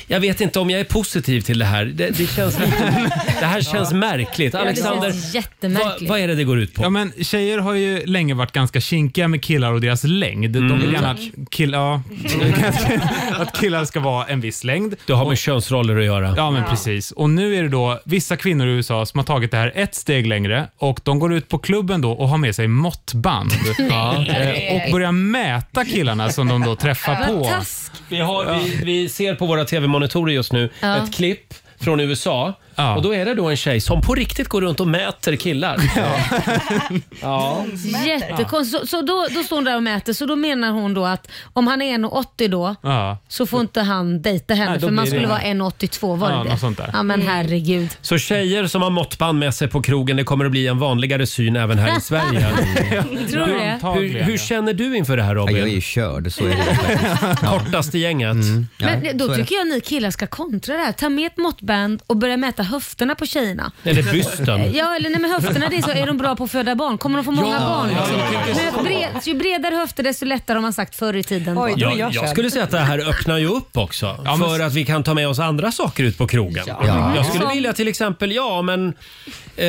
[SPEAKER 1] jag vet inte om jag är positiv till det här. Det, det, känns,
[SPEAKER 3] [LAUGHS]
[SPEAKER 1] lite, det här känns märkligt.
[SPEAKER 3] Ja,
[SPEAKER 1] Alexander,
[SPEAKER 3] det känns jättemärkligt.
[SPEAKER 1] är det det går ut på?
[SPEAKER 16] Ja, men tjejer har ju länge varit ganska kinkiga med killar och deras längd. De
[SPEAKER 5] Mm.
[SPEAKER 16] vill gärna att, kill, ja, [LAUGHS] att killar ska vara en viss längd.
[SPEAKER 1] Det har med könsroller att göra.
[SPEAKER 16] Ja, men precis. Och nu är det då vissa kvinnor i USA som har tagit det här ett steg längre och de går ut på klubben då och har med sig måttband
[SPEAKER 1] Ja.
[SPEAKER 16] Eh, och börjar mäta killarna som de då träffar
[SPEAKER 1] Vad
[SPEAKER 16] på.
[SPEAKER 1] taskigt. Vi, har, vi, vi ser på våra tv-monitorer just nu
[SPEAKER 16] Ja.
[SPEAKER 1] ett klipp från USA. Och då är det då en tjej som på riktigt går runt och mäter killar. Ja.
[SPEAKER 3] Jättekonstigt. Så, så då, då står hon där och mäter, så då menar hon då att om han är 1,80 då
[SPEAKER 1] Ja.
[SPEAKER 3] så får inte han dejta henne
[SPEAKER 1] Nej, då
[SPEAKER 3] för man
[SPEAKER 1] blir det-
[SPEAKER 3] skulle vara 1,82 var det
[SPEAKER 1] Ja,
[SPEAKER 3] det
[SPEAKER 1] något sånt där.
[SPEAKER 3] Ja men herregud.
[SPEAKER 1] Så tjejer som har måttband med sig på krogen, det kommer att bli en vanligare syn även
[SPEAKER 3] [LAUGHS]
[SPEAKER 1] här i Sverige. Mm.
[SPEAKER 3] Tror du det?
[SPEAKER 1] hur, hur känner du inför det här Robin? Jag är Mm.
[SPEAKER 2] ju körd, så är
[SPEAKER 1] [LAUGHS] det. Kortaste gänget.
[SPEAKER 3] Men då tycker jag ni killar ska kontra det här. Ta med ett måttband och börja mäta höfterna på tjejerna.
[SPEAKER 1] Eller bysten.
[SPEAKER 3] Ja, eller nej, men höfterna det är, så, är de bra på att föda barn? Kommer de få många barn?
[SPEAKER 1] Mm. ja,
[SPEAKER 3] liksom?
[SPEAKER 1] ja, ja.
[SPEAKER 3] Men bred, ju bredare höfter desto lättare har man sagt förr i tiden. Oj,
[SPEAKER 1] jag, jag, skulle säga att det här öppnar ju upp också för att vi kan ta med oss andra saker ut på krogen.
[SPEAKER 14] Ja.
[SPEAKER 1] Jag skulle
[SPEAKER 14] Som-
[SPEAKER 1] vilja till exempel, ja men eh,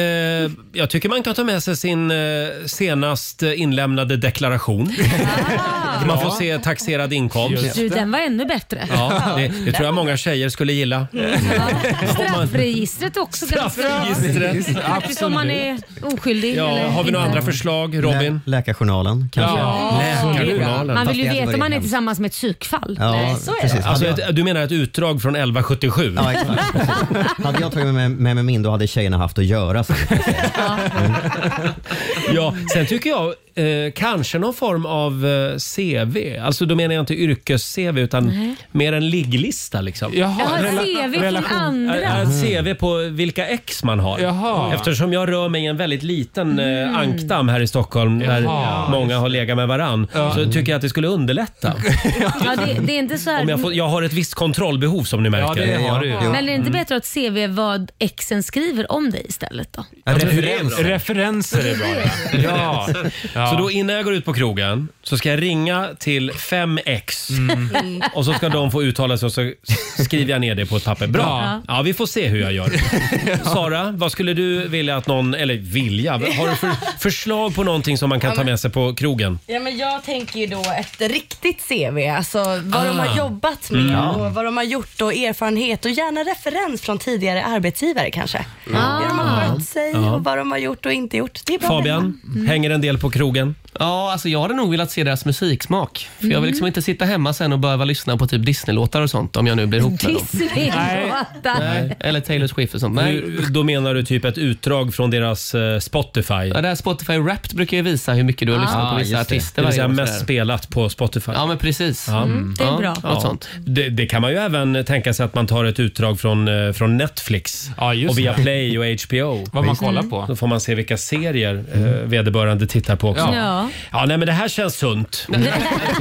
[SPEAKER 1] jag tycker man kan ta med sig sin eh, senast inlämnade deklaration.
[SPEAKER 14] Ah.
[SPEAKER 1] Man får se taxerad inkomst.
[SPEAKER 3] Du, den var ännu bättre.
[SPEAKER 1] Ja, det, det tror jag många tjejer skulle gilla.
[SPEAKER 3] Straffregistret också
[SPEAKER 1] Straffregistret,
[SPEAKER 3] ganska bra. Faktiskt om man är oskyldig.
[SPEAKER 1] Ja,
[SPEAKER 3] eller
[SPEAKER 1] har vi några
[SPEAKER 3] inte.
[SPEAKER 1] andra förslag Robin?
[SPEAKER 2] läkarjournalen kanske.
[SPEAKER 1] Ja. Läkarjournalen.
[SPEAKER 3] Man vill ju
[SPEAKER 1] Fast det
[SPEAKER 3] veta
[SPEAKER 1] hade
[SPEAKER 3] om man
[SPEAKER 1] varit
[SPEAKER 3] är tillsammans med ett psykfall.
[SPEAKER 2] Ja, Nej, så är det. precis.
[SPEAKER 1] Alltså, ett, du menar ett utdrag från 1177?
[SPEAKER 2] Ja, exakt. Hade jag tagit med, med mig min då hade tjejerna haft att göra. Så.
[SPEAKER 1] Ja, sen tycker jag eh, kanske någon form av eh, CV. Alltså då menar jag inte yrkes-CV utan
[SPEAKER 3] Nej.
[SPEAKER 1] mer en ligglista liksom.
[SPEAKER 3] Jaha, Jaha, ett rela- CV från relation. andra.
[SPEAKER 1] Ja, Ett CV på vilka ex man har.
[SPEAKER 16] Jaha. Mm.
[SPEAKER 1] Eftersom jag rör mig i en väldigt liten eh, ankdamm här i Stockholm där
[SPEAKER 16] Jaha.
[SPEAKER 1] många har legat med varann. Så tycker jag att det skulle underlätta.
[SPEAKER 3] Ja, det, det är inte så här...
[SPEAKER 1] Om jag, får, jag har ett visst kontrollbehov som ni märker.
[SPEAKER 16] det har du ju.
[SPEAKER 3] Men är det inte bättre att CV vad exen skriver om dig istället då?
[SPEAKER 16] Referenser. Referenser är bra.
[SPEAKER 12] [LAUGHS]
[SPEAKER 16] ja. Ja. Ja.
[SPEAKER 1] Så då innan jag går ut på krogen så ska jag ringa till fem ex och så ska de få uttala sig och så skriver jag ner det på ett papper. Bra!
[SPEAKER 16] Ja.
[SPEAKER 1] Ja, vi får se hur jag gör. Sara, vad skulle du vilja att någon, eller vilja, har du för, förslag på någonting som man kan ta med sig på krogen?
[SPEAKER 8] Ja, men jag tänker ju då ett riktigt CV, alltså vad de
[SPEAKER 1] Ah.
[SPEAKER 8] har jobbat med
[SPEAKER 1] Mm.
[SPEAKER 8] och vad de har gjort och erfarenhet och gärna referens från tidigare arbetsgivare kanske. Hur de har skött sig
[SPEAKER 1] Ah. Ja.
[SPEAKER 8] och vad de har gjort och inte gjort. Det är bra
[SPEAKER 1] Fabian, hänger en del på skogen?
[SPEAKER 14] Ja, alltså jag hade nog velat se deras musiksmak. För Jag
[SPEAKER 3] Mm.
[SPEAKER 14] vill liksom inte sitta hemma sen och behöva lyssna på typ Disney-låtar och sånt om jag nu blir ihop med dem.
[SPEAKER 3] Disney-låtar.
[SPEAKER 14] Nej. Eller Taylor Swift och sånt. Nej.
[SPEAKER 1] Nu- Då menar du typ ett utdrag från deras eh, Spotify?
[SPEAKER 14] Ja, det här Spotify Wrapped brukar ju visa hur mycket du har lyssnat på vissa artister
[SPEAKER 1] Det vill
[SPEAKER 14] varje
[SPEAKER 1] säga
[SPEAKER 14] år,
[SPEAKER 1] mest
[SPEAKER 14] sådär.
[SPEAKER 1] spelat på Spotify.
[SPEAKER 14] Ja, men precis.
[SPEAKER 1] Mm. Ja.
[SPEAKER 14] det är Ja, bra. något sånt.
[SPEAKER 1] Det, det kan man ju även tänka sig att man tar ett utdrag från, eh, från Netflix
[SPEAKER 16] just
[SPEAKER 1] och via
[SPEAKER 16] det.
[SPEAKER 1] Play och HBO.
[SPEAKER 16] Vad man kollar på.
[SPEAKER 1] Då får man se vilka serier eh, vederbörande tittar på också.
[SPEAKER 3] Ja. Ja.
[SPEAKER 1] Ja, nej men det här känns sunt.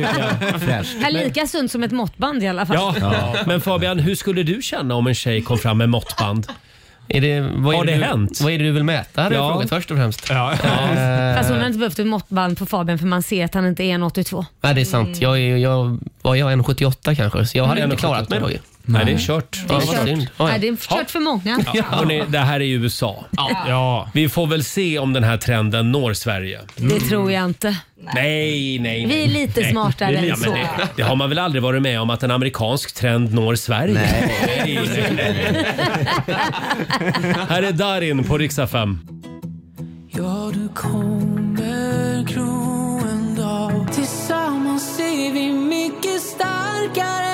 [SPEAKER 3] Här lika sunt som ett måttband i alla fall.
[SPEAKER 1] Ja. Men Fabian, hur skulle du känna om en tjej kom fram med måttband?
[SPEAKER 14] är
[SPEAKER 1] Har det
[SPEAKER 14] det du-
[SPEAKER 1] hänt?
[SPEAKER 14] vad är det du vill mäta? hade jag frågat
[SPEAKER 1] först och främst.
[SPEAKER 3] Fast hon har inte behövt ett måttband på Fabian för man ser att han inte är en 82.
[SPEAKER 14] Nej, det är sant. Jag, är- jag var jag 1,78 kanske, så jag
[SPEAKER 1] Mm.
[SPEAKER 14] hade inte klarat mig då ju.
[SPEAKER 1] Nej, det är kört.
[SPEAKER 14] Ja,
[SPEAKER 3] Det är
[SPEAKER 14] vad
[SPEAKER 3] kört.
[SPEAKER 14] synd. Ja, ja.
[SPEAKER 3] Nej, det är kört för många.
[SPEAKER 1] Ja. Hörrni, det här är ju USA. Vi får väl se om den här trenden når Sverige.
[SPEAKER 3] Det tror jag inte.
[SPEAKER 1] Nej, nej, nej.
[SPEAKER 3] Vi är lite
[SPEAKER 1] nej.
[SPEAKER 3] smartare
[SPEAKER 1] Det är-
[SPEAKER 3] än
[SPEAKER 1] ja, men
[SPEAKER 3] så.
[SPEAKER 1] Det, det har man väl aldrig varit med om att en amerikansk trend når Sverige? [LAUGHS] Nej. Här är Darin på riksdag 5.
[SPEAKER 12] Ja, du kommer gro en dag Tillsammans är vi mycket starkare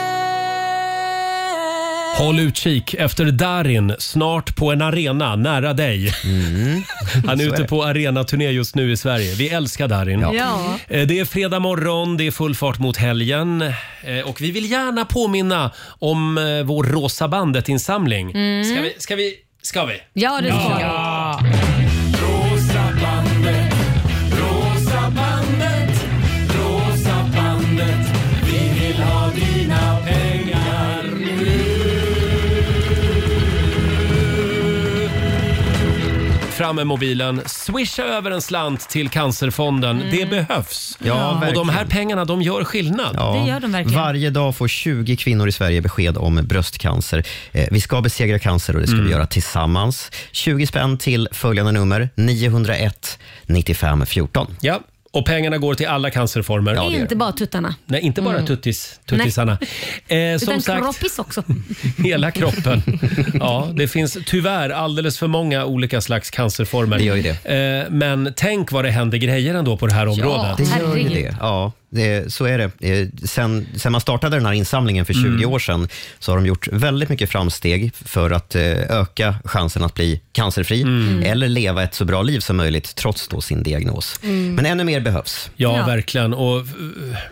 [SPEAKER 1] Håll utkik efter Darin snart på en arena nära dig. Han är
[SPEAKER 12] Mm. Så är
[SPEAKER 1] ute
[SPEAKER 12] det.
[SPEAKER 1] på arenaturné just nu i Sverige. Vi älskar Darin.
[SPEAKER 12] Ja. Ja.
[SPEAKER 1] Eh, Det är fredag morgon, det är full fart mot helgen Eh, och vi vill gärna påminna om eh, vår Rosa bandet-insamling.
[SPEAKER 12] Mm.
[SPEAKER 1] Ska vi? Ska vi? Ska vi?
[SPEAKER 3] Ja, det ska
[SPEAKER 1] Ja.
[SPEAKER 12] Rosa bandet, rosa bandet, rosa bandet. Vi vill ha dina pengar nu.
[SPEAKER 1] Fram med mobilen, swisha över en slant till Cancerfonden. Det behövs.
[SPEAKER 2] Mm. Ja,
[SPEAKER 1] och de här
[SPEAKER 2] verkligen.
[SPEAKER 1] pengarna de gör skillnad.
[SPEAKER 2] Varje dag får 20 kvinnor i Sverige besked om bröstcancer. Eh, vi ska besegra cancer och det ska
[SPEAKER 1] Mm.
[SPEAKER 2] vi göra tillsammans. 20 spänn till följande nummer 901 95 14.
[SPEAKER 1] Ja, och pengarna går till alla cancerformer.
[SPEAKER 3] inte bara tuttarna.
[SPEAKER 1] Nej, inte bara
[SPEAKER 3] Mm.
[SPEAKER 1] tuttis, tuttisarna. Eh, som
[SPEAKER 3] Utan
[SPEAKER 1] sagt,
[SPEAKER 3] kroppis också.
[SPEAKER 1] [LAUGHS] hela kroppen. Ja, det finns tyvärr alldeles för många olika slags cancerformer.
[SPEAKER 2] Det gör ju det.
[SPEAKER 1] Eh, men tänk vad det händer grejer ändå på det här området.
[SPEAKER 2] det gör ju det. Ja, det, så är det. Eh, Sen, sen man startade den här insamlingen för 20 år sedan så har de gjort väldigt mycket framsteg för att eh, öka chansen att bli cancerfri eller leva ett så bra liv som möjligt trots då sin diagnos.
[SPEAKER 1] Mm.
[SPEAKER 2] Men ännu mer behövs.
[SPEAKER 1] Ja, verkligen. Och eh,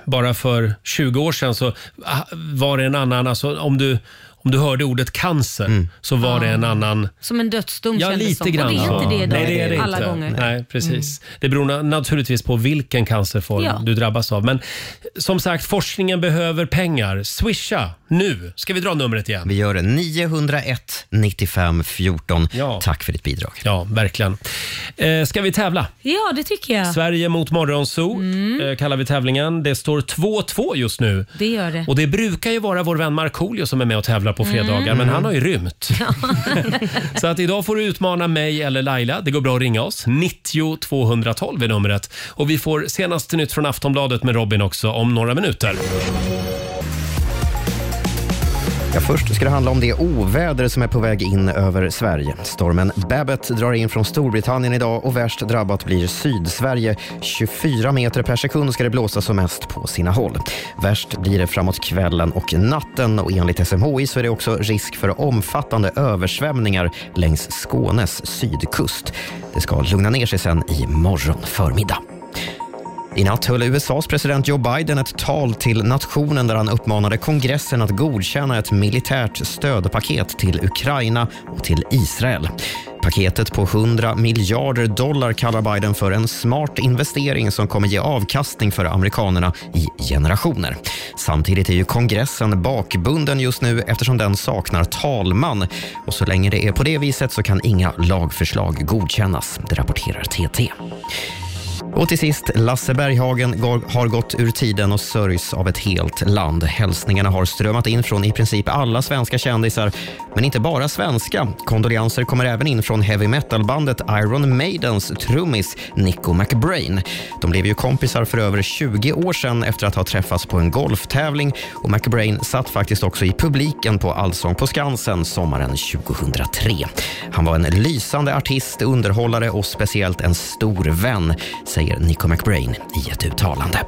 [SPEAKER 1] bara för 20 år sedan så ah, var det en annan, alltså om du, om du hörde ordet cancer så var det en annan
[SPEAKER 3] Som en dödsdom
[SPEAKER 1] Ja,
[SPEAKER 3] kändes
[SPEAKER 1] lite
[SPEAKER 3] som.
[SPEAKER 1] grann
[SPEAKER 3] Och det är
[SPEAKER 1] så.
[SPEAKER 3] inte det idag.
[SPEAKER 1] Nej, det är det
[SPEAKER 3] alla
[SPEAKER 1] inte.
[SPEAKER 3] gånger. Mm.
[SPEAKER 1] Nej, precis. Det beror na- naturligtvis på vilken cancerform
[SPEAKER 3] Ja.
[SPEAKER 1] du drabbas av. Men som sagt, forskningen behöver pengar. Swisha nu! Ska vi dra numret igen?
[SPEAKER 2] Vi gör det. 901 95 14. Tack för ditt bidrag.
[SPEAKER 1] Ja, verkligen. Eh, ska vi tävla?
[SPEAKER 3] Ja, det tycker jag.
[SPEAKER 1] Sverige mot Morgonzoo eh, kallar vi tävlingen. Det står 2-2 just nu.
[SPEAKER 3] Det gör det.
[SPEAKER 1] Och det brukar ju vara vår vän Markoolio som är med och tävlar på fredagar,
[SPEAKER 3] Mm.
[SPEAKER 1] men han har ju rymt. [LAUGHS] så att idag får du utmana mig eller Laila. Det går bra att ringa oss. 90 212 är numret. Och vi får senaste nytt från Aftonbladet med Robin också om några minuter.
[SPEAKER 2] Ja, först ska det handla om det oväder som är på väg in över Sverige. Stormen Babet drar in från Storbritannien idag och värst drabbat blir Sydsverige. 24 meter per sekund ska det blåsa som mest på sina håll. Värst blir det framåt kvällen och natten och enligt SMHI så är det också risk för omfattande översvämningar längs Skånes sydkust. Det ska lugna ner sig sen i morgon förmiddag. I natt höll USAs president Joe Biden ett tal till nationen där han uppmanade kongressen att godkänna ett militärt stödpaket till Ukraina och till Israel. Paketet på 100 miljarder dollar kallar Biden för en smart investering som kommer ge avkastning för amerikanerna i generationer. Samtidigt är ju kongressen bakbunden just nu eftersom den saknar talman. Och så länge det är på det viset så kan inga lagförslag godkännas, det rapporterar TT. Och till sist, Lasse Berghagen går, har gått ur tiden och sörjs av ett helt land. Hälsningarna har strömmat in från i princip alla svenska kändisar, men inte bara svenska. Kondolenser kommer även in från heavy metal-bandet Iron Maidens trummis Nico McBrain. De blev ju kompisar för över 20 år sedan efter att ha träffats på en golftävling och McBrain satt faktiskt också i publiken på Allsång på Skansen sommaren 2003. Han var en lysande artist, underhållare och speciellt en stor vän, säger säger Nico McBrain i ett uttalande.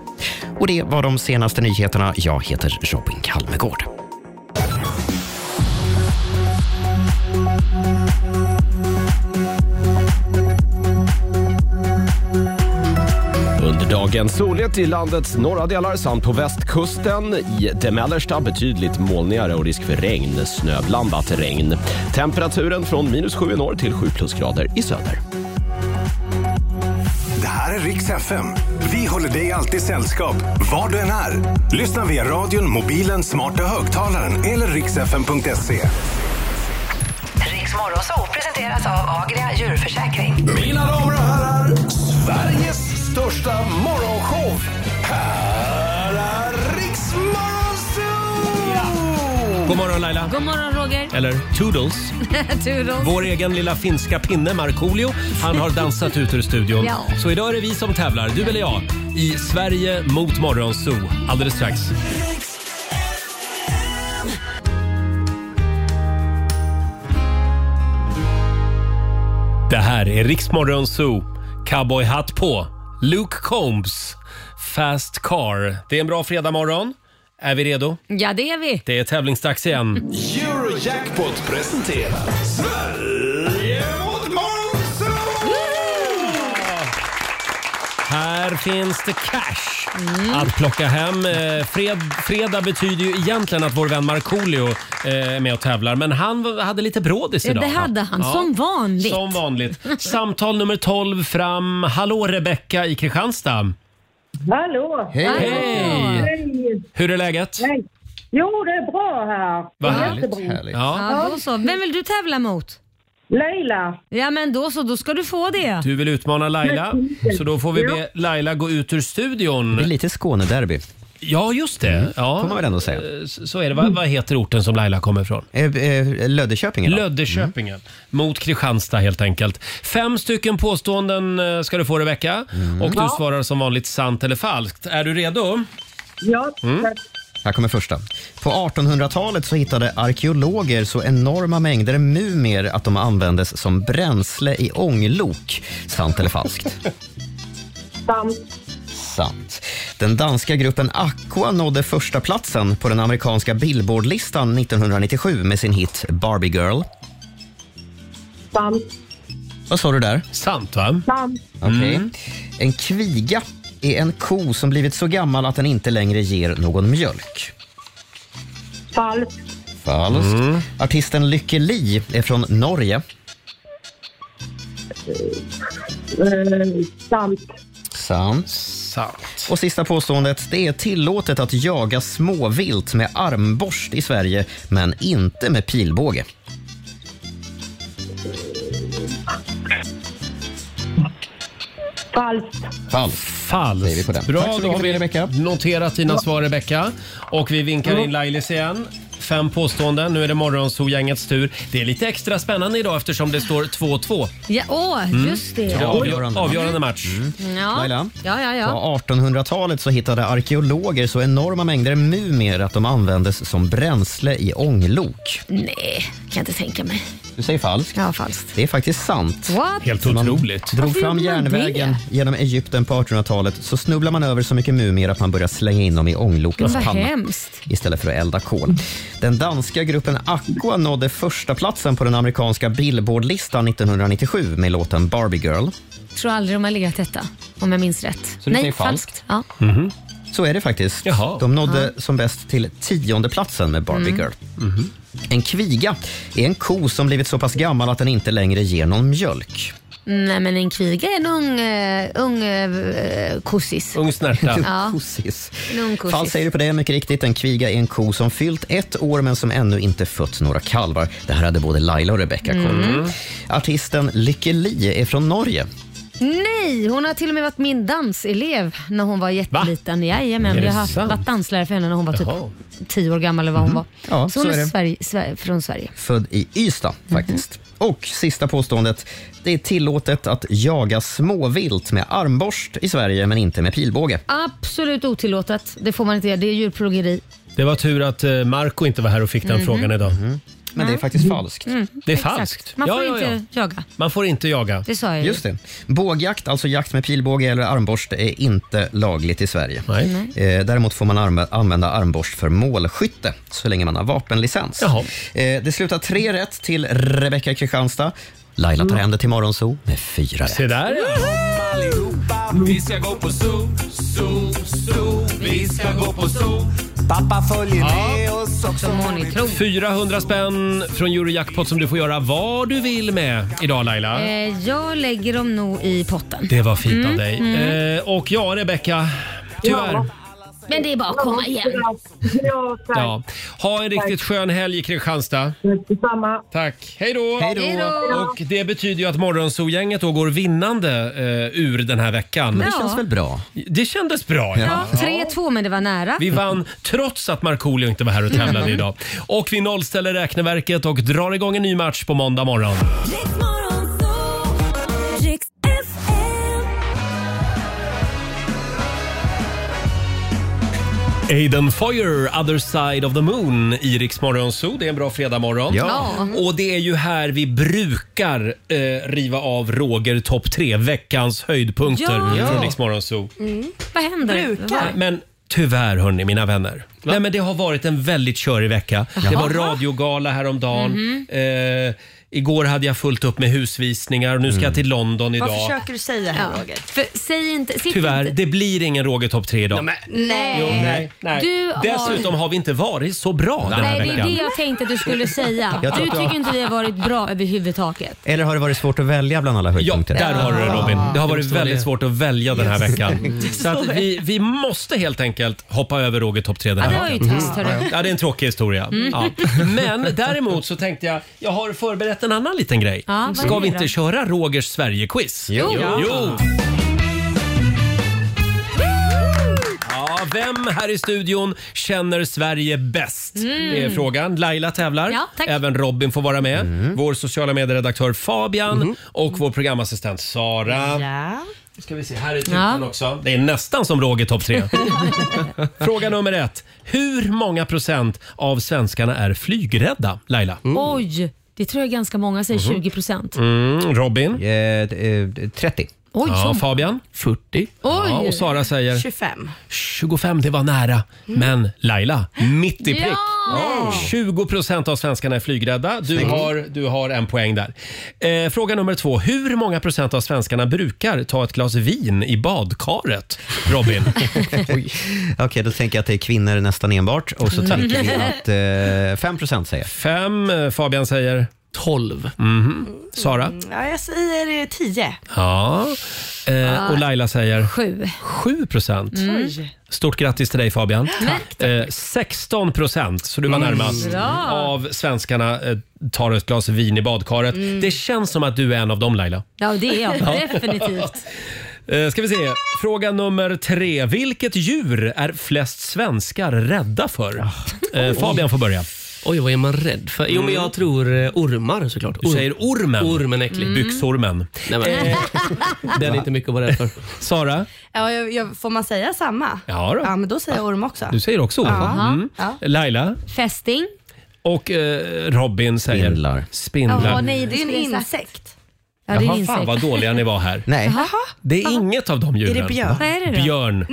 [SPEAKER 2] Och det var de senaste nyheterna. Jag heter Robin Kalmegård.
[SPEAKER 17] Under dagen soligt i landets norra delar samt på västkusten. I det mellersta betydligt molnigare och risk för regn, snöblandat regn. Temperaturen från minus 7 i norr till 7 plusgrader i söder.
[SPEAKER 19] Det här är Rix FM. Vi håller dig alltid sällskap, var du än är. Lyssna via radion, mobilen, smarta högtalaren eller rixfm.se.
[SPEAKER 13] Riks Morgonzoo presenteras av Agria djurförsäkring.
[SPEAKER 19] Mina damer och herrar, Sveriges största morgonshow. Här är Rix
[SPEAKER 1] God morgon Laila.
[SPEAKER 3] God morgon
[SPEAKER 1] [LAUGHS]
[SPEAKER 3] Roger.
[SPEAKER 1] Eller Toodles.
[SPEAKER 3] Tudor.
[SPEAKER 1] Vår egen lilla finska pinne Markoolio, han har dansat ut ur studion.
[SPEAKER 3] Ja.
[SPEAKER 1] Så idag är det vi som tävlar, du eller jag, i Sverige mot Morgonzoo alldeles strax. Det här är Riksmorgon Zoo. Cowboyhatt på. Luke Combs. Fast Car. Det är en bra fredagmorgon. Är vi redo?
[SPEAKER 3] Ja, det är vi.
[SPEAKER 1] Det är tävlingsdags igen.
[SPEAKER 19] Eurojackpot presenterar Sverige mot
[SPEAKER 1] Här finns det cash att plocka hem. Eh, Fred, fredag betyder ju egentligen att vår vän Markoolio eh, är med och tävlar, men han var- hade lite brådis
[SPEAKER 3] Ja,
[SPEAKER 1] idag.
[SPEAKER 3] det hade han. Som vanligt.
[SPEAKER 1] Som vanligt. Samtal nummer 12 fram. Hallå Rebecka i Kristianstad.
[SPEAKER 20] Hallå!
[SPEAKER 1] Hej.
[SPEAKER 20] Hallå.
[SPEAKER 1] Hej.
[SPEAKER 20] Hej.
[SPEAKER 1] Hur är läget?
[SPEAKER 20] Hej. Jo, det är bra här.
[SPEAKER 1] Vad
[SPEAKER 20] Det är
[SPEAKER 1] härligt.
[SPEAKER 20] jättebra.
[SPEAKER 1] härligt. Ja.
[SPEAKER 3] Ja, då så. Vem vill du tävla mot?
[SPEAKER 20] Leila.
[SPEAKER 3] Ja, men då så. Då ska du få det.
[SPEAKER 1] Du vill utmana Laila, så då får vi be Laila gå ut ur studion. Det är
[SPEAKER 2] lite Skånederby.
[SPEAKER 1] Ja, just det. Ja.
[SPEAKER 2] Mm. Får man väl ändå säga.
[SPEAKER 1] Eh, Så så är det. Vad, vad heter orten som Laila kommer ifrån?
[SPEAKER 2] Löddeköpingen.
[SPEAKER 1] Löddeköpingen. Mot Kristianstad helt enkelt. Fem stycken påståenden eh, ska du få Rebecka.
[SPEAKER 2] Mm.
[SPEAKER 1] Och du
[SPEAKER 20] Ja.
[SPEAKER 1] svarar som vanligt sant eller falskt. Är du redo?
[SPEAKER 20] Ja,
[SPEAKER 1] Mm.
[SPEAKER 20] tack.
[SPEAKER 2] Här kommer första. På 1800-talet så hittade arkeologer så enorma mängder mumier att de användes som bränsle i ånglok. Sant eller falskt?
[SPEAKER 20] sant.
[SPEAKER 2] Sant. Den danska gruppen Aqua nådde första platsen på den amerikanska Billboardlistan 1997 med sin hit Barbie Girl.
[SPEAKER 20] Sant.
[SPEAKER 2] Vad sa du där?
[SPEAKER 1] Sant, va?
[SPEAKER 20] Sant.
[SPEAKER 2] Okej. En kviga är en ko som blivit så gammal att den inte längre ger någon mjölk.
[SPEAKER 20] Falskt.
[SPEAKER 2] Falskt. Artisten Lykke Li är från Norge.
[SPEAKER 20] Eh, sant.
[SPEAKER 2] Sant. Och sista påståendet. Det är tillåtet att jaga småvilt med armborst i Sverige, men inte med pilbåge.
[SPEAKER 20] Falskt.
[SPEAKER 2] Falskt.
[SPEAKER 1] Falskt.
[SPEAKER 2] Säger vi på den.
[SPEAKER 1] Bra,
[SPEAKER 2] Tack så
[SPEAKER 1] då
[SPEAKER 2] mycket
[SPEAKER 1] har
[SPEAKER 2] för
[SPEAKER 1] vi
[SPEAKER 2] det, Rebecka.
[SPEAKER 1] noterat dina
[SPEAKER 2] Ja.
[SPEAKER 1] svar Rebecka. Och vi vinkar in Lailis igen. Fem påståenden. Nu är det Morgonzoo-gängets tur. Det är lite extra spännande idag eftersom det står 2-2.
[SPEAKER 3] Ja, åh,
[SPEAKER 1] Mm.
[SPEAKER 3] just det.
[SPEAKER 1] Så det är
[SPEAKER 2] Mm.
[SPEAKER 1] avgörande, avgörande match.
[SPEAKER 3] Ja.
[SPEAKER 2] Laila?
[SPEAKER 3] Ja, ja, ja.
[SPEAKER 2] På 1800-talet så hittade arkeologer så enorma mängder mumier att de användes som bränsle i ånglok.
[SPEAKER 3] Nej, kan jag inte tänka mig.
[SPEAKER 2] Du säger falskt.
[SPEAKER 3] Ja, falskt.
[SPEAKER 2] Det är faktiskt sant.
[SPEAKER 3] What? Helt otroligt.
[SPEAKER 2] Man drog
[SPEAKER 3] Varför
[SPEAKER 2] fram
[SPEAKER 3] gjorde man
[SPEAKER 2] järnvägen genom Egypten på 1800-talet så snubblade man över så mycket mumier att man började slänga in dem i ånglokens
[SPEAKER 3] Vad
[SPEAKER 2] panna
[SPEAKER 3] hemskt.
[SPEAKER 2] istället för att elda kol. Den danska gruppen Aqua nådde första platsen på den amerikanska Billboardlistan 1997 med låten Barbie Girl.
[SPEAKER 3] Tror aldrig de har legat detta, om jag minns rätt.
[SPEAKER 2] du
[SPEAKER 3] Nej,
[SPEAKER 2] säger falskt?
[SPEAKER 3] falskt. Ja.
[SPEAKER 2] Så är det faktiskt. De nådde som bäst till tionde platsen med Barbie
[SPEAKER 3] Mm.
[SPEAKER 2] Girl. En kviga är en ko som blivit så pass gammal att den inte längre ger någon mjölk.
[SPEAKER 3] Nej, men en kviga är en ung, eh, ung eh, kossis.
[SPEAKER 1] Ung
[SPEAKER 2] [LAUGHS]
[SPEAKER 3] Ja,
[SPEAKER 2] Typ Kossis.
[SPEAKER 3] en ung kossis.
[SPEAKER 2] Falskt säger du på det, mycket riktigt. En kviga är en ko som fyllt ett år men som ännu inte fött några kalvar. Det här hade både Laila och Rebecca koll på.
[SPEAKER 3] Mm.
[SPEAKER 2] Artisten Lykke Li är från Norge.
[SPEAKER 3] Nej, hon har till och med varit min danselev när hon var jätteliten. Jajamän,
[SPEAKER 2] Är det
[SPEAKER 3] jag har
[SPEAKER 2] sant? Mhm.
[SPEAKER 3] varit danslärare för henne när hon var typ tio år gammal eller vad hon var.
[SPEAKER 2] Ja,
[SPEAKER 3] så hon
[SPEAKER 2] så är
[SPEAKER 3] är,
[SPEAKER 2] det.
[SPEAKER 3] Sverige, Sverige, från Sverige.
[SPEAKER 2] Född i Ystad
[SPEAKER 3] Mhm.
[SPEAKER 2] faktiskt. Och sista påståendet. Det är tillåtet att jaga småvilt med armborst i Sverige men inte med pilbåge.
[SPEAKER 3] Absolut otillåtet. Det får man inte göra. Det är djurplågeri.
[SPEAKER 1] Det var tur att eh, Marco inte var här och fick den
[SPEAKER 3] Mhm.
[SPEAKER 1] frågan idag.
[SPEAKER 2] men det är faktiskt falskt.
[SPEAKER 3] Mm,
[SPEAKER 2] Det är
[SPEAKER 3] exakt.
[SPEAKER 2] falskt.
[SPEAKER 3] Man
[SPEAKER 2] Ja,
[SPEAKER 3] får
[SPEAKER 2] ja,
[SPEAKER 3] inte
[SPEAKER 2] ja.
[SPEAKER 3] jaga.
[SPEAKER 1] Man får inte jaga.
[SPEAKER 3] Det sa jag ju.
[SPEAKER 2] Just det. Bågjakt, alltså jakt med pilbåge eller armborst, är inte lagligt i Sverige.
[SPEAKER 3] Nej.
[SPEAKER 2] Eh, däremot får man arm- använda armborst för målskytte så länge man har vapenlicens. Eh, det slutar tre rätt till Rebecca Kristianstad. Laila tar hem det till Morgonzoo med fyra rätt.
[SPEAKER 1] Se där
[SPEAKER 12] Allihopa, vi ska gå på zoo, zoo, zoo. Vi ska gå på zoo. Pappa följer med oss också. Som hon är
[SPEAKER 1] 400 spänn från Eurojackpot som du får göra vad du vill med idag Laila.
[SPEAKER 3] Eh, jag lägger dem nog i potten.
[SPEAKER 1] Det var fint av
[SPEAKER 3] Mm,
[SPEAKER 1] dig.
[SPEAKER 3] mm.
[SPEAKER 1] Eh, och ja, Rebecka. Tyvärr.
[SPEAKER 3] Men det är bara att komma igen.
[SPEAKER 20] Ja, tack.
[SPEAKER 1] Ja. Ha en riktigt skön helg i Kristianstad.
[SPEAKER 20] Detsamma.
[SPEAKER 1] Tack. Hej då!
[SPEAKER 20] Hej då. Hej då.
[SPEAKER 1] Och det betyder ju att Morgonzoo-gänget då går vinnande eh, ur den här veckan.
[SPEAKER 3] Men det Ja. känns väl
[SPEAKER 2] bra?
[SPEAKER 1] Det kändes bra.
[SPEAKER 3] Ja, 3-2 men det var nära.
[SPEAKER 1] Vi vann trots att Markoolio inte var här och tävlade
[SPEAKER 3] Mm.
[SPEAKER 1] idag. Och vi nollställer räkneverket och drar igång en ny match på måndag morgon. Aiden Foyer, Other Side of the Moon i Rix Morgon Zoo. Det är en bra fredagmorgon.
[SPEAKER 12] Ja.
[SPEAKER 1] Och det är ju här vi brukar eh, riva av Roger topp tre, veckans höjdpunkter
[SPEAKER 3] Ja.
[SPEAKER 1] från Rix Morgon Zoo.
[SPEAKER 3] Mm. Vad händer?
[SPEAKER 1] Nej, Men tyvärr hörni, mina vänner. Nej, men det har varit en väldigt körig vecka. Det
[SPEAKER 12] Jaha.
[SPEAKER 1] var radiogala häromdagen.
[SPEAKER 3] Mhm.
[SPEAKER 1] Eh, igår hade jag fullt upp med husvisningar och nu
[SPEAKER 3] Mm.
[SPEAKER 1] ska jag till London idag.
[SPEAKER 8] Vad försöker du säga här Roger?
[SPEAKER 3] För, säg inte... sitt
[SPEAKER 1] Tyvärr,
[SPEAKER 3] inte-
[SPEAKER 1] det blir ingen Roger topp tre idag.
[SPEAKER 3] Nej.
[SPEAKER 1] Jo, nej, nej.
[SPEAKER 3] Du har...
[SPEAKER 1] Dessutom har vi inte varit så bra den här
[SPEAKER 3] Nej, det är
[SPEAKER 1] veckan.
[SPEAKER 3] det jag tänkte att du skulle säga.
[SPEAKER 2] Jag
[SPEAKER 3] Du
[SPEAKER 2] tror att jag-
[SPEAKER 3] tycker inte vi har varit bra överhuvudtaget.
[SPEAKER 2] Eller har det varit svårt att välja bland alla höjdpunkter?
[SPEAKER 1] Där har du det Robin. Det har varit väldigt svårt att välja den här
[SPEAKER 3] [LAUGHS]
[SPEAKER 2] Yes.
[SPEAKER 1] veckan. Så att vi, vi måste helt enkelt hoppa över Roger topp tre den
[SPEAKER 12] Ja,
[SPEAKER 1] här
[SPEAKER 12] det var ju
[SPEAKER 1] veckan.
[SPEAKER 12] trist, hörru.
[SPEAKER 1] Ja, Mm. det är en tråkig historia.
[SPEAKER 12] Mm.
[SPEAKER 1] Ja. [LAUGHS] Men däremot så tänkte jag, jag har förberett en annan liten grej.
[SPEAKER 12] Ja, vad är
[SPEAKER 1] Ska
[SPEAKER 12] det
[SPEAKER 1] vi inte
[SPEAKER 12] då?
[SPEAKER 1] köra Rogers Sverige-quiz?
[SPEAKER 12] Jo. Jo.
[SPEAKER 1] jo. Ja, vem här i studion känner Sverige bäst?
[SPEAKER 12] Mm.
[SPEAKER 1] Det är frågan. Laila tävlar.
[SPEAKER 12] Ja, tack.
[SPEAKER 1] Även Robin får vara med. Vår sociala medieredaktör Fabian och vår programassistent Sara.
[SPEAKER 8] Ja.
[SPEAKER 1] Ska vi se, här är tutan också. Det är nästan som Roger topp [LAUGHS] tre. Fråga nummer ett. Hur många procent av svenskarna är flygrädda, Laila?
[SPEAKER 3] Oj, det tror jag ganska många säger,
[SPEAKER 1] Mhm.
[SPEAKER 3] 20 procent.
[SPEAKER 1] Mm, Robin?
[SPEAKER 2] Eh, 30.
[SPEAKER 3] Oj,
[SPEAKER 1] ja,
[SPEAKER 3] så-
[SPEAKER 1] Fabian? 40. Ja, och Sara säger?
[SPEAKER 8] 25.
[SPEAKER 1] 25, det var nära. Men Laila, mitt i prick.
[SPEAKER 12] Ja!
[SPEAKER 1] 20 procent av svenskarna är flygrädda. Du
[SPEAKER 12] Snyggt.
[SPEAKER 1] har, du har en poäng där. Eh, fråga nummer två. Hur många procent av svenskarna brukar ta ett glas vin i badkaret? [LAUGHS] Robin?
[SPEAKER 2] Oj. Okej, då tänker jag att det är kvinnor nästan enbart och så
[SPEAKER 1] Mm.
[SPEAKER 2] tänker vi att eh, 5% säger.
[SPEAKER 1] 5, eh, Fabian säger? 12. Sara?
[SPEAKER 8] Mm, Ja, jag säger eh, 10.
[SPEAKER 1] Ja. Eh, och Laila säger?
[SPEAKER 3] Sju.
[SPEAKER 1] 7 procent.
[SPEAKER 8] Mm. Oj.
[SPEAKER 1] Stort grattis till dig Fabian. Eh, 16 procent, så du var
[SPEAKER 12] Mm.
[SPEAKER 1] närmast,
[SPEAKER 12] Bra.
[SPEAKER 1] av svenskarna eh, tar ett glas vin i badkaret.
[SPEAKER 8] Mm.
[SPEAKER 1] Det känns som att du är en av dem Laila.
[SPEAKER 3] Ja, det är jag.
[SPEAKER 1] Ja.
[SPEAKER 3] Definitivt.
[SPEAKER 1] Eh, ska vi se. Fråga nummer tre. Vilket djur är flest svenskar rädda för?
[SPEAKER 8] Ah.
[SPEAKER 1] Eh, Fabian får börja.
[SPEAKER 14] Oj, vad är man rädd för? Jo, men jag tror eh, ormar såklart.
[SPEAKER 1] Du säger ormen.
[SPEAKER 14] Ormen är äcklig.
[SPEAKER 1] Mm. Byxormen. Eh,
[SPEAKER 14] Nej, men, [LAUGHS] den är inte mycket att vara rädd för.
[SPEAKER 1] Sara?
[SPEAKER 8] Ja, jag, jag, får man säga samma?
[SPEAKER 1] Ja då.
[SPEAKER 8] Ja, men då säger jag orm också.
[SPEAKER 1] Du säger också orm.
[SPEAKER 8] Ja.
[SPEAKER 1] Mm.
[SPEAKER 8] Ja.
[SPEAKER 1] Laila?
[SPEAKER 3] Fästing?
[SPEAKER 1] Och eh, Robin säger? Spindlar. Spindlar.
[SPEAKER 3] Jaha, nej,
[SPEAKER 8] Det är en insekt.
[SPEAKER 3] Ja, det är
[SPEAKER 1] Jaha,
[SPEAKER 3] insekt.
[SPEAKER 1] fan vad dåliga ni var
[SPEAKER 3] [LAUGHS]
[SPEAKER 1] här.
[SPEAKER 2] Nej.
[SPEAKER 8] Jaha.
[SPEAKER 1] Det är inget av de djuren.
[SPEAKER 8] Är det björn?
[SPEAKER 3] Vad är det Mm. då?
[SPEAKER 1] Björn.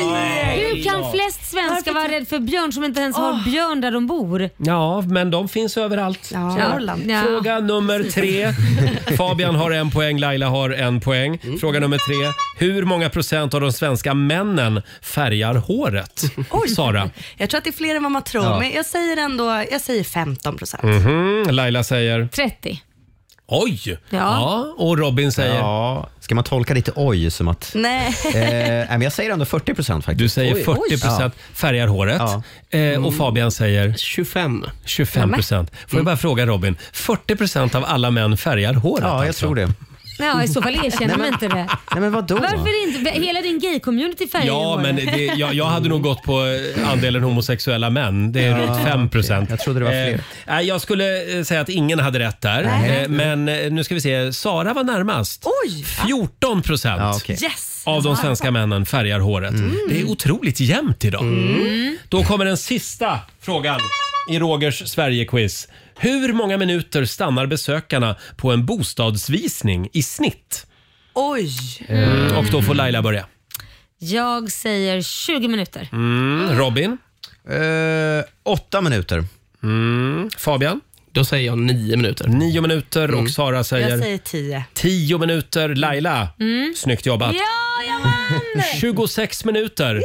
[SPEAKER 3] Hur kan flest svenskar vara rädda för björn som inte ens har björn där de bor?
[SPEAKER 1] Ja, men de finns överallt.
[SPEAKER 3] Ja.
[SPEAKER 1] Fråga nummer
[SPEAKER 3] [LAUGHS]
[SPEAKER 1] tre. Fabian har en poäng, Laila har en poäng.
[SPEAKER 14] Mm.
[SPEAKER 1] Fråga nummer tre. Hur många procent av de svenska männen färgar håret? Sara?
[SPEAKER 8] Jag tror att det är fler än vad man tror,
[SPEAKER 1] Ja.
[SPEAKER 8] men jag säger ändå jag säger 15 procent.
[SPEAKER 1] Mhm, Laila säger?
[SPEAKER 3] 30.
[SPEAKER 1] Oj! Ja. och Robin säger?
[SPEAKER 2] Ja. Ska man tolka lite oj som att...
[SPEAKER 8] Nej.
[SPEAKER 2] Eh, nej, men jag säger ändå 40% faktiskt.
[SPEAKER 1] Du säger 40% färgar håret eh,
[SPEAKER 2] Mm.
[SPEAKER 1] och Fabian säger? 25. 25 procent. Får jag bara fråga Robin, 40 procent av alla män färgar håret? alltså? Ja, jag tror det.
[SPEAKER 3] Ja, i så fall erkänner man inte det.
[SPEAKER 2] Nej, men vadå?
[SPEAKER 3] Varför inte? Hela din gay-community färgar
[SPEAKER 1] Ja, men det, jag, jag hade nog gått på eh, andelen homosexuella män. Det är
[SPEAKER 2] Ja,
[SPEAKER 1] runt 5 procent. Eh,
[SPEAKER 2] Jag trodde det var fler.
[SPEAKER 1] nej, jag skulle eh, säga att ingen hade rätt där.
[SPEAKER 2] Nej.
[SPEAKER 1] Eh, men eh, nu ska vi se. Sara var närmast.
[SPEAKER 8] Oj!
[SPEAKER 1] 14 procent
[SPEAKER 8] Yes!
[SPEAKER 1] av de svenska männen färgar håret. Det är otroligt jämnt idag. Då kommer den sista frågan. i Rogers Sverige-quiz. Hur många minuter stannar besökarna på en bostadsvisning i snitt?
[SPEAKER 3] Oj!
[SPEAKER 1] Mm. Och då får Laila börja.
[SPEAKER 3] Jag säger 20 minuter.
[SPEAKER 1] Mm. Robin? åtta minuter. Mm. Fabian? Då säger jag nio minuter. Nio minuter och Sara säger?
[SPEAKER 8] Jag säger 10.
[SPEAKER 1] Tio minuter. Laila,
[SPEAKER 8] Mm.
[SPEAKER 1] snyggt jobbat.
[SPEAKER 3] Ja,
[SPEAKER 1] [LAUGHS]
[SPEAKER 3] jag vann!
[SPEAKER 1] 26 minuter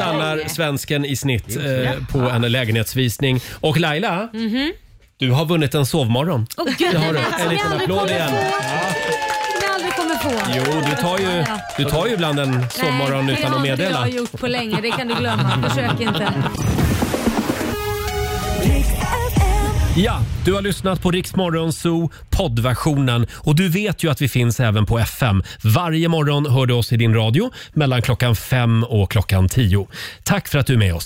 [SPEAKER 1] stannar svensken i snitt eh, på en lägenhetsvisning. Och Laila,
[SPEAKER 3] Mhm.
[SPEAKER 1] du har vunnit en sovmorgon.
[SPEAKER 3] Åh gud,
[SPEAKER 1] det har du.
[SPEAKER 3] den här
[SPEAKER 1] En
[SPEAKER 3] som
[SPEAKER 1] liten
[SPEAKER 3] jag aldrig
[SPEAKER 1] applåd
[SPEAKER 3] kommer
[SPEAKER 1] igen.
[SPEAKER 3] få. Som jag aldrig kommer få.
[SPEAKER 1] Jo, du tar ju, du tar ju ibland en sovmorgon
[SPEAKER 3] Nej,
[SPEAKER 1] utan att
[SPEAKER 3] Det har
[SPEAKER 1] meddela.
[SPEAKER 3] inte jag gjort på länge, det kan du glömma. Försök inte.
[SPEAKER 1] Ja, du har lyssnat på Rix Morgon Zoo poddversionen och du vet ju att vi finns även på FM. Varje morgon hör du oss i din radio mellan klockan fem och klockan tio. Tack för att du är med oss.